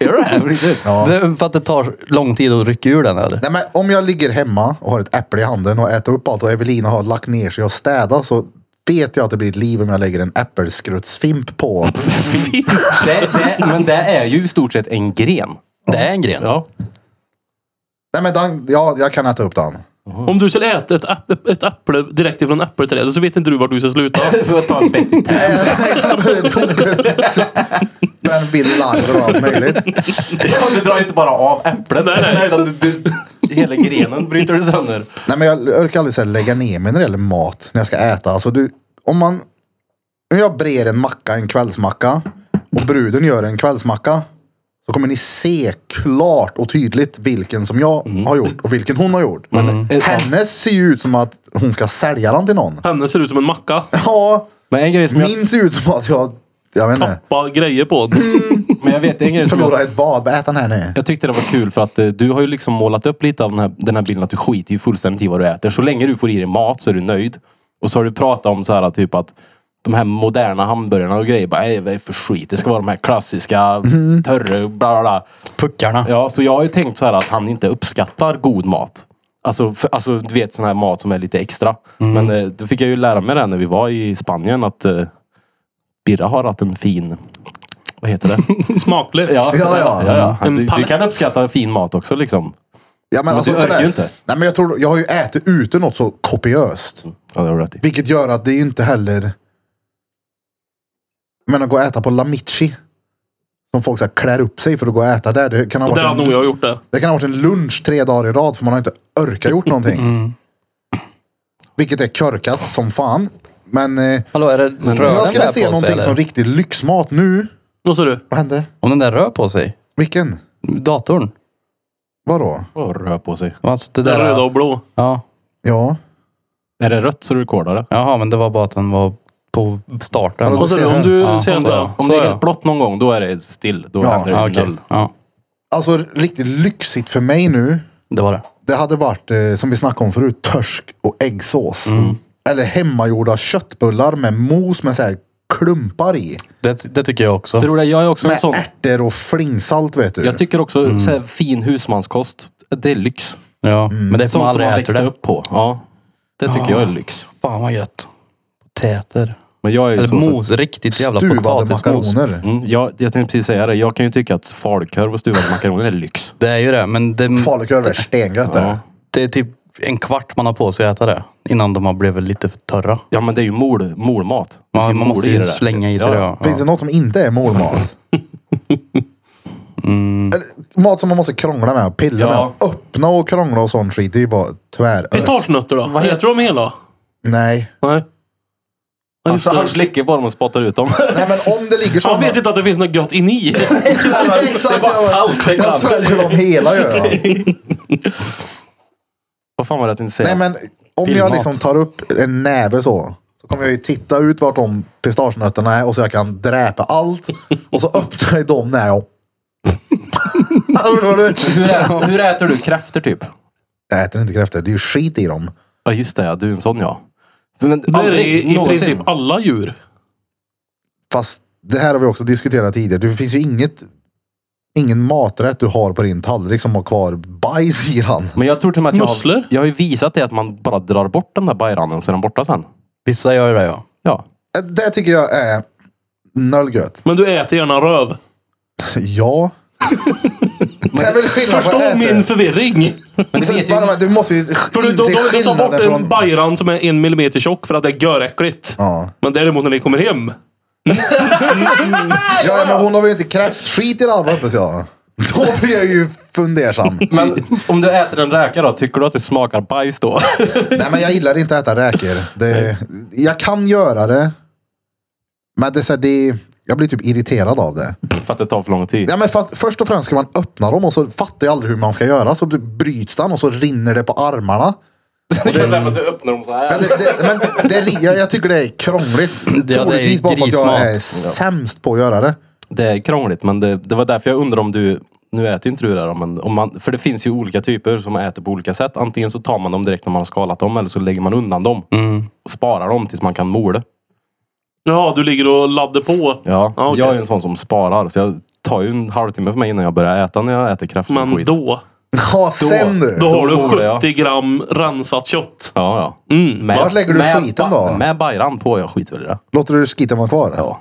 Speaker 3: Gör du det?
Speaker 1: Ja.
Speaker 3: Det är för att det tar lång tid att rycka ur den eller?
Speaker 1: Nej, men om jag ligger hemma och har ett äpple i handen och äter upp allt och Evelina har lagt ner sig och städat så vet jag att det blir ett liv om jag lägger en äppelskruttfimp på.
Speaker 4: Det, det, men det är ju i stort sett en gren.
Speaker 3: Det är en gren.
Speaker 4: Ja.
Speaker 1: Nej, men den, ja, jag kan äta upp den.
Speaker 2: Om du skulle äta ett, äpp- ett äpple direkt ifrån äppelträdet så vet inte du vart du ska sluta.
Speaker 4: För att ta en bättre träd.
Speaker 1: Den blir larver och allt möjligt.
Speaker 4: Du drar inte bara av äpplet.
Speaker 2: Nej, nej.
Speaker 4: Utan du, du, hela grenen bryter du sönder.
Speaker 1: Nej, men jag orkar aldrig så här, lägga ner mig när det gäller mat. När jag ska äta. Alltså, du, om man... Om jag brer en macka, en kvällsmacka. Och bruden gör en kvällsmacka. Så kommer ni se klart och tydligt vilken som jag har gjort och vilken hon har gjort. Hennes ser ju ut som att hon ska sälja den till någon.
Speaker 2: Henne ser ut som en macka.
Speaker 1: Ja,
Speaker 4: Men en grej som jag,
Speaker 1: min ser ut som att jag... Jag vet inte.
Speaker 2: Tappa grejer på den.
Speaker 4: men jag vet, en grej som jag,
Speaker 1: Förlora ett vad. Ät den här nu.
Speaker 4: jag tyckte det var kul för att eh, du har ju liksom målat upp lite av den här, den här bilden att du skiter ju fullständigt i vad du äter. Så länge du får i dig mat så är du nöjd. Och så har du pratat om så här typ att de här moderna hamburgarna och grejer. Bara, "Nej, vad är det för skit? Det ska vara de här klassiska, törre, bla bla bla.
Speaker 3: Puckarna.
Speaker 4: Ja, så jag har ju tänkt så här att han inte uppskattar god mat. Alltså, för, alltså du vet sån här mat som är lite extra. Men eh, då fick jag ju lära mig det när vi var i Spanien att eh, Birra har haft en fin... Vad heter det?
Speaker 2: Smakligt.
Speaker 1: Ja, ja.
Speaker 2: En
Speaker 4: Du, du
Speaker 2: palett.
Speaker 4: kan uppskatta fin mat också liksom.
Speaker 1: Ja, men
Speaker 4: Men
Speaker 1: alltså,
Speaker 4: du orkar
Speaker 1: kolla här.
Speaker 4: ju inte.
Speaker 1: Nej, men jag, tror, jag har ju ätit ute något så kopiöst.
Speaker 4: Ja, det har du rätt i.
Speaker 1: Vilket gör att det är ju inte heller... Men att gå och äta på Lamichi. Som folk så här klär upp sig för att gå och äta där. Det kan ha
Speaker 2: Där hade
Speaker 1: varit,
Speaker 2: nog
Speaker 1: en,
Speaker 2: jag gjort det.
Speaker 1: det kan ha varit en lunch tre dagar i rad för man har inte orkat gjort någonting. Vilket är körkat som fan. Men, eh,
Speaker 3: Hallå, är det rör
Speaker 1: jag
Speaker 3: den
Speaker 1: skulle se
Speaker 3: där på sig
Speaker 1: någonting som
Speaker 3: eller?
Speaker 1: riktig lyxmat nu.
Speaker 2: Vad sa du?
Speaker 1: Vad hände?
Speaker 3: Om den där rör på sig?
Speaker 1: Vilken?
Speaker 3: Datorn?
Speaker 1: Vadå?
Speaker 4: Åh, rör på sig.
Speaker 3: Alltså det
Speaker 2: Den
Speaker 3: där...
Speaker 2: röda och blå.
Speaker 3: Ja.
Speaker 1: Ja.
Speaker 4: Är det rött så rekordar det.
Speaker 3: Jaha, men det var bara att den var på starten.
Speaker 1: Ja,
Speaker 2: Vad sa du? Om du
Speaker 3: Ja,
Speaker 2: ser
Speaker 3: så
Speaker 2: det.
Speaker 3: ja.
Speaker 4: Om det är
Speaker 3: ja.
Speaker 4: helt blått någon gång, då är det still. Då
Speaker 1: Ja,
Speaker 4: händer det
Speaker 3: Ja, okej.
Speaker 4: noll.
Speaker 3: Ja,
Speaker 1: Alltså riktigt lyxigt för mig nu.
Speaker 3: det var det.
Speaker 1: Det hade varit, eh, som vi snackade om förut, törsk och äggsås.
Speaker 4: Mm.
Speaker 1: Eller hemmagjorda köttbullar med mos med så här klumpar i.
Speaker 3: Det, det tycker jag också.
Speaker 4: Tror det, jag är också en
Speaker 1: Med
Speaker 4: sån.
Speaker 1: ärtor och flingsalt vet du.
Speaker 4: Jag tycker också
Speaker 3: Mm.
Speaker 4: så här, fin husmanskost, det är lyx.
Speaker 3: Ja, men det är som
Speaker 4: Sånt som
Speaker 3: aldrig
Speaker 4: man
Speaker 3: äter
Speaker 4: växte
Speaker 3: det.
Speaker 4: upp på. Ja. Det tycker jag är lyx.
Speaker 3: Fan vad gött. Potäter.
Speaker 4: Men jag är ju
Speaker 3: Eller
Speaker 4: så,
Speaker 3: mos. Riktigt jävla
Speaker 1: Stuvade
Speaker 3: potatismos.
Speaker 1: makaroner.
Speaker 4: Mm, jag, jag tänkte precis säga det. Jag kan ju tycka att falukorv och stuvade makaroner är lyx.
Speaker 3: Det är ju det, men det,
Speaker 1: Falukorv är stengött det.
Speaker 3: det är typ en kvart man har på sig att äta det. Innan de har blivit lite för törra.
Speaker 4: Ja men det är ju mol, molmat. Det ska
Speaker 3: Ja, man
Speaker 4: mol
Speaker 3: måste
Speaker 4: i
Speaker 3: ju
Speaker 4: det där.
Speaker 3: slänga i sig det. Ja.
Speaker 1: Finns det något som inte är målmat? Eller, mat som man måste krångla med och pilla
Speaker 4: Mm. Ja.
Speaker 1: med. Öppna och krångla och sån skit. Det är ju bara tvär.
Speaker 2: Pistagenötter då? Vad heter de hela?
Speaker 1: Nej.
Speaker 2: Nej. Ja, just
Speaker 4: Han
Speaker 2: det.
Speaker 4: slickar på dem och spottar ut dem.
Speaker 1: Nej men om det ligger
Speaker 2: Alltså, Han
Speaker 1: såna.
Speaker 2: vet inte att det finns något gött inni.
Speaker 1: Exakt. jag- Jag sväljer dem hela gör jag.
Speaker 4: Vad fan var det jag tänkte säga?
Speaker 1: Nej men om jag
Speaker 3: Pillmat.
Speaker 1: liksom tar upp en näve så. Så kommer jag ju titta ut vart de pistagenötterna är och så jag kan dräpa allt. Och så öppnar jag dem när jag... Förstår du?
Speaker 4: Hur, ä- hur äter du kräftor typ?
Speaker 1: Jag äter inte kräftor. Det är ju skit i dem.
Speaker 4: Ja just det, ja, du är en sån ja. Men
Speaker 2: Det är i,
Speaker 4: aldrig
Speaker 2: i
Speaker 4: någonsin.
Speaker 2: princip alla djur.
Speaker 1: Fast det här har vi också diskuterat tidigare. Det finns ju inget, ingen maträtt du har på din tallrik som har kvar bajs i den.
Speaker 4: Men jag tror till och med att jag,
Speaker 2: Musslor?
Speaker 4: har, jag har ju visat det att man bara drar bort den där bajrannen så är den borta sen.
Speaker 3: Vissa gör det ja.
Speaker 4: Ja.
Speaker 1: Det tycker jag är nöllgött.
Speaker 2: Men du äter gärna röv.
Speaker 1: Ja. det är väl skillnad på att
Speaker 2: Förstå
Speaker 1: äta.
Speaker 2: min förvirring.
Speaker 4: Men det
Speaker 1: Så
Speaker 4: vet
Speaker 1: bara,
Speaker 4: ju,
Speaker 1: men Du måste ju
Speaker 2: För du, de,
Speaker 1: inse
Speaker 2: de, de tar bort
Speaker 1: skillnaden
Speaker 2: en
Speaker 1: från...
Speaker 2: bajran som är en millimeter tjock för att det är göräckligt.
Speaker 1: Ja.
Speaker 2: Men däremot när ni kommer hem.
Speaker 1: ja, men hon har väl inte kräftskit i röven hoppas jag. Då blir jag ju fundersam.
Speaker 4: men om du äter en räka då, tycker du att det smakar bajs då?
Speaker 1: Nej, men jag gillar inte att äta räkor. Det, jag kan göra det. Men det, är så här, det, jag blir typ irriterad av det.
Speaker 4: för att det tar för lång tid.
Speaker 1: Ja, men för att, först och främst ska man öppna dem och så fattar jag aldrig hur man ska göra. Så bryts den och så rinner det på armarna.
Speaker 4: det kan vara att du öppnar dem så här.
Speaker 1: Ja, det, det, men det, är- jag, jag tycker det är krångligt.
Speaker 3: det är
Speaker 1: Troligtvis bara för att jag är
Speaker 3: grismat.
Speaker 1: sämst på att göra det.
Speaker 4: Det är krångligt, men det, det var därför jag undrar om du... Nu äter ju inte du det här, då, men om man, för det finns ju olika typer som man äter på olika sätt. Antingen så tar man dem direkt när man har skalat dem eller så lägger man undan dem. Och sparar dem tills man kan mole.
Speaker 2: Ja, du ligger och laddar på.
Speaker 4: Ja,
Speaker 2: Ja, okej.
Speaker 4: Jag är ju en sån som sparar, så jag tar ju en halvtimme för mig innan jag börjar äta när jag äter kräftor och
Speaker 2: Men
Speaker 4: skit.
Speaker 2: då,
Speaker 1: Ja, sen du.
Speaker 2: då har
Speaker 4: Då
Speaker 2: du
Speaker 4: borde jag.
Speaker 2: 70 gram rensat kött.
Speaker 4: Ja, ja.
Speaker 2: Mm.
Speaker 4: Med,
Speaker 1: Vart lägger du
Speaker 4: med
Speaker 1: skiten
Speaker 4: ba-
Speaker 1: då?
Speaker 4: Med bajran på, jag skiter väl i det.
Speaker 1: Låter du skiten vara kvar?
Speaker 4: Ja.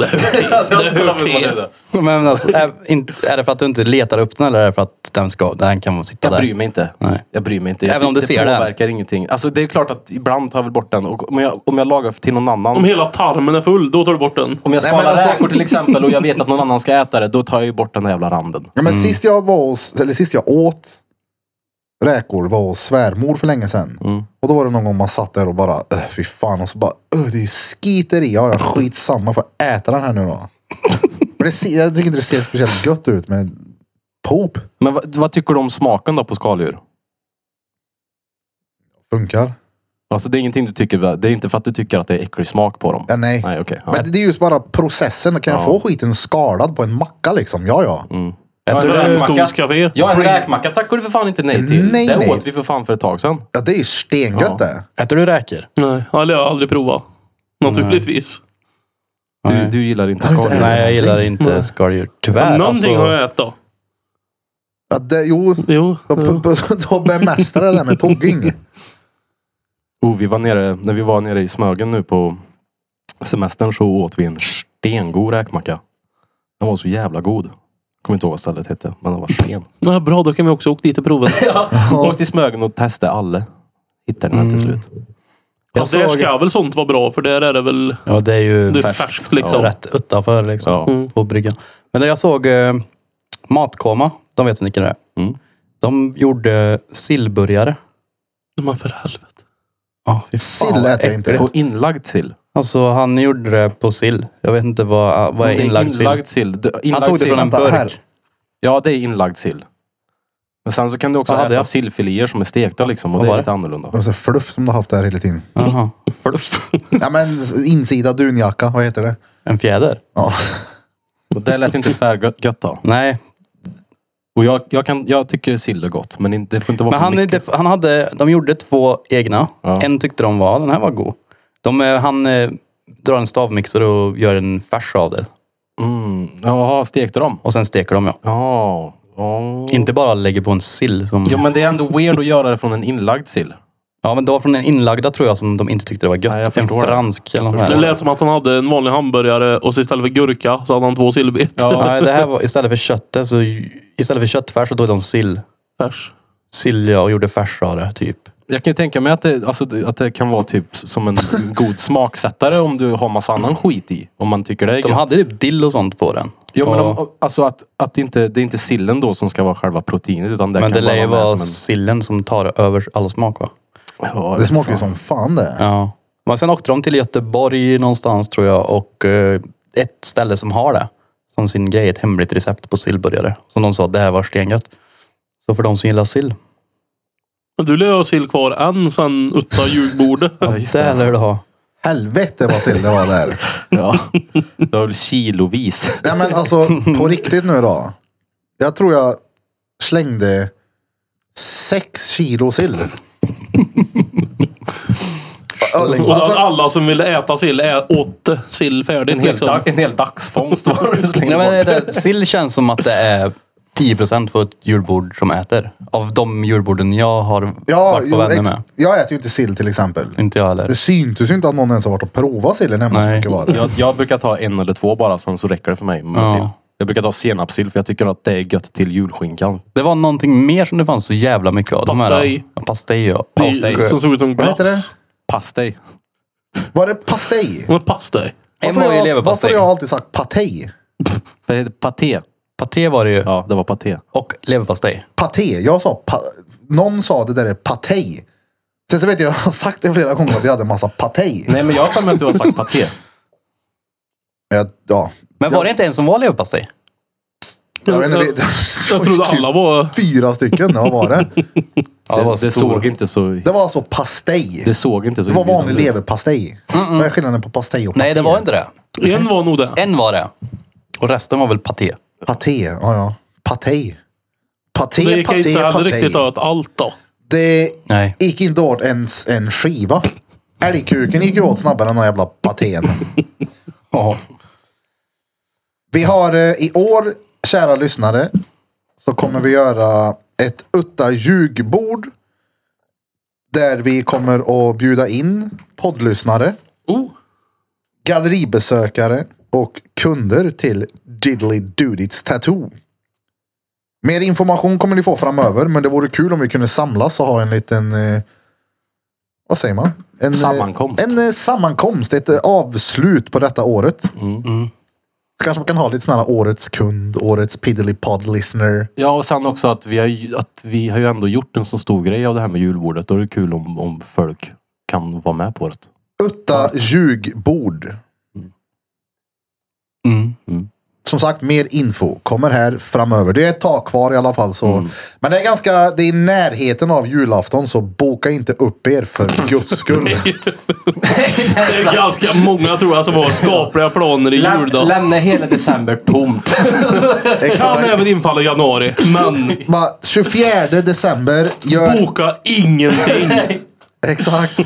Speaker 2: Det hör till.
Speaker 3: Men alltså, är, in- är det för att du inte letar upp den eller är det för att den, ska, den kan sitta
Speaker 4: Jag
Speaker 3: där?
Speaker 4: bryr mig inte.
Speaker 3: Nej.
Speaker 4: Jag bryr mig inte. Jag
Speaker 3: Även om du
Speaker 4: tycker
Speaker 3: ser
Speaker 4: det
Speaker 3: det?
Speaker 4: påverkar ingenting. Alltså det är klart att ibland tar jag väl bort den. Och om, jag, om jag lagar till någon annan.
Speaker 2: Om hela tarmen är full, då tar du bort den.
Speaker 4: Om jag
Speaker 1: Nej,
Speaker 4: sparar
Speaker 1: men alltså-
Speaker 4: räkor till exempel och jag vet att någon annan ska äta det, då tar jag ju bort den där jävla randen.
Speaker 1: Ja, men sist, jag var hos, eller sist jag åt räkor var hos svärmor för länge sedan. Och då var det någon gång man satt där och bara, "Äh, fy fan. Och så bara, "Äh, det är ju skiter i. Ja, jag skitsamma. Får jag äta den här nu då? men det ser, jag tycker inte det ser speciellt gött ut med pop.
Speaker 4: Men vad, vad tycker du om smaken då på skaldjur?
Speaker 1: Funkar.
Speaker 4: Alltså det är ingenting du tycker, det är inte för att du tycker att det är äcklig smak på dem?
Speaker 1: Ja, nej.
Speaker 4: Nej, okej. Ja.
Speaker 1: Men det är just bara processen. Kan jag få skiten skalad på en macka liksom? Ja, ja.
Speaker 4: Jag
Speaker 2: Det
Speaker 4: äter
Speaker 2: är en
Speaker 4: räkmacka.
Speaker 2: skogscafé.
Speaker 4: Ja, en
Speaker 1: Bring-
Speaker 4: räkmacka tackar du för fan inte nej till.
Speaker 1: Nej,
Speaker 4: det
Speaker 1: nej.
Speaker 4: åt vi för fan för ett tag sedan.
Speaker 1: ja det är ju stengött
Speaker 4: Ja.
Speaker 1: det.
Speaker 3: Äter du räkor?
Speaker 2: Nej, eller jag har aldrig provat. Naturligtvis.
Speaker 4: Du,
Speaker 3: Nej.
Speaker 4: du gillar inte
Speaker 1: Jag har inte
Speaker 4: skaldjur.
Speaker 3: Nej, jag
Speaker 1: någonting.
Speaker 3: gillar inte skaldjur.
Speaker 4: Äh,
Speaker 3: Tyvärr.
Speaker 2: Någonting
Speaker 3: alltså.
Speaker 2: har jag ätit då.
Speaker 1: Ja, det jo,
Speaker 2: Jo.
Speaker 1: då,
Speaker 2: jo.
Speaker 1: då bemästrar jag det där med togging.
Speaker 4: Oh, vi var nere, när vi var nere i Smögen nu på semestern så åt vi en stengod räkmacka. Den var så jävla god. Kommer inte ihåg vad stället hette, men den var sten.
Speaker 2: Ja, bra, då kan vi också åka dit och prova.
Speaker 4: Åkte till Smögen och testade alla. Hittade den här till
Speaker 3: Mm.
Speaker 4: slut.
Speaker 2: Ja,
Speaker 3: Alltså, Jag
Speaker 2: där
Speaker 3: såg-
Speaker 2: Alltså, ska väl sånt vara bra, för där är det väl...
Speaker 3: Ja, det är ju
Speaker 2: Det är
Speaker 3: färskt.
Speaker 2: färskt, liksom.
Speaker 3: Ja, rätt utanför liksom.
Speaker 4: Ja.
Speaker 3: På bryggan. Men när jag såg eh, Matkoma, de vet vilka det är.
Speaker 4: Mm.
Speaker 3: De gjorde sillburgare.
Speaker 2: Men för helvete.
Speaker 3: Oh,
Speaker 1: Sill äter jag inte.
Speaker 4: På inlagd sill.
Speaker 3: Alltså han gjorde det på sill. Jag vet inte vad, vad är
Speaker 4: Det är
Speaker 3: inlagd sill.
Speaker 4: inlagd sill. Du-
Speaker 3: Han
Speaker 4: Inlagd
Speaker 3: tog det
Speaker 4: sill.
Speaker 3: från en
Speaker 1: Vänta,
Speaker 3: burk.
Speaker 1: här.
Speaker 4: Ja, det är inlagd sill. Men sen så kan du också
Speaker 3: Vad hade
Speaker 4: äta
Speaker 3: jag?
Speaker 4: sillfiléer som är stekta liksom. Och
Speaker 3: Vad
Speaker 4: det
Speaker 3: var
Speaker 4: är
Speaker 3: det?
Speaker 4: lite annorlunda.
Speaker 1: Det var så fluff som du har haft där hela tiden.
Speaker 3: Jaha. Fluff.
Speaker 1: Ja, men insida dunjacka, vad heter det?
Speaker 3: En fjäder?
Speaker 1: Ja.
Speaker 4: Och det lät ju inte tvärgött då.
Speaker 3: Nej.
Speaker 4: Och jag, jag, kan, jag tycker sill är gott, men inte- det får inte vara
Speaker 3: Men
Speaker 4: för
Speaker 3: han, är
Speaker 4: mycket.
Speaker 3: def- han hade, de gjorde två egna.
Speaker 4: Ja.
Speaker 3: En tyckte de var, den här var god. De, eh, han eh, drar en stavmixer och gör en färs av det.
Speaker 4: Mm. Jaha, stekte de?
Speaker 3: Och sen steker de ja.
Speaker 4: Ja. ja.
Speaker 3: Inte bara lägger på en sill. Som...
Speaker 4: Mm. Ja, men det är ändå weird att göra det från en inlagd sill.
Speaker 3: Ja, men det var från den inlagda tror jag som de inte tyckte det var gött.
Speaker 4: Nej, jag
Speaker 3: en
Speaker 4: förstår det.
Speaker 3: fransk eller något
Speaker 2: Det
Speaker 3: sånt här.
Speaker 2: lät som att han hade en vanlig hamburgare och så istället för gurka så hade han två sillbitar.
Speaker 3: Nej, det här var istället för köttet så istället för köttfärs så tog de sill.
Speaker 2: Färs.
Speaker 3: Sill ja, och gjorde färs av det typ.
Speaker 4: Jag kan ju tänka mig att det, alltså, det- att det kan vara typ som en god smaksättare om du har massa annan skit i. Om man tycker det är
Speaker 3: De
Speaker 4: gött.
Speaker 3: hade typ dill och sånt på den.
Speaker 4: Ja, men
Speaker 3: Och-
Speaker 4: de, alltså att, att det inte, det är inte sillen då som ska vara själva proteinet. Utan det
Speaker 3: men
Speaker 4: kan
Speaker 3: det lär ju
Speaker 4: bara vara
Speaker 3: vara
Speaker 4: med som
Speaker 3: sillen som tar över all smak va?
Speaker 4: en... Ja, jag
Speaker 1: Det
Speaker 4: vet
Speaker 1: smakar ju
Speaker 4: fan.
Speaker 1: som fan det.
Speaker 3: Ja. Men sen åkte de till Göteborg någonstans tror jag och eh, ett ställe som har det som sin grej, ett hemligt recept på sillburgare. Som de sa, det här var stengött. Så för de som gillar sill.
Speaker 2: Men du lär ju ha sill kvar än sen utta julbordet.
Speaker 4: Ja, just
Speaker 3: Det
Speaker 4: det.
Speaker 3: lär du ha.
Speaker 1: Helvete vad sill det var där.
Speaker 4: Ja. Det var väl kilovis.
Speaker 1: Nej men alltså på riktigt nu då. Jag tror jag slängde sex kilo sill.
Speaker 2: Och
Speaker 1: alltså,
Speaker 2: så att alla som ville äta sill ä- åt sill färdigt.
Speaker 4: En hel,
Speaker 2: liksom.
Speaker 4: dag, en hel dagsfångst var det.
Speaker 3: Nej,
Speaker 4: slängde
Speaker 3: men
Speaker 4: bort.
Speaker 3: det, det- sill känns som att det är 10% på ett julbord som äter. Av de julborden jag har
Speaker 1: Ja,
Speaker 3: varit
Speaker 1: jo,
Speaker 3: på vänner
Speaker 1: ex,
Speaker 3: med.
Speaker 1: jag äter ju inte sill till exempel.
Speaker 3: Inte jag
Speaker 1: Det
Speaker 3: heller.
Speaker 1: syntes ju inte att någon ens har varit och provat sillen hemma så
Speaker 3: Nej.
Speaker 1: mycket var det.
Speaker 4: Jag, jag brukar ta en eller två bara, sen så räcker det för mig. Med
Speaker 3: Ja.
Speaker 4: sill. Jag brukar ta senapssill för jag tycker att det är gött till julskinkan.
Speaker 3: Det var någonting mer som det fanns så jävla mycket av.
Speaker 2: Pastej.
Speaker 3: De här, pastej ja.
Speaker 2: Det är- Som såg ut som
Speaker 1: Vad heter
Speaker 2: glass.
Speaker 4: Pastej.
Speaker 1: Var det pastej?
Speaker 2: Vad pastej?
Speaker 1: Varför
Speaker 3: Emoji
Speaker 1: har jag, varför
Speaker 3: leverpastej.
Speaker 1: har jag alltid sagt patej?
Speaker 4: Det heter Paté.
Speaker 3: Paté var det ju.
Speaker 4: Ja, det var paté.
Speaker 3: Och leverpastej.
Speaker 1: Paté? Jag sa pa, Någon sa det där är patej. Sen så vet jag, jag har sagt det flera gånger att vi hade en massa patej.
Speaker 4: Nej, men jag har för mig att du har sagt paté.
Speaker 1: Jag, ja.
Speaker 3: Men var det inte en som var leverpastej?
Speaker 1: Jag, vet inte,
Speaker 2: Jag-
Speaker 1: vi-
Speaker 2: Jag trodde
Speaker 1: typ.
Speaker 2: alla var...
Speaker 1: Fyra stycken, vad var det?
Speaker 3: Ja,
Speaker 4: Det,
Speaker 3: var stor.
Speaker 4: det såg inte så...
Speaker 1: Det var alltså pastej.
Speaker 4: Det såg inte så...
Speaker 1: Det var vanlig
Speaker 4: inbjudande ut.
Speaker 1: leverpastej. Vad är skillnaden på pastej och paté?
Speaker 3: Nej, det var inte det.
Speaker 2: En var nog det.
Speaker 3: En var det. Och resten var väl paté.
Speaker 1: Paté, ja ja. Patej. Paté,
Speaker 2: Det gick
Speaker 1: paté,
Speaker 2: inte heller
Speaker 1: paté.
Speaker 2: riktigt åt allt då.
Speaker 1: Det
Speaker 3: Nej.
Speaker 1: gick inte åt ens en skiva. Älgkuken gick ju åt snabbare än den jävla patén.
Speaker 3: Ja.
Speaker 1: Vi har eh, i år, kära lyssnare, så kommer vi göra ett utta ljugbord. Där vi kommer att bjuda in poddlyssnare,
Speaker 2: Oh,
Speaker 1: galleribesökare och kunder till Diddly Dudits Tattoo. Mer information kommer ni få framöver, men det vore kul om vi kunde samlas och ha en liten... Eh, vad säger man? En, eh,
Speaker 4: Sammankomst.
Speaker 1: En eh, sammankomst, ett eh, avslut på detta året. Så kanske man kan ha lite sådana här årets kund, årets piddly pod listener.
Speaker 4: Ja, och sen också att vi, har, ju- att vi har ju ändå gjort en så stor grej av det här med julbordet. Då är det kul om, om folk kan vara med på det.
Speaker 1: Utta ljugbord.
Speaker 3: Mm.
Speaker 1: Som sagt, mer info kommer här framöver. Det är ett tag kvar i alla fall. Så. Men det är ganska, det är i närheten av julafton så boka inte upp er för guds skull.
Speaker 2: det är ganska många tror jag som har skapliga planer i jul då.
Speaker 4: lämna hela december tomt.
Speaker 2: Kan
Speaker 1: Exakt.
Speaker 2: även infalla i januari, men
Speaker 1: Va, 24 december, gör...
Speaker 2: boka ingenting.
Speaker 1: Exakt.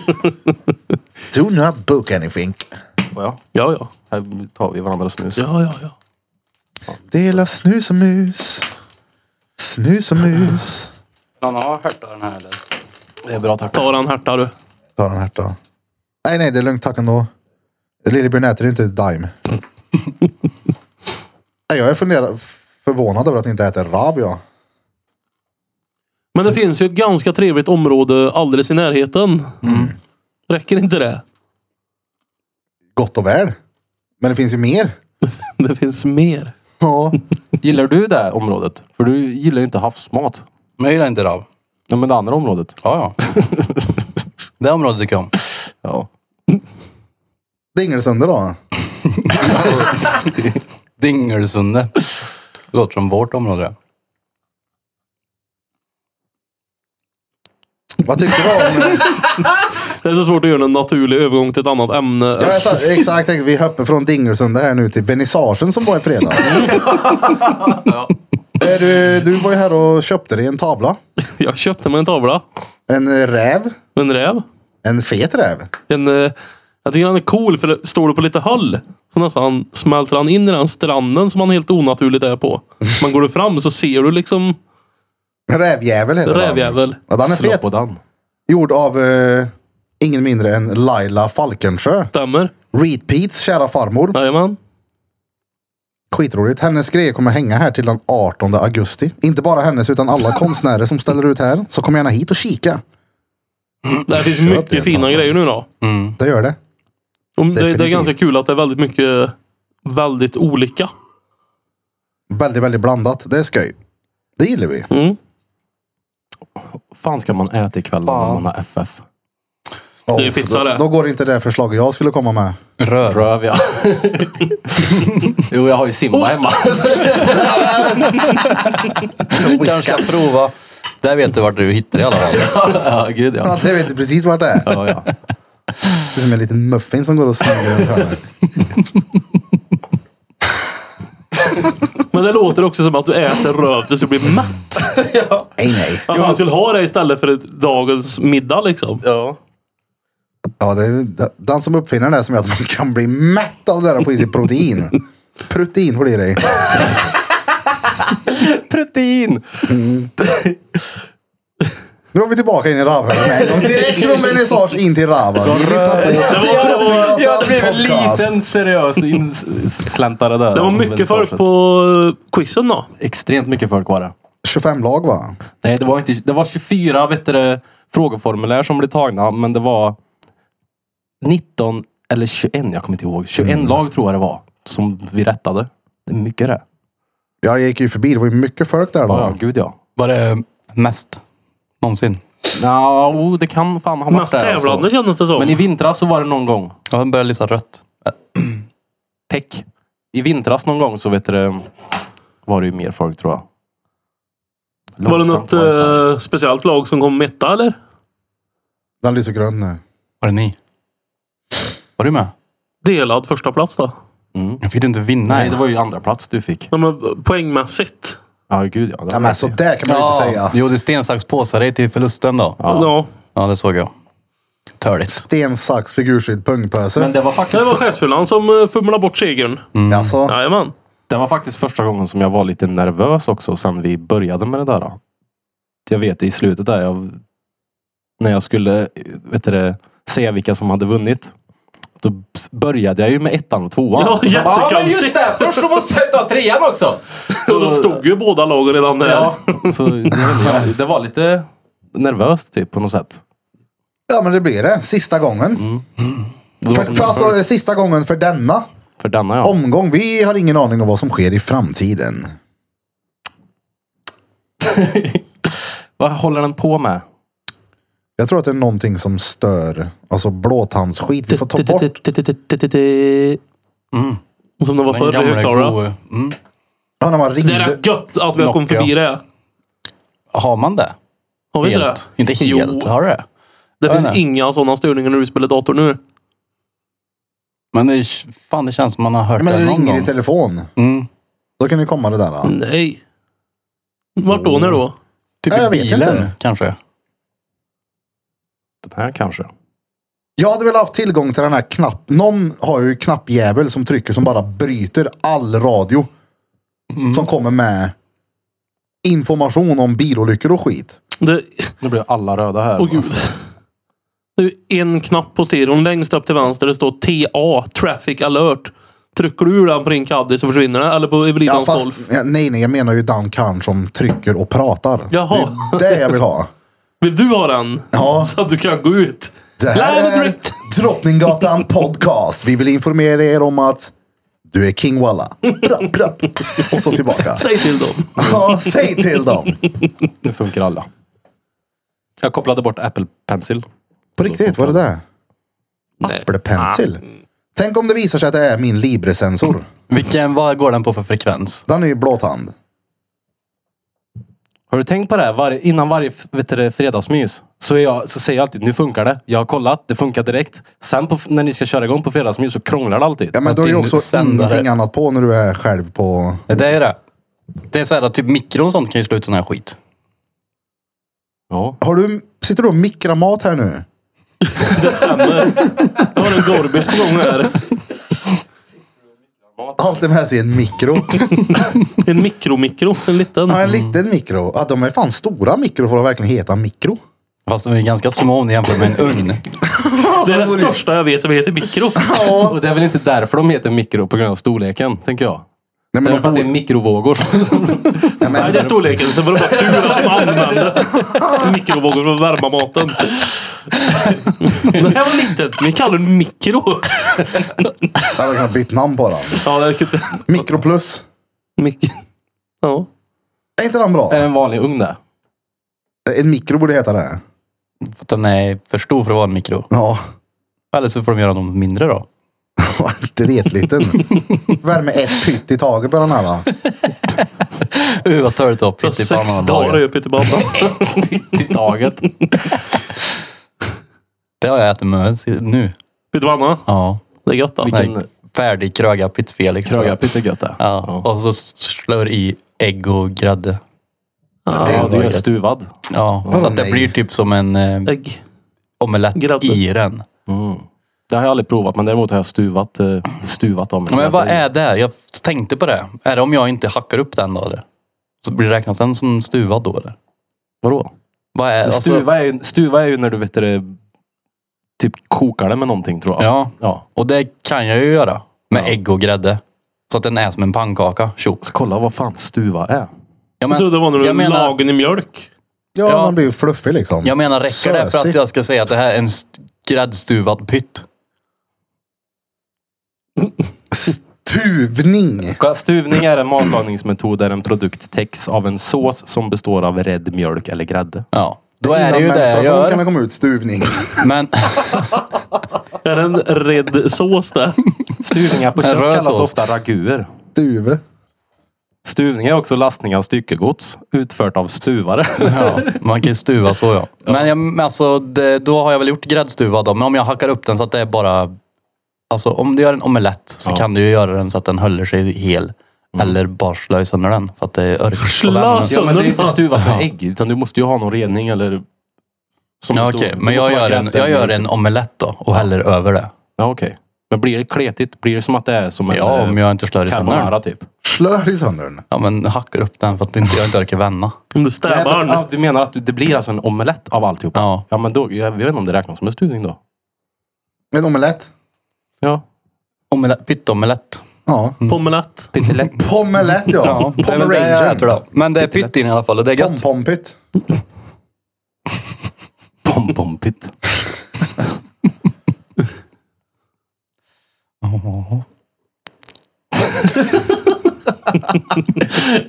Speaker 1: Do not book anything.
Speaker 4: ja,
Speaker 2: Ja, ja.
Speaker 4: här tar vi varandras snus.
Speaker 2: Ja, ja, ja.
Speaker 1: Dela snus och mus. Snus och mus.
Speaker 3: Någon har hört av den här eller?
Speaker 4: Det är bra tack.
Speaker 2: Ta den härta du.
Speaker 1: Ta den här då. Nej, nej, det är lugnt. Tack ändå. Lillebjörn äter inte Dime. nej, jag är fundera- förvånad över att ni inte äter Rabia.
Speaker 2: Men det finns ju ett ganska trevligt område alldeles i närheten. Räcker inte det?
Speaker 1: Gott och väl. Men det finns ju mer.
Speaker 2: Det finns mer.
Speaker 1: Ja.
Speaker 4: Gillar du det området? För du gillar ju inte havsmat.
Speaker 3: Men jag gillar inte rav.
Speaker 4: Nej, men det andra området.
Speaker 3: Ja, ja. det området tycker jag om.
Speaker 4: Ja.
Speaker 1: Dingelsunde då.
Speaker 3: Dingelsunde. Låter som vårt område.
Speaker 1: Vad tycker du om...
Speaker 2: Det är så svårt att göra en naturlig övergång till ett annat ämne.
Speaker 1: Ja, jag sa, exakt, tänkte vi hoppar från Dingelsunde här nu till vernissagen som var i fredag. Är du, du var ju här och köpte dig en tavla.
Speaker 2: Jag köpte mig en tavla.
Speaker 1: En eh, räv.
Speaker 2: En räv.
Speaker 1: En fet räv.
Speaker 2: En, eh, jag tycker han är cool för det står du på lite höll så nästan smälter han in i den stranden som han helt onaturligt är på. Man går du fram så ser du liksom
Speaker 1: En rävjävel heter
Speaker 2: rävjävel.
Speaker 1: den. Ja, den är
Speaker 4: Slå
Speaker 1: fet.
Speaker 4: på den.
Speaker 1: Gjord av eh, ingen mindre än Laila Falkensjö.
Speaker 2: Stämmer?
Speaker 1: Reed Peets kära farmor.
Speaker 2: Jajamän.
Speaker 1: Skitroligt. Hennes grejer kommer hänga här till den 18 augusti. Inte bara hennes utan alla konstnärer som ställer ut här. Så kom gärna hit och kika.
Speaker 2: Det här finns
Speaker 1: Köp det,
Speaker 2: mycket fina
Speaker 1: fan.
Speaker 2: grejer nu då.
Speaker 1: Det gör det.
Speaker 2: Och det, det är
Speaker 1: Definitivt.
Speaker 2: ganska kul att det är väldigt mycket väldigt olika.
Speaker 1: Väldigt, väldigt blandat. Det är skoj. Det gillar vi.
Speaker 2: Mm.
Speaker 4: fan ska man äta ikväll när man har FF?
Speaker 1: Ja,
Speaker 2: Det är pizza
Speaker 1: då-
Speaker 2: det.
Speaker 1: Då går inte det förslaget jag skulle komma med.
Speaker 3: Rör.
Speaker 4: Röv ja. jo, jag har ju Simba hemma.
Speaker 3: Kanske ska prova. Där vet du vart du hittar det i alla fall.
Speaker 4: ja, gud ja.
Speaker 1: Ja, det vet du precis vart det är.
Speaker 4: ja, ja.
Speaker 1: Det är som en liten muffin som går och smyger runt hörnet.
Speaker 2: Men det låter också som att du äter röv tills du blir mätt.
Speaker 1: Nej, nej.
Speaker 2: Att han skulle ha det istället för ett dagens middag liksom.
Speaker 4: ja.
Speaker 1: Ja, det är ju den som uppfinner det här som gör att man kan bli mätt av det där och få i sig protein. Protein blir det.
Speaker 4: Protein!
Speaker 1: Nu är vi tillbaka in i Ravhörnan med en gång. Direkt från vernissage in till Ravhörnan. Ni lyssnar på Drottninggatan
Speaker 4: Ja, det blev en
Speaker 1: podcast.
Speaker 4: liten seriös insläntare där.
Speaker 2: Det var
Speaker 4: av
Speaker 2: mycket folk
Speaker 4: vernissaget.
Speaker 2: på quizen då.
Speaker 4: Extremt mycket folk var det.
Speaker 1: 25 lag va?
Speaker 4: Nej, det var, inte, det var 24 vet du, det, frågeformulär som blev tagna, men det var 19 eller 21, jag kommer inte ihåg. 21
Speaker 2: Mm.
Speaker 4: lag tror jag det var som vi rättade. Det är mycket det.
Speaker 1: Jag gick ju förbi. Det var ju mycket folk där
Speaker 4: Ja,
Speaker 1: då.
Speaker 4: gud ja.
Speaker 3: Var det mest någonsin?
Speaker 4: Nå, oh, det kan fan ha varit
Speaker 2: Mest
Speaker 4: där.
Speaker 2: tävlande
Speaker 4: Alltså.
Speaker 2: kändes det som.
Speaker 4: Men i vintras så var det någon gång.
Speaker 3: Ja, den började lysa rött.
Speaker 4: Peck. I vintras någon gång så vet du, det, var det ju mer folk tror jag.
Speaker 2: var det något
Speaker 4: Långsamt var det fan.
Speaker 2: eh, speciellt lag som kom etta eller?
Speaker 1: Den lyser grön nu.
Speaker 3: Var det ni? Var du med?
Speaker 2: Delad första plats då?
Speaker 3: Jag fick inte vinna
Speaker 4: Nej, det
Speaker 3: ens.
Speaker 4: var ju andra plats du fick.
Speaker 2: Ja, men eh, poängmässigt.
Speaker 4: Ja, gud ja. det
Speaker 1: Ja,
Speaker 4: var
Speaker 1: men så där kan man ju
Speaker 3: Ja,
Speaker 1: inte säga.
Speaker 3: du gjorde sten, sax, påse dig till förlusten då. Ja.
Speaker 2: Ja.
Speaker 3: ja, det såg jag. Törligt.
Speaker 1: Sten, sax, figurskydd, pungpöse.
Speaker 4: Men det var faktiskt
Speaker 2: Det var chefsfyllan som eh, fumlade bort segern.
Speaker 1: Alltså,
Speaker 2: Jajamän.
Speaker 4: Det var faktiskt första gången som jag var lite nervös också sen vi började med det där. då. Jag vet i slutet där, jag, när jag skulle vet du, det, se vilka som hade vunnit. Då började jag ju med ettan och tvåan.
Speaker 2: Ja,
Speaker 4: Och så bara, "Ah, men just
Speaker 2: jättekonstigt."
Speaker 4: det! Först så måste jag ta trean också!
Speaker 2: Så då stod ju båda lagen redan där.
Speaker 4: Ja, så det var lite nervöst typ på något sätt.
Speaker 1: ja men det blir det. Sista gången.
Speaker 4: Det var
Speaker 1: För,
Speaker 4: som
Speaker 1: för, alltså, sista gången för denna
Speaker 4: för denna ja.
Speaker 1: omgång. Vi har ingen aning om vad som sker i framtiden.
Speaker 4: Vad håller den på med?
Speaker 1: Jag tror att det är någonting som stör. Alltså blåtandsskit. Vi får ta bort.
Speaker 2: Som det var förr i högtalare.
Speaker 3: gode- mm.
Speaker 1: Ja, när man
Speaker 2: Det är
Speaker 1: ringde.
Speaker 2: rätt gött att vi har kommit
Speaker 3: Nokia.
Speaker 2: förbi det.
Speaker 3: Har man det?
Speaker 2: Har vi inte det?
Speaker 3: Helt. Inte helt.
Speaker 2: Jo,
Speaker 3: Har du det?
Speaker 2: det
Speaker 3: Jag
Speaker 2: finns
Speaker 3: vet inte.
Speaker 2: inga sådana störningar när du spelar dator nu.
Speaker 3: Men det, är- fan, det känns som man har hört
Speaker 1: Men
Speaker 3: det
Speaker 1: det
Speaker 3: någon
Speaker 1: ringer
Speaker 3: gång.
Speaker 1: i telefon.
Speaker 3: Mm.
Speaker 1: Då kan det komma det där. Då.
Speaker 2: Nej. Vart då? När då?
Speaker 3: Typ
Speaker 1: Ja, jag
Speaker 3: i
Speaker 1: vet
Speaker 3: bilen
Speaker 1: inte.
Speaker 3: kanske.
Speaker 4: Den här kanske?
Speaker 1: Jag hade väl haft tillgång till den här knapp. Någon har ju knappjävel som trycker som bara bryter all radio.
Speaker 2: Mm.
Speaker 1: Som kommer med information om bilolyckor och skit.
Speaker 2: Det,
Speaker 4: Nu blir alla röda här.
Speaker 2: Åh, gud. det är ju en knapp på stereon längst upp till vänster. Det står TA, Traffic Alert. Trycker du ur den på din caddy så försvinner den. Eller på
Speaker 1: Ja,
Speaker 2: Evelidans
Speaker 1: fast,
Speaker 2: golf.
Speaker 1: ja, nej, nej, jag menar ju den karln som trycker och pratar.
Speaker 2: Jaha.
Speaker 1: Det är det jag vill ha.
Speaker 2: Vill du ha den?
Speaker 1: Ja.
Speaker 2: Så att du kan gå ut.
Speaker 1: Det här
Speaker 2: Live and
Speaker 1: är
Speaker 2: direct.
Speaker 1: Drottninggatan podcast. Vi vill informera er om att du är King Walla. Brapp, brapp. Och så tillbaka.
Speaker 2: Säg till dem.
Speaker 1: Ja, säg till dem.
Speaker 4: Nu funkar alla. Jag kopplade bort Apple Pencil.
Speaker 1: På riktigt, var det det? Äppelpencil?
Speaker 3: Ah.
Speaker 1: Tänk om det visar sig att det är min Libre-sensor.
Speaker 3: Vilken, vad går den på för frekvens?
Speaker 1: Den är ju blåtand.
Speaker 4: Har du tänkt på det? här? Varje- innan varje vet du, det, fredagsmys så, är jag, så säger jag alltid nu funkar det. Jag har kollat, det funkar direkt. Sen på, f- när ni ska köra igång på fredagsmys så krånglar det alltid.
Speaker 1: Ja, men
Speaker 3: Att
Speaker 1: du har ju
Speaker 3: din
Speaker 1: också
Speaker 3: sändare-
Speaker 1: ingenting annat på när du är själv på...
Speaker 3: Det där är det. Det är så här att typ mikron och sånt kan ju slå ut sån här skit.
Speaker 4: Ja.
Speaker 1: Har du... Sitter du och mikrar mat här nu?
Speaker 2: Det stämmer. Jag har en Gorbis på gång här.
Speaker 1: Alltid med sig en mikro.
Speaker 2: En mikromikro. En liten.
Speaker 1: Ja, en liten mikro. Ja, de är fan stora mikro för att verkligen heta mikro.
Speaker 3: Fast de är ganska små om du jämför med en ugn.
Speaker 2: Det är det största jag vet som heter mikro.
Speaker 4: Och det är väl inte därför de heter mikro på grund av storleken, tänker jag.
Speaker 1: Nej,
Speaker 4: Det
Speaker 1: men
Speaker 4: är väl för
Speaker 1: de
Speaker 4: att det är
Speaker 1: borde...
Speaker 4: mikrovågor.
Speaker 1: Nej,
Speaker 2: Nej,
Speaker 1: men...
Speaker 2: det är storleken. Sen var det bara tur att de använde mikrovågor för att värma maten. Det här var litet. Ni kallar den mikro.
Speaker 1: Jag hade kunnat byta namn på den.
Speaker 2: Ja, det är kul.
Speaker 1: Mikro plus.
Speaker 2: Mik- ja.
Speaker 1: Är inte den bra?
Speaker 4: är det en vanlig ugn det?
Speaker 1: En mikro borde heta det.
Speaker 3: För att den är för stor för att vara en mikro.
Speaker 1: Ja.
Speaker 3: Eller så får de göra dem mindre då.
Speaker 1: Retliten. Värme ett pytt i taget på den här. va?
Speaker 3: Uh, vad töligt att ha
Speaker 2: Sex
Speaker 3: pyttipannan
Speaker 2: dagar är
Speaker 3: dagar.
Speaker 2: ju pyttipanna.
Speaker 4: Till daget.
Speaker 3: Det har jag ätit med nu.
Speaker 2: Pyttipanna?
Speaker 3: Ja.
Speaker 2: Det är gött. Då.
Speaker 3: Nej,
Speaker 4: Vilken-
Speaker 3: färdig krögarpitt Felix.
Speaker 4: Krögarpitt är gött det.
Speaker 3: Ja. Och så slår i ägg och grädde.
Speaker 4: Ja, du är stuvad.
Speaker 3: Ja. så att det
Speaker 1: nej.
Speaker 3: blir typ som en eh,
Speaker 2: Ägg.
Speaker 3: omelett
Speaker 2: Grädde.
Speaker 3: i den.
Speaker 4: Mm. Det har jag aldrig provat, men däremot har jag stuvat, eh, stuvat dem.
Speaker 3: Men vad är det? Jag tänkte på det. Är det om jag inte hackar upp den då eller? Så blir det räknas den som stuvad då eller?
Speaker 4: Vadå?
Speaker 3: Vad är, alltså,
Speaker 4: Stuva är, ju- stuva är ju när du vet det, typ kokar det med någonting tror jag.
Speaker 3: Ja.
Speaker 4: ja.
Speaker 3: Och det kan jag ju göra. Med ägg och grädde. Så att den är som en pannkaka. Tjo.
Speaker 4: Så kolla vad fan stuva är.
Speaker 3: Jag,
Speaker 2: Jag
Speaker 3: men,
Speaker 2: trodde det var när du
Speaker 3: jag, menar,
Speaker 2: lagen i mjölk.
Speaker 1: Ja,
Speaker 3: Ja.
Speaker 1: man blir ju fluffig liksom.
Speaker 3: jag menar, räcker det för att jag ska säga att det här är en st- gräddstuvad pytt?
Speaker 1: Tuvning!
Speaker 4: Stuvning är en matlagningsmetod där en produkt täcks av en sås som består av rädd mjölk eller grädde.
Speaker 3: Ja. Då är det ju
Speaker 1: Innan
Speaker 3: det jag
Speaker 1: menstruation kan det
Speaker 3: gör.
Speaker 1: komma ut stuvning.
Speaker 3: Men
Speaker 2: Är det en rädd sås där?
Speaker 4: Stuvningar på kött
Speaker 3: röd
Speaker 4: kallas
Speaker 3: sås.
Speaker 4: ofta raguer.
Speaker 1: Stuve.
Speaker 4: Stuvning är också lastning av styckegods utfört av stuvare.
Speaker 3: ja, man kan ju stuva så ja. Men, jag, men alltså, det, då har jag väl gjort gräddstuvad då. Men om jag hackar upp den så att det är bara... Alltså om du gör en omelett så kan du ju göra den så att den håller sig hel. Eller bara slöj sönder den för att det är örk. på
Speaker 2: Slös?
Speaker 3: vännen.
Speaker 4: ja, men det är ju inte stuvat
Speaker 3: Ja.
Speaker 4: med ägg utan du måste ju ha någon redning eller... Som
Speaker 3: Ja,
Speaker 4: består-
Speaker 3: okej.
Speaker 4: det
Speaker 3: Men jag
Speaker 4: måste vara
Speaker 3: gör, en,
Speaker 4: grädde
Speaker 3: jag gör
Speaker 4: eller-
Speaker 3: en omelett då och häller över det.
Speaker 4: Ja, okej. Men blir det kletigt? Blir det som att det är som en
Speaker 3: Ja,
Speaker 4: eh,
Speaker 3: om jag inte slår i sönder den.
Speaker 4: carbonara typ?
Speaker 1: Slör i sönder den.
Speaker 3: Ja, men hackar upp den för att inte, jag inte orkar vända.
Speaker 2: Om du
Speaker 4: Nej,
Speaker 2: stävar
Speaker 4: men,
Speaker 2: den.
Speaker 4: ja, du menar att det blir alltså en omelett av alltihopa?
Speaker 3: Ja.
Speaker 4: Ja, men då, jag, jag vet inte om det räknas som en stuvning då.
Speaker 1: En omelett.
Speaker 4: Ja.
Speaker 3: Omelett, pyttomelett.
Speaker 1: Ja.
Speaker 2: Pomelett.
Speaker 4: Pyttelett.
Speaker 1: Pomelett ja.
Speaker 3: det är väl det jag äter
Speaker 1: Pomeranger.
Speaker 3: då. Men det är pyttin i alla fall och det är gött.
Speaker 1: Pompompytt.
Speaker 4: Pompompytt.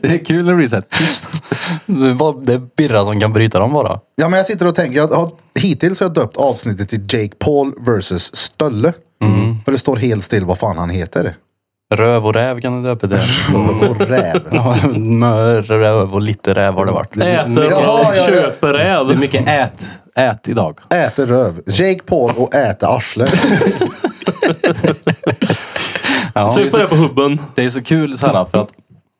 Speaker 4: det är kul när det blir såhär tyst.
Speaker 3: Det var- Det är Birra som kan bryta dem bara.
Speaker 1: Ja, men jag sitter och tänker. Jag har, hittills har jag döpt avsnittet till Jake Paul vs. Stölle.
Speaker 3: Mm.
Speaker 1: För det står helt still vad fan han heter.
Speaker 3: Röv och räv kan du döpa det.
Speaker 1: Och räv.
Speaker 3: Ja, Mö, röv och lite räv har det varit.
Speaker 2: Äter
Speaker 1: Jaha, ja,
Speaker 2: och
Speaker 1: ja.
Speaker 2: köper
Speaker 4: Det är
Speaker 2: räv.
Speaker 4: mycket ät, ät idag.
Speaker 1: Äter röv. Jake Paul och äter arsle.
Speaker 2: Sök på det på hubben.
Speaker 4: Det är så kul så här för att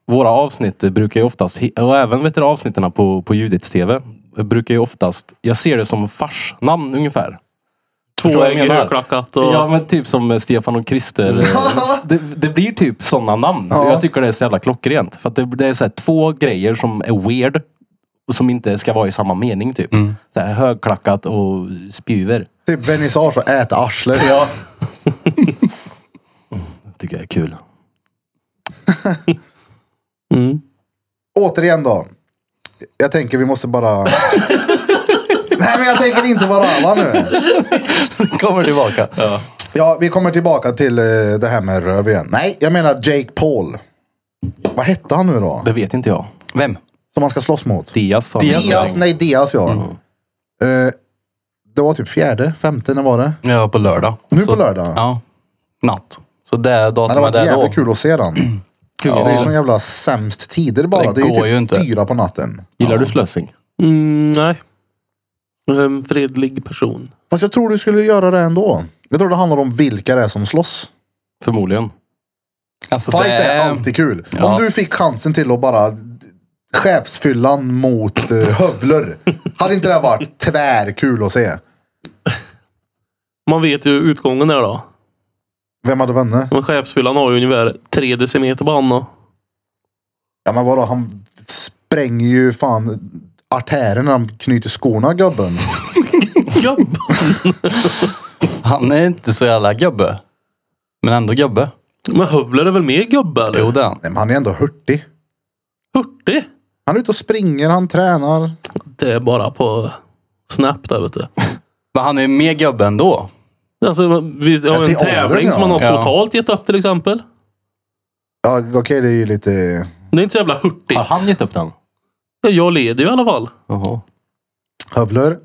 Speaker 4: våra avsnitt brukar ju oftast, och även vet du, avsnitten på, på Judits TV, brukar ju oftast, jag ser det som farsnamn ungefär.
Speaker 2: Två
Speaker 4: Förstår vad
Speaker 2: ägg
Speaker 4: jag menar?
Speaker 2: högklackat och...
Speaker 4: Ja men typ som eh, Stefan och Christer. eh, det, det blir typ sådana namn.
Speaker 1: Ja.
Speaker 4: Jag tycker det är så jävla klockrent. För att det, det är så här, två grejer som är weird. Och som inte ska vara i samma mening typ.
Speaker 1: Mm.
Speaker 4: Så här, högklackat och spjuver.
Speaker 1: typ vernissage och äter arsle.
Speaker 4: Ja. tycker jag är kul.
Speaker 1: Återigen då. Jag tänker vi måste bara... Nej men jag tänker inte vara alla nu.
Speaker 3: Kommer tillbaka.
Speaker 1: Ja, vi kommer tillbaka till eh, det här med röv igen. Nej, jag menar Jake Paul. Vad hette han nu då?
Speaker 4: Det vet inte jag.
Speaker 3: Vem?
Speaker 1: Som han ska slåss mot?
Speaker 4: Diaz sa
Speaker 1: Diaz, nej Diaz ja.
Speaker 3: Mm.
Speaker 1: Eh, det var typ fjärde, femte, när var det?
Speaker 3: Ja, på lördag.
Speaker 1: Nu
Speaker 3: Så-
Speaker 1: på lördag?
Speaker 3: Ja. Natt. Så det
Speaker 1: Nej, det
Speaker 3: datumet
Speaker 1: var
Speaker 3: är då.
Speaker 1: jävligt kul att se den.
Speaker 3: Ja.
Speaker 1: Det är ju sån jävla sämst tider bara.
Speaker 3: Det
Speaker 1: Det, är ju
Speaker 3: går
Speaker 1: typ
Speaker 3: ju inte.
Speaker 1: fyra på natten.
Speaker 4: Gillar du slösing?
Speaker 2: Mm, nej. Jag är En fredlig person.
Speaker 1: Fast jag tror du skulle göra det ändå. Jag tror det handlar om vilka det är som slåss.
Speaker 4: Förmodligen.
Speaker 3: Alltså,
Speaker 1: Fight
Speaker 3: det
Speaker 1: är
Speaker 3: är...
Speaker 1: alltid kul.
Speaker 3: Ja.
Speaker 1: Om du fick chansen till att bara chefsfyllan mot uh, hövler. hade inte det varit tvärkul att se?
Speaker 2: Man vet ju utgången där då.
Speaker 1: Vem hade vunnit?
Speaker 2: Men chefsfyllan har ju ungefär tre decimeter på honom.
Speaker 1: Ja men vadå, han spränger ju fan artären när han knyter skorna gubben.
Speaker 2: Gubb!
Speaker 3: Han är inte så jävla gubbe. Men ändå gubbe.
Speaker 2: Men Hövler är väl mer gubbe eller?
Speaker 3: Jo, det är han.
Speaker 1: Nej men han är ändå hurtig.
Speaker 2: Hurtig!
Speaker 1: Han är ute och springer, han tränar.
Speaker 2: Det är bara på Snap där vet du.
Speaker 3: Men han är mer gubbe ändå.
Speaker 2: Alltså, vi har en
Speaker 1: till åldern,
Speaker 2: tävling
Speaker 1: ja.
Speaker 2: som man har
Speaker 3: Ja.
Speaker 2: totalt gett upp till exempel.
Speaker 1: Ja okej det är ju lite...
Speaker 2: Det är inte så jävla hurtigt.
Speaker 4: Har han gett upp den?
Speaker 2: Ja, Jag leder ju i alla fall.
Speaker 4: Jaha.
Speaker 1: Hövler.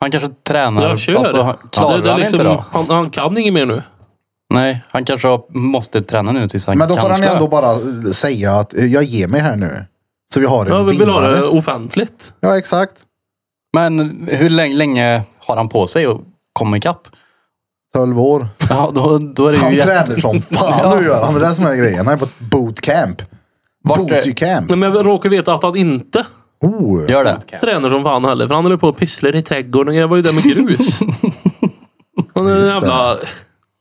Speaker 3: Han kanske tränar.
Speaker 2: Jag kör.
Speaker 3: Alltså, han, klarar
Speaker 2: Det- det är
Speaker 3: han inte
Speaker 2: liksom-
Speaker 3: då?
Speaker 2: han, han kan inget mer nu.
Speaker 3: Nej, han kanske har, måste träna nu tills han
Speaker 1: Men då
Speaker 3: kan
Speaker 1: får han ju
Speaker 3: slå.
Speaker 1: ändå bara eh, säga att eh, jag ger mig här nu. Så vi har en
Speaker 2: Ja, vi vill ha
Speaker 1: vinnare.
Speaker 2: det offentligt.
Speaker 1: Ja, exakt.
Speaker 3: Men hur länge, länge har han på sig att komma ikapp?
Speaker 1: 12 år.
Speaker 3: Ja, då, då är det ju
Speaker 1: Han
Speaker 3: jätte-
Speaker 1: tränar som fan nu gör han. Det är det som är grejen. Han är på ett bootcamp.
Speaker 3: Vart är-
Speaker 1: Bootycamp.
Speaker 2: Nej, men jag råkar veta att han inte
Speaker 1: Oh.
Speaker 3: Gör det.
Speaker 2: tränar som fan heller. För han håller på och pysslar i trädgården. Jag var ju där med grus. Han är en
Speaker 1: Just det.
Speaker 2: jävla...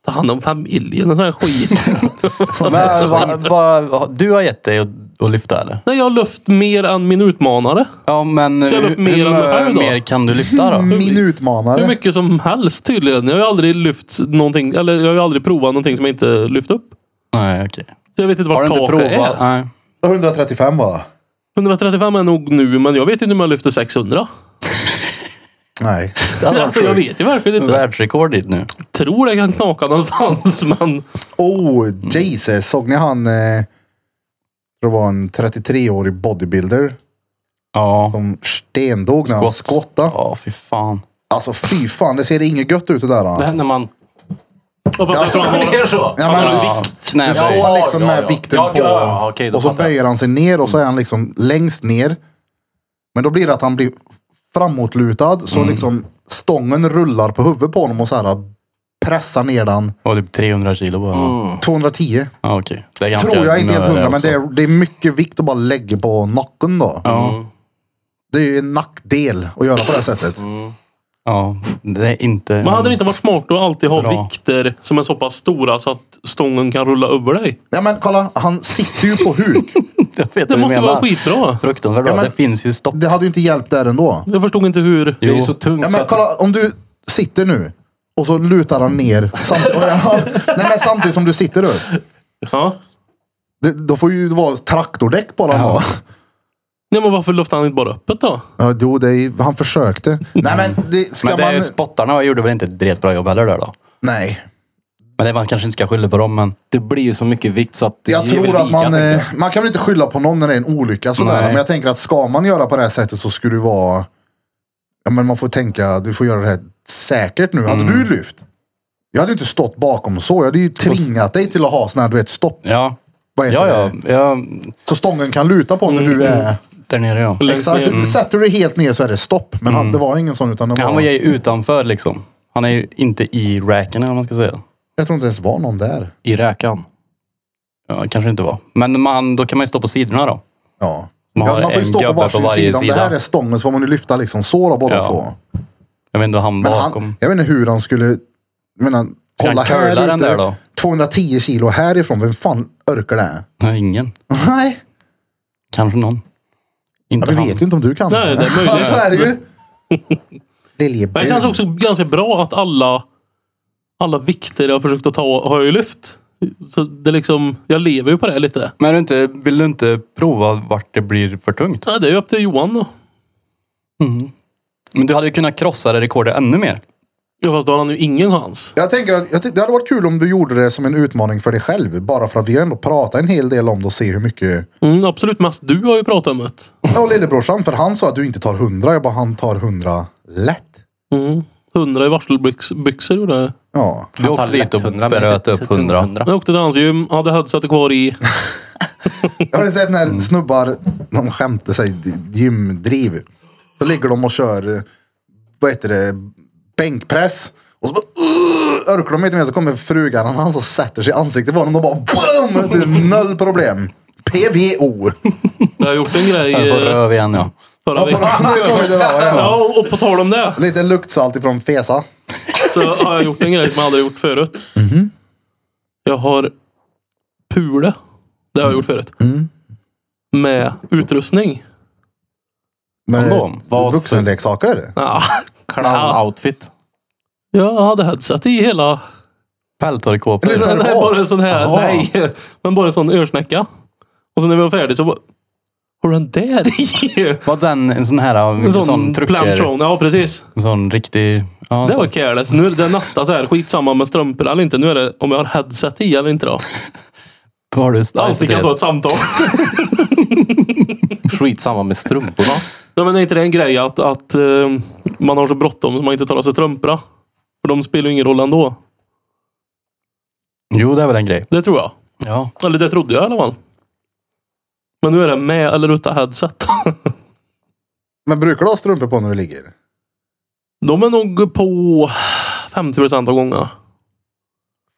Speaker 2: Ta hand om familjen och sån här skit.
Speaker 3: Men, va, va, du har gett dig att, att lyfta eller?
Speaker 2: Nej, jag har lyft mer än min utmanare.
Speaker 3: Ja, men
Speaker 2: Så jag
Speaker 3: hur,
Speaker 2: lyft mer än mig själv
Speaker 3: hur
Speaker 2: då? Mm.
Speaker 3: mer kan du lyfta då?
Speaker 1: Min utmanare.
Speaker 2: Hur mycket som helst tydligen. Jag har ju aldrig lyft någonting. Eller jag har ju aldrig provat någonting som jag inte lyft upp.
Speaker 3: Nej, okej.
Speaker 2: Så jag vet inte
Speaker 3: Har
Speaker 2: vart
Speaker 3: du inte
Speaker 2: taket
Speaker 3: provat?
Speaker 2: är.
Speaker 3: Nej.
Speaker 1: 135 va?
Speaker 2: 135 är nog nu, men jag vet inte om jag lyfter 600.
Speaker 1: Nej.
Speaker 3: Det hade varit
Speaker 2: Alltså, jag
Speaker 3: sjukt.
Speaker 2: vet ju verkligen inte.
Speaker 3: Världsrekord dit nu.
Speaker 2: tror det kan knaka någonstans, men...
Speaker 1: Oh, Jesus. Såg ni han? Eh, tror det var en 33-årig bodybuilder
Speaker 3: Ja.
Speaker 1: som stendog när han skottade.
Speaker 3: Ja, fy fan.
Speaker 1: Alltså fy fan, det ser inget gött ut det där.
Speaker 4: Det
Speaker 1: Han.
Speaker 4: här när man...
Speaker 2: Och fast jag tror han har-
Speaker 4: så?
Speaker 1: Ja, men,
Speaker 3: Ja,
Speaker 1: du
Speaker 3: knäböj.
Speaker 1: står liksom
Speaker 4: Ja,
Speaker 1: med
Speaker 4: ja.
Speaker 1: vikten
Speaker 4: Ja,
Speaker 1: på
Speaker 4: ja, ja, okej, då
Speaker 1: och så
Speaker 4: fattar jag. Mm.
Speaker 1: böjer han sig ner och så är han liksom längst ner. Men då blir det att han blir framåtlutad så
Speaker 4: Mm.
Speaker 1: liksom stången rullar på huvudet på honom och så här pressar ner den.
Speaker 3: Och typ 300 kilo bara.
Speaker 1: 210
Speaker 3: Ja, okej. Det är ganska
Speaker 1: Mm. tror jag inte helt
Speaker 3: nöre
Speaker 1: hundra men det
Speaker 3: också.
Speaker 1: är, det är mycket vikt att bara lägga på nacken då.
Speaker 3: Ja.
Speaker 1: Det är ju en nackdel att göra på det här sättet.
Speaker 4: Mm.
Speaker 3: ja, det är inte...
Speaker 2: Men hade det inte varit smart att alltid ha
Speaker 3: Bra.
Speaker 2: vikter som är så pass stora så att stången kan rulla över dig?
Speaker 1: Ja men kolla, han sitter ju på huk.
Speaker 3: Jag vet
Speaker 2: Det
Speaker 3: vad du
Speaker 2: måste
Speaker 3: menar.
Speaker 2: vara skitbra.
Speaker 3: Fruktansvärt bra.
Speaker 1: Ja, men-
Speaker 3: Det finns ju stopp.
Speaker 1: Det hade ju inte hjälpt där ändå.
Speaker 2: Jag förstod inte hur...
Speaker 4: Det är ju
Speaker 3: Jo.
Speaker 4: så tungt
Speaker 1: Ja,
Speaker 4: så
Speaker 1: men
Speaker 4: att-
Speaker 1: kolla, om du sitter nu och så lutar han ner samtidigt, nej, men samtidigt som du sitter du.
Speaker 2: Ja.
Speaker 1: Det, då får ju det vara traktordäck bara han har.
Speaker 2: Nej, men varför lyfte han inte bara öppet då?
Speaker 1: Ja, jo, det är, han försökte. Nej men det, ska
Speaker 3: Men det är ju
Speaker 1: man...
Speaker 3: spottarna gjorde väl inte ett direkt bra jobb heller där då?
Speaker 1: Nej.
Speaker 3: Men det man kanske inte ska skylla på dem, men...
Speaker 4: Det blir ju så mycket vikt så att... det
Speaker 1: Jag
Speaker 4: ger väl
Speaker 1: tror att
Speaker 4: vika,
Speaker 1: man,
Speaker 4: tänker jag.
Speaker 1: eh, man kan väl inte skylla på någon när det är en olycka sådär.
Speaker 3: Nej.
Speaker 1: Men jag tänker att ska man göra på det här sättet så skulle det vara... Ja men man får tänka, du får göra det här säkert nu. Hade
Speaker 3: Mm.
Speaker 1: du lyft? Jag hade ju inte stått bakom så. Jag hade ju tvingat dig till att ha sån här, du vet, stopp.
Speaker 3: Ja.
Speaker 1: Vad heter
Speaker 3: Ja, ja.
Speaker 1: det?
Speaker 3: ja.
Speaker 1: Så stången kan luta på när
Speaker 3: Mm.
Speaker 1: du är...
Speaker 3: Där nere ja.
Speaker 2: Längst
Speaker 1: Exakt.
Speaker 3: Mm.
Speaker 2: ner.
Speaker 1: Sätter du dig helt ner så är det stopp. Men han, det var ingen sån utan det var...
Speaker 3: Han var ju utanför liksom. Han är ju inte i racken eller vad man ska säga.
Speaker 1: Jag tror inte ens var någon där.
Speaker 4: I räkan.
Speaker 3: Ja, kanske inte var. Men man, då kan man ju stå på sidorna då.
Speaker 1: Ja.
Speaker 3: Man
Speaker 1: Man, ja,
Speaker 3: har
Speaker 1: man får ju
Speaker 3: en
Speaker 1: stå på
Speaker 3: gubbe på
Speaker 1: varsin
Speaker 3: varje
Speaker 1: sida. Om det här
Speaker 3: sida.
Speaker 1: är stången så får man ju lyfta liksom så då båda
Speaker 3: Ja.
Speaker 1: två.
Speaker 3: Jag vet inte, han
Speaker 1: Men
Speaker 3: bakom.
Speaker 1: han, jag vet inte hur han skulle... jag Menar,
Speaker 3: Ska han
Speaker 1: hålla här
Speaker 3: curla den
Speaker 1: ute,
Speaker 3: där då?
Speaker 1: 210 kilo härifrån. Vem fan orkar det?
Speaker 3: Nej, ingen.
Speaker 1: Nej,
Speaker 3: Kanske någon.
Speaker 1: ja,
Speaker 3: Inte
Speaker 1: vi
Speaker 3: han.
Speaker 1: vet ju inte om du kan. Alltså,
Speaker 2: Nej, det är möjligt.
Speaker 1: Så är det ju.
Speaker 2: Men det
Speaker 1: Liljebur.
Speaker 2: känns
Speaker 3: Mm.
Speaker 2: också ganska bra att alla, alla vikter jag har försökt att ta har jag ju lyft. Så det är liksom, jag lever ju på det lite.
Speaker 3: Men du inte, vill du inte prova vart det blir för tungt?
Speaker 2: Ja, det är ju upp till Johan då.
Speaker 3: Men du hade ju kunnat krossa det rekordet ännu mer.
Speaker 2: Ja, fast då har han ju ingen chans.
Speaker 1: Jag tänker att jag ty- det hade varit kul om du gjorde det som en utmaning för dig själv. Bara för att vi har ändå pratat en hel del om det och se hur mycket...
Speaker 2: Mm, absolut mest du har ju pratat om det.
Speaker 1: Ja, och lillebrorsan. För han sa att du inte tar 100. Jag bara, han tar 100 lätt.
Speaker 2: Mm. 100 i varselbyxor gjorde jag.
Speaker 1: Ja.
Speaker 3: Du åkte dit och bröt upp hundra.
Speaker 2: Jag åkte till hans gym, hade headsetet kvar i.
Speaker 1: Jag har ju sett när snubbar, de skämtar sig, gymdriv. Så ligger de och kör, eh, vad heter det, bänkpress. Och så bara, "Ugh!" orkar de inte mer så kommer frugan och han så sätter sig i ansiktet på honom och bara BOOM! Det är noll problem. PVO.
Speaker 2: Jag har gjort en grej
Speaker 3: Jag får
Speaker 2: eh,
Speaker 3: röv igen ja.
Speaker 2: förra
Speaker 1: Ja, på
Speaker 2: veckan.
Speaker 1: nu kommer det där,
Speaker 2: Ja,
Speaker 1: ja.
Speaker 2: och- och på tal om det
Speaker 1: Lite luktsalt ifrån Fesa.
Speaker 2: så har jag gjort en grej som jag aldrig gjort förut. Jag har pule. Det har jag gjort förut. Med utrustning.
Speaker 1: Med
Speaker 3: Kondom.
Speaker 4: Vad
Speaker 1: vuxenleksaker.
Speaker 2: Ja,
Speaker 4: Clown-outfit.
Speaker 2: jag hade headset i hela...
Speaker 3: Pältorkåpor.
Speaker 1: Eller så-
Speaker 2: Nej,
Speaker 1: det
Speaker 2: bara
Speaker 1: vas?
Speaker 2: en sån här.
Speaker 4: Jaha.
Speaker 2: Nej, men bara en sån örsnäcka. Och sen när vi var färdiga så bara, har du den där i?
Speaker 3: Var den en sån här,
Speaker 2: En
Speaker 3: en sån,
Speaker 2: sån
Speaker 3: trucker?
Speaker 2: plantron. Ja, precis.
Speaker 3: En sån riktig... Ja,
Speaker 2: Det
Speaker 3: så.
Speaker 2: var careless. Nu är det nästa så här, skitsamma med strumpor eller inte. Nu är det om jag har headset i eller inte då.
Speaker 3: Då har du
Speaker 2: Alltid
Speaker 3: spice
Speaker 2: kan ta ett samtal.
Speaker 4: Skitsamma med strumporna.
Speaker 2: Nej, men är inte det en grej att, att eh, man har så bråttom att man inte tar av sig strumporna? För de spelar ju ingen roll ändå.
Speaker 3: Jo, det är väl en grej.
Speaker 2: Det tror jag.
Speaker 3: Ja.
Speaker 2: Eller det trodde jag i alla fall. Men nu är det med eller utan headset.
Speaker 1: Men brukar du ha strumpor på när du ligger?
Speaker 2: De är nog på 50 procent av gångerna.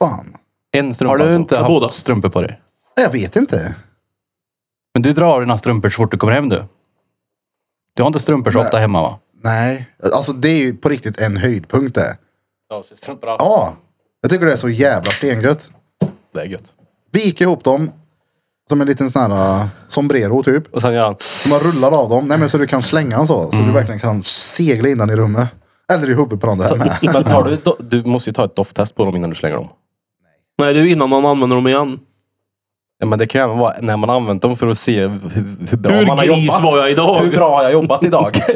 Speaker 1: Fan.
Speaker 4: En strumpa
Speaker 3: Har du
Speaker 4: alltså.
Speaker 3: inte
Speaker 2: Ja,
Speaker 3: haft
Speaker 2: båda.
Speaker 3: strumpor på dig?
Speaker 1: Nej, Jag vet inte.
Speaker 3: Men du drar av dina strumpor så fort du kommer hem du. Du har inte strumpor så ofta hemma va?
Speaker 1: Nej, alltså det är ju på riktigt en höjdpunkt det.
Speaker 4: Ja, så strumpor av.
Speaker 1: Ja, jag tycker det är så jävla stengött.
Speaker 4: Det är gött.
Speaker 1: Vika ihop dem. Som en liten sån här uh, sombrero typ.
Speaker 4: Och sen gör han...
Speaker 1: Man rullar av dem. Nej men så du kan slänga den så. Så du verkligen kan segla in den i rummet. Eller i huvudet på den där med.
Speaker 4: Men tar du, do- du måste ju ta ett dofttest på dem innan du slänger dem.
Speaker 2: Nej, det är ju innan man använder dem igen.
Speaker 4: Ja, men det kan ju även vara när man har använt dem för att se hur, hur bra
Speaker 2: Hur
Speaker 4: man har
Speaker 2: gris
Speaker 4: jobbat.
Speaker 2: var jag idag?
Speaker 4: Hur bra har jag jobbat idag?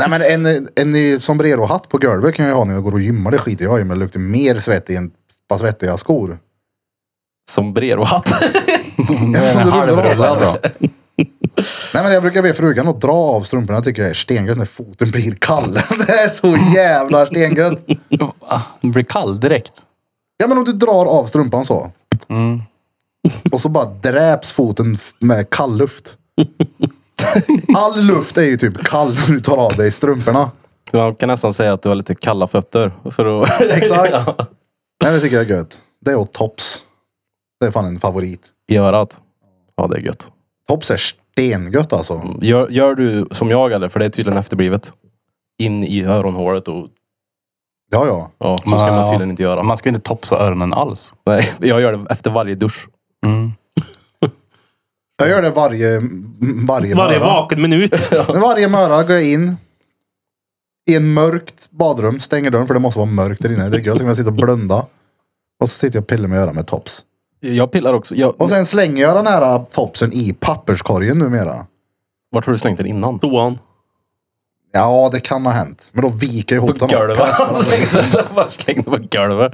Speaker 1: Nej men en, en i sombrero-hatt på golvet kan jag ju ha när jag går och gymmar. Det skiter jag i. Men det luktar mer svett i än ett par svettiga skor.
Speaker 4: Sombrerohatt.
Speaker 1: Jag
Speaker 3: en halvrullad
Speaker 1: då. Nej men jag brukar be frugan att dra av strumporna. Jag tycker jag är stengött när foten blir kall. Det är så jävla stengött.
Speaker 3: Ah, Den blir kall direkt.
Speaker 1: Ja men om du drar av strumpan så. Mm. Och så bara dräps foten f- med kall luft. All luft är ju typ kall när du tar av dig strumporna.
Speaker 4: Man kan nästan säga att du har lite kalla fötter. För att...
Speaker 1: Exakt. Nej det tycker jag är gött. Det är och tops. Det är fan en favorit.
Speaker 4: I örat. Ja, det är gött.
Speaker 1: Tops är stengött alltså.
Speaker 4: Gör, gör du som jag eller? För det är tydligen efterblivet. In i öronhålet och...
Speaker 1: Ja ja.
Speaker 4: Ja, så ska man tydligen inte göra.
Speaker 3: Man ska inte topsa öronen alls.
Speaker 4: Nej, jag gör det efter varje dusch.
Speaker 1: Jag gör det varje, varje,
Speaker 2: Varje
Speaker 1: morgon.
Speaker 2: vaken minut.
Speaker 1: Men varje morgon går jag in i en mörkt badrum, stänger dörren för det måste vara mörkt där inne. Det är gött. Så kan jag sitta och blunda. Och så sitter jag och pillar mig i örat med tops.
Speaker 4: Jag pillar också. Jag,
Speaker 1: Och sen slänger jag den här topsen i papperskorgen numera.
Speaker 4: Vart har du slängt den innan?
Speaker 2: Toan.
Speaker 1: Ja, det kan ha hänt. Men då viker jag ihop
Speaker 4: På
Speaker 1: den. och
Speaker 4: golvet.
Speaker 1: kastar den.
Speaker 4: Alltså, liksom, Bara Släng den på golvet.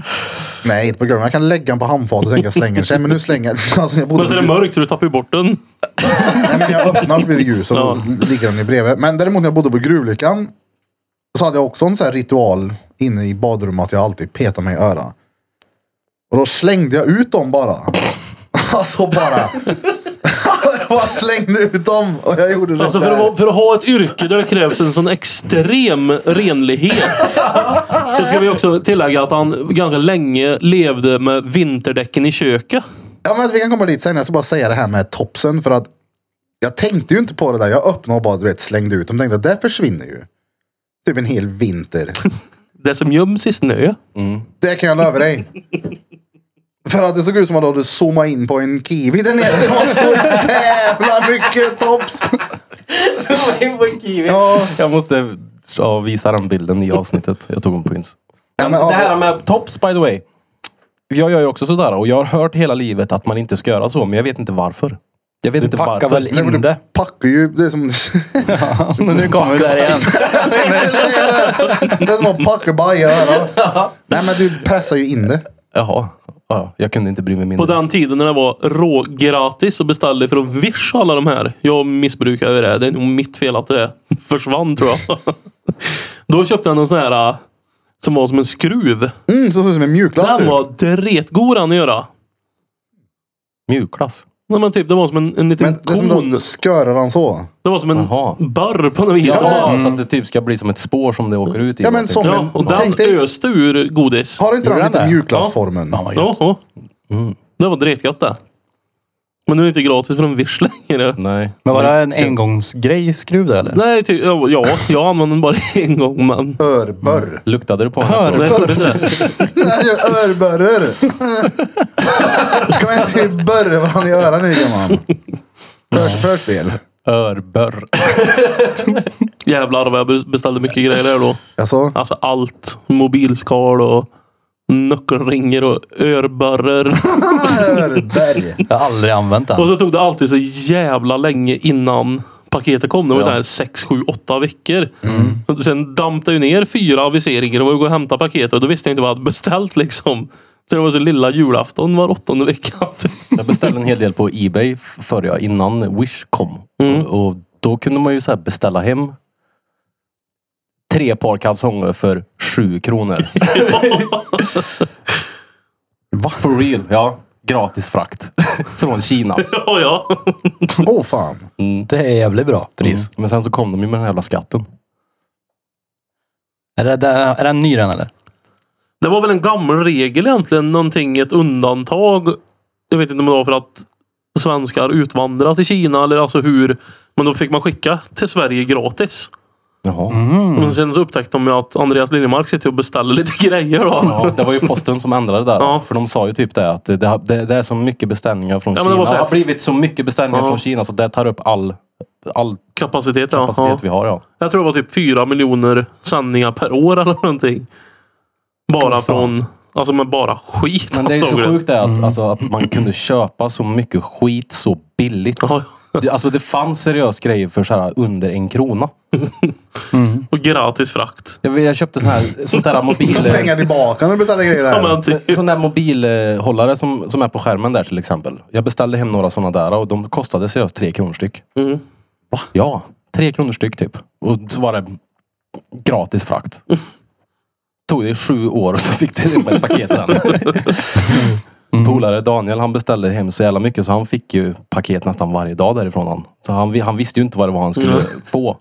Speaker 1: Nej, inte på golvet. Jag kan lägga den på handfatet och tänka jag slänger den. Sen, Men nu slänger jag alltså, jag bodde
Speaker 2: Men så är det mörkt så du tappar ju bort den.
Speaker 1: Nej, men jag öppnar så blir det ljus och då
Speaker 2: Ja.
Speaker 1: ligger den i bredvid. Men däremot när jag bodde på Gruvlyckan så hade jag också en sån här ritual inne i badrummet att jag alltid petade mig i örat. Och då slängde jag ut dem bara. alltså bara. jag bara slängde ut dem och jag gjorde det
Speaker 2: Alltså för, att,
Speaker 1: där.
Speaker 2: vara- för att ha ett yrke där det krävs en sån extrem renlighet. Så ska vi också tillägga att han ganska länge levde med vinterdäcken i köket.
Speaker 1: Ja, men vi kan komma dit sen. Jag ska bara säga det här med topsen för att jag tänkte ju inte på det där. Jag öppnade och bara du vet, slängde ut dem. Tänkte att det försvinner ju. Typ en hel vinter.
Speaker 2: Det som göms i snö.
Speaker 1: Det kan jag lova dig. För att det såg ut som att du hade zoomat in på en kiwi där nere. Det var så jävla mycket tops. Ja.
Speaker 4: Jag måste ja, visa den bilden i avsnittet. Jag tog en prins.
Speaker 1: Ja, men,
Speaker 4: det här
Speaker 1: ja,
Speaker 4: med tops by the way. Jag gör ju också sådär och jag har hört hela livet att man inte ska göra så men jag vet inte varför. Jag vet inte varför.
Speaker 3: Packar väl
Speaker 1: Nej, men
Speaker 3: in
Speaker 1: du
Speaker 3: det.
Speaker 1: packar ju. Det är som...
Speaker 3: Men nu kommer vi där igen.
Speaker 1: det är som att packa baja. Nej men du pressar ju in det.
Speaker 4: Jaha. Ja, jag kunde inte bry mig
Speaker 2: På
Speaker 4: mindre.
Speaker 2: den tiden när det var rågratis och beställde för att vischa alla de här. Jag missbrukar ju det. Det är nog mitt fel att det försvann tror jag. Då köpte jag någon sån här äh, som var som en skruv.
Speaker 1: Mm, så ser ut som en mjukglass
Speaker 2: Den
Speaker 1: typ.
Speaker 2: var dretgod den att göra.
Speaker 4: Mjukglass.
Speaker 2: Nej, men typ, det var som en, en liten
Speaker 1: Men det är som
Speaker 2: kon.
Speaker 1: att du skörar den så.
Speaker 2: Det var som en
Speaker 4: Jaha.
Speaker 2: barr på något vis.
Speaker 4: Ja,
Speaker 1: Mm.
Speaker 4: så att det typ ska bli som ett spår som det åker ut i.
Speaker 1: Ja, men som-
Speaker 2: Ja, och den
Speaker 1: Tänk dig-
Speaker 2: öste ur godis.
Speaker 1: Har inte den
Speaker 3: Gjorde
Speaker 1: lite
Speaker 3: den det?
Speaker 1: mjukglassformen?
Speaker 3: Fan vad
Speaker 2: Ja,
Speaker 3: gött.
Speaker 2: ja. Det var dretgött det. Men nu är det inte gratis för en visch längre.
Speaker 4: Nej.
Speaker 3: Men var det en engångsgrej skruv det eller?
Speaker 2: Nej, ty- ja, ja, jag använde den bara en gång. Men
Speaker 1: Örbör.
Speaker 4: Luktade du på den? efteråt?
Speaker 2: det gjorde det.
Speaker 1: Jag gör örbörrer. kan man ens börra varandra i öronen nu gumman? Först, förspel.
Speaker 4: Örbör.
Speaker 2: Jävlar vad jag be- beställde mycket grejer där då.
Speaker 1: Alltså?
Speaker 2: Alltså allt. Mobilskal och nyckelringar och örbörrer.
Speaker 1: Örberg.
Speaker 3: Jag har aldrig använt
Speaker 2: Och
Speaker 3: den.
Speaker 2: så tog det alltid så jävla länge innan paketet kom. Det var så här 6, 7, 8 veckor. Så Sen dampade ju ner fyra aviseringar och var gå och hämta paketet. Och då visste jag inte vad jag hade beställt liksom. Så det var så lilla julafton var åttonde vecka. typ.
Speaker 4: Jag beställde en hel del på Ebay f- förr jag, innan Wish kom.
Speaker 2: Mm.
Speaker 4: Och, och då kunde man ju så här beställa hem tre par kalsonger för sju kronor. For real, ja. Gratis frakt från Kina.
Speaker 2: Ja, ja.
Speaker 1: Åh oh, fan.
Speaker 7: Det är jävligt bra pris.
Speaker 3: Mm.
Speaker 4: Men sen så kom de ju med den här jävla skatten.
Speaker 3: Är, det, där- är den ny den eller?
Speaker 2: Det var väl en gammal regel egentligen. Någonting, ett undantag. Jag vet inte om det var för att svenskar utvandrade till Kina eller alltså hur. Men då fick man skicka till Sverige gratis.
Speaker 4: Jaha.
Speaker 2: Men sen så upptäckte de ju att Andreas Liljemark sitter och beställer lite grejer då.
Speaker 4: Ja, det var ju posten som ändrade där.
Speaker 2: Ja.
Speaker 4: För de sa ju typ det att det, det, det är så mycket beställningar från
Speaker 2: Ja, men det
Speaker 4: Kina.
Speaker 2: var
Speaker 4: Det,
Speaker 2: så här-
Speaker 4: har blivit så mycket beställningar
Speaker 2: Ja.
Speaker 4: från Kina så det tar upp all, all
Speaker 2: Kapacitet, ja.
Speaker 4: kapacitet
Speaker 2: ja.
Speaker 4: vi har. Ja.
Speaker 2: Jag tror det var typ fyra miljoner sändningar per år eller någonting. Bara från... Alltså men bara skit.
Speaker 4: Men det är ju så
Speaker 2: Tog
Speaker 4: sjukt det att, alltså, att man kunde köpa så mycket skit så billigt.
Speaker 2: Ja,
Speaker 4: Det, alltså det fanns seriös grejer för så här under en krona.
Speaker 2: Och gratis frakt.
Speaker 4: Jag, vet, jag köpte sån här, sånt där mobil...
Speaker 1: Pengar tillbaka när du betalar grejer
Speaker 2: Ja,
Speaker 1: där.
Speaker 2: men typ.
Speaker 4: Sån där mobilhållare som, som är på skärmen där till exempel. Jag beställde hem några såna där och de kostade seriöst tre kronor styck. Va? Ja, tre kronor styck typ. Och så var det gratis frakt. Tog det sju år och så fick du ett paket sen. Polare Daniel han beställde hem så jävla mycket så han fick ju paket nästan varje dag därifrån. Han. Så han, vi- han visste ju inte vad det var han skulle få.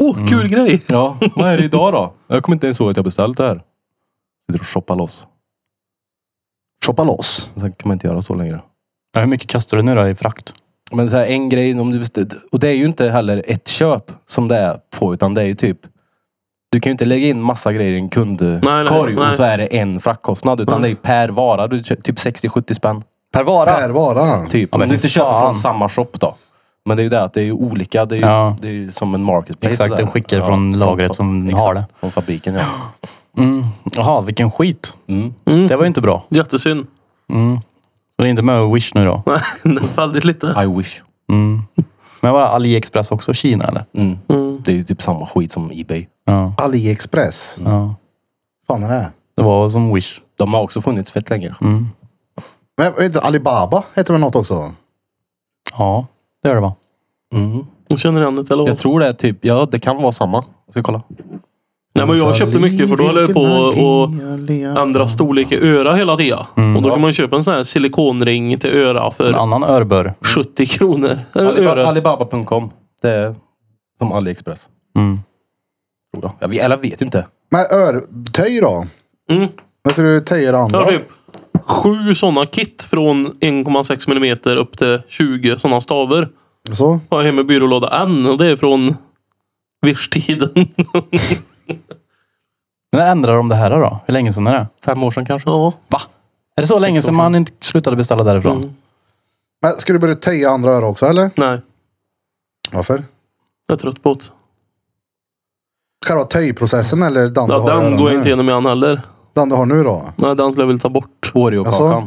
Speaker 2: Åh, oh,
Speaker 4: Mm.
Speaker 2: kul grej!
Speaker 4: Ja, vad är det idag då? Jag kommer inte ens ihåg att jag beställt det här. Sitter och shoppar loss.
Speaker 1: Shoppa loss.
Speaker 4: Sen kan man inte göra så längre.
Speaker 3: Ja, hur mycket kastar du nu då i frakt?
Speaker 4: Men så här, en grej, om du beställ, och det är ju inte heller ett köp som det är på, utan det är ju typ... Du kan ju inte lägga in massa grejer i en
Speaker 2: nej,
Speaker 4: kundkorg och
Speaker 2: nej.
Speaker 4: så är det en fraktkostnad. Utan det är ju per vara. Du kö- typ 60-70 spänn.
Speaker 3: Per vara?
Speaker 1: Per vara.
Speaker 4: Typ.
Speaker 3: Ja, men
Speaker 4: om du
Speaker 3: fy
Speaker 4: inte köper
Speaker 3: fan.
Speaker 4: från samma shop då. Men det är ju det att det är ju olika. Det är ju,
Speaker 3: Ja.
Speaker 4: det är ju som en marketplace.
Speaker 3: Exakt,
Speaker 4: det där.
Speaker 3: den skickar från lagret som
Speaker 4: exakt,
Speaker 3: har det.
Speaker 4: Från fabriken ja.
Speaker 3: Jaha, vilken skit. Det var ju inte bra.
Speaker 2: Jättesynd.
Speaker 3: Så det är inte med Wish nu då.
Speaker 2: Nej, Väldigt lite.
Speaker 4: I wish.
Speaker 3: Men var AliExpress också Kina eller?
Speaker 4: Mm. Det är ju typ samma skit som Ebay.
Speaker 3: Ja.
Speaker 1: AliExpress.
Speaker 3: ja.
Speaker 1: fan är det?
Speaker 3: Det var som Wish.
Speaker 4: De har också funnits fett länge.
Speaker 1: Men, vet du, Alibaba heter väl något också?
Speaker 3: Ja, det gör det va?
Speaker 2: Hon känner igen det eller vad?
Speaker 4: Jag tror det är typ, ja det kan vara samma. Jag ska kolla.
Speaker 2: Nej men jag köpte mycket för då höll jag på att ändra storlek i öra hela tiden.
Speaker 4: Mm.
Speaker 2: och då kan man köpa en sån här silikonring till öra för
Speaker 3: En annan örbör.
Speaker 2: 70 kronor. Eller
Speaker 4: Aliba-
Speaker 2: öra.
Speaker 4: Alibaba.com. Det är som AliExpress. Mm. Tror jag. jag. vet- Eller jag vet inte.
Speaker 1: Men örtöj då?
Speaker 2: Mm.
Speaker 1: Vad ska du töja det
Speaker 2: Jag
Speaker 1: andra?
Speaker 2: har typ sju sådana kit från 1,6 millimeter upp till 20 sådana stavar.
Speaker 1: Så?
Speaker 2: Har jag hemma i byrålåda än och det är från Wish-tiden.
Speaker 3: När ändrade de det här då? Hur länge sedan är det?
Speaker 4: Fem år sedan kanske.
Speaker 2: ja.
Speaker 3: Va? Är det så länge sedan man inte slutade beställa därifrån?
Speaker 4: Mm.
Speaker 1: Men ska du börja töja andra öra också eller?
Speaker 2: Nej,
Speaker 1: Varför?
Speaker 2: jag är trött på det.
Speaker 1: Själva töjprocessen eller den du har
Speaker 2: Ja,
Speaker 1: i öronen
Speaker 2: den går jag
Speaker 1: nu?
Speaker 2: inte igenom igen heller.
Speaker 1: Den du har nu då?
Speaker 2: Nej, den skulle jag vilja ta bort.
Speaker 4: Oreo-kakan.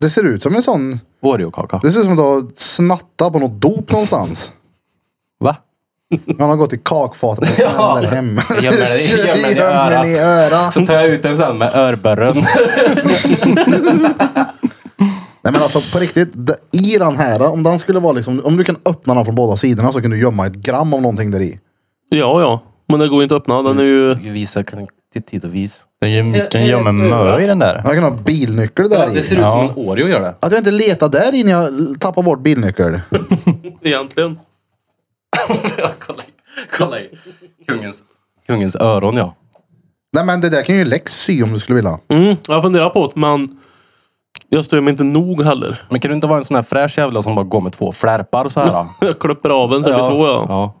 Speaker 1: Det ser ut som en sån...
Speaker 4: Oreo-kaka.
Speaker 1: Det ser ut som att du har snattat på något dop någonstans.
Speaker 4: Va?
Speaker 1: Han har gått i kakfatet på ja. där hemma.
Speaker 4: Gömmer den i- gömmer den i
Speaker 1: Gömmer den i örat.
Speaker 4: Så tar jag ut den sen med örbörren.
Speaker 1: Nej men alltså på riktigt, det- i den här, om den skulle vara liksom, om du kan öppna den från båda sidorna så kan du gömma ett gram av någonting där i.
Speaker 2: Ja, ja. Men det går inte att öppna. Den är
Speaker 1: Mm.
Speaker 2: ju...
Speaker 4: Visa kan- till tid och vis.
Speaker 3: Det är ju mycket gömmer mö i den där.
Speaker 1: Jag kan ha bilnyckel där i.
Speaker 4: ut som en Oreo gör det.
Speaker 1: Att jag inte letar där innan jag tappar bort bilnyckel.
Speaker 2: Egentligen.
Speaker 4: Kolla i. Kungens, kungens öron ja.
Speaker 1: Nej men det där kan ju Lex sy om du skulle vilja.
Speaker 2: Mm, jag funderar på det, men jag stör mig inte nog heller.
Speaker 4: Men kan du inte vara en sån här fräsch jävla som bara går med två flärpar så här?
Speaker 2: Jag klipper av en så det blir två ja.
Speaker 4: ja.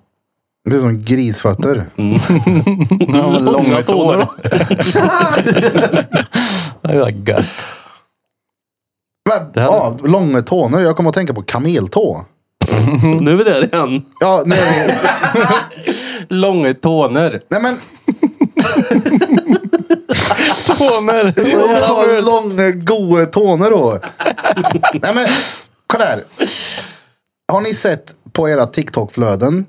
Speaker 1: Det är som grisfötter.
Speaker 4: Mm.
Speaker 3: Ja,
Speaker 2: Långa tår. då.
Speaker 3: Det var gött.
Speaker 1: Men, ja, långa tånor. Jag kommer att tänka på kameltå.
Speaker 2: Nu är vi där igen.
Speaker 1: Ja, nu är vi...
Speaker 4: Långa tåner.
Speaker 1: Nej men,
Speaker 3: Tåner!
Speaker 1: du får ha långa goa tånor eh, då. Nej men, kolla här. Har ni sett på era TikTok-flöden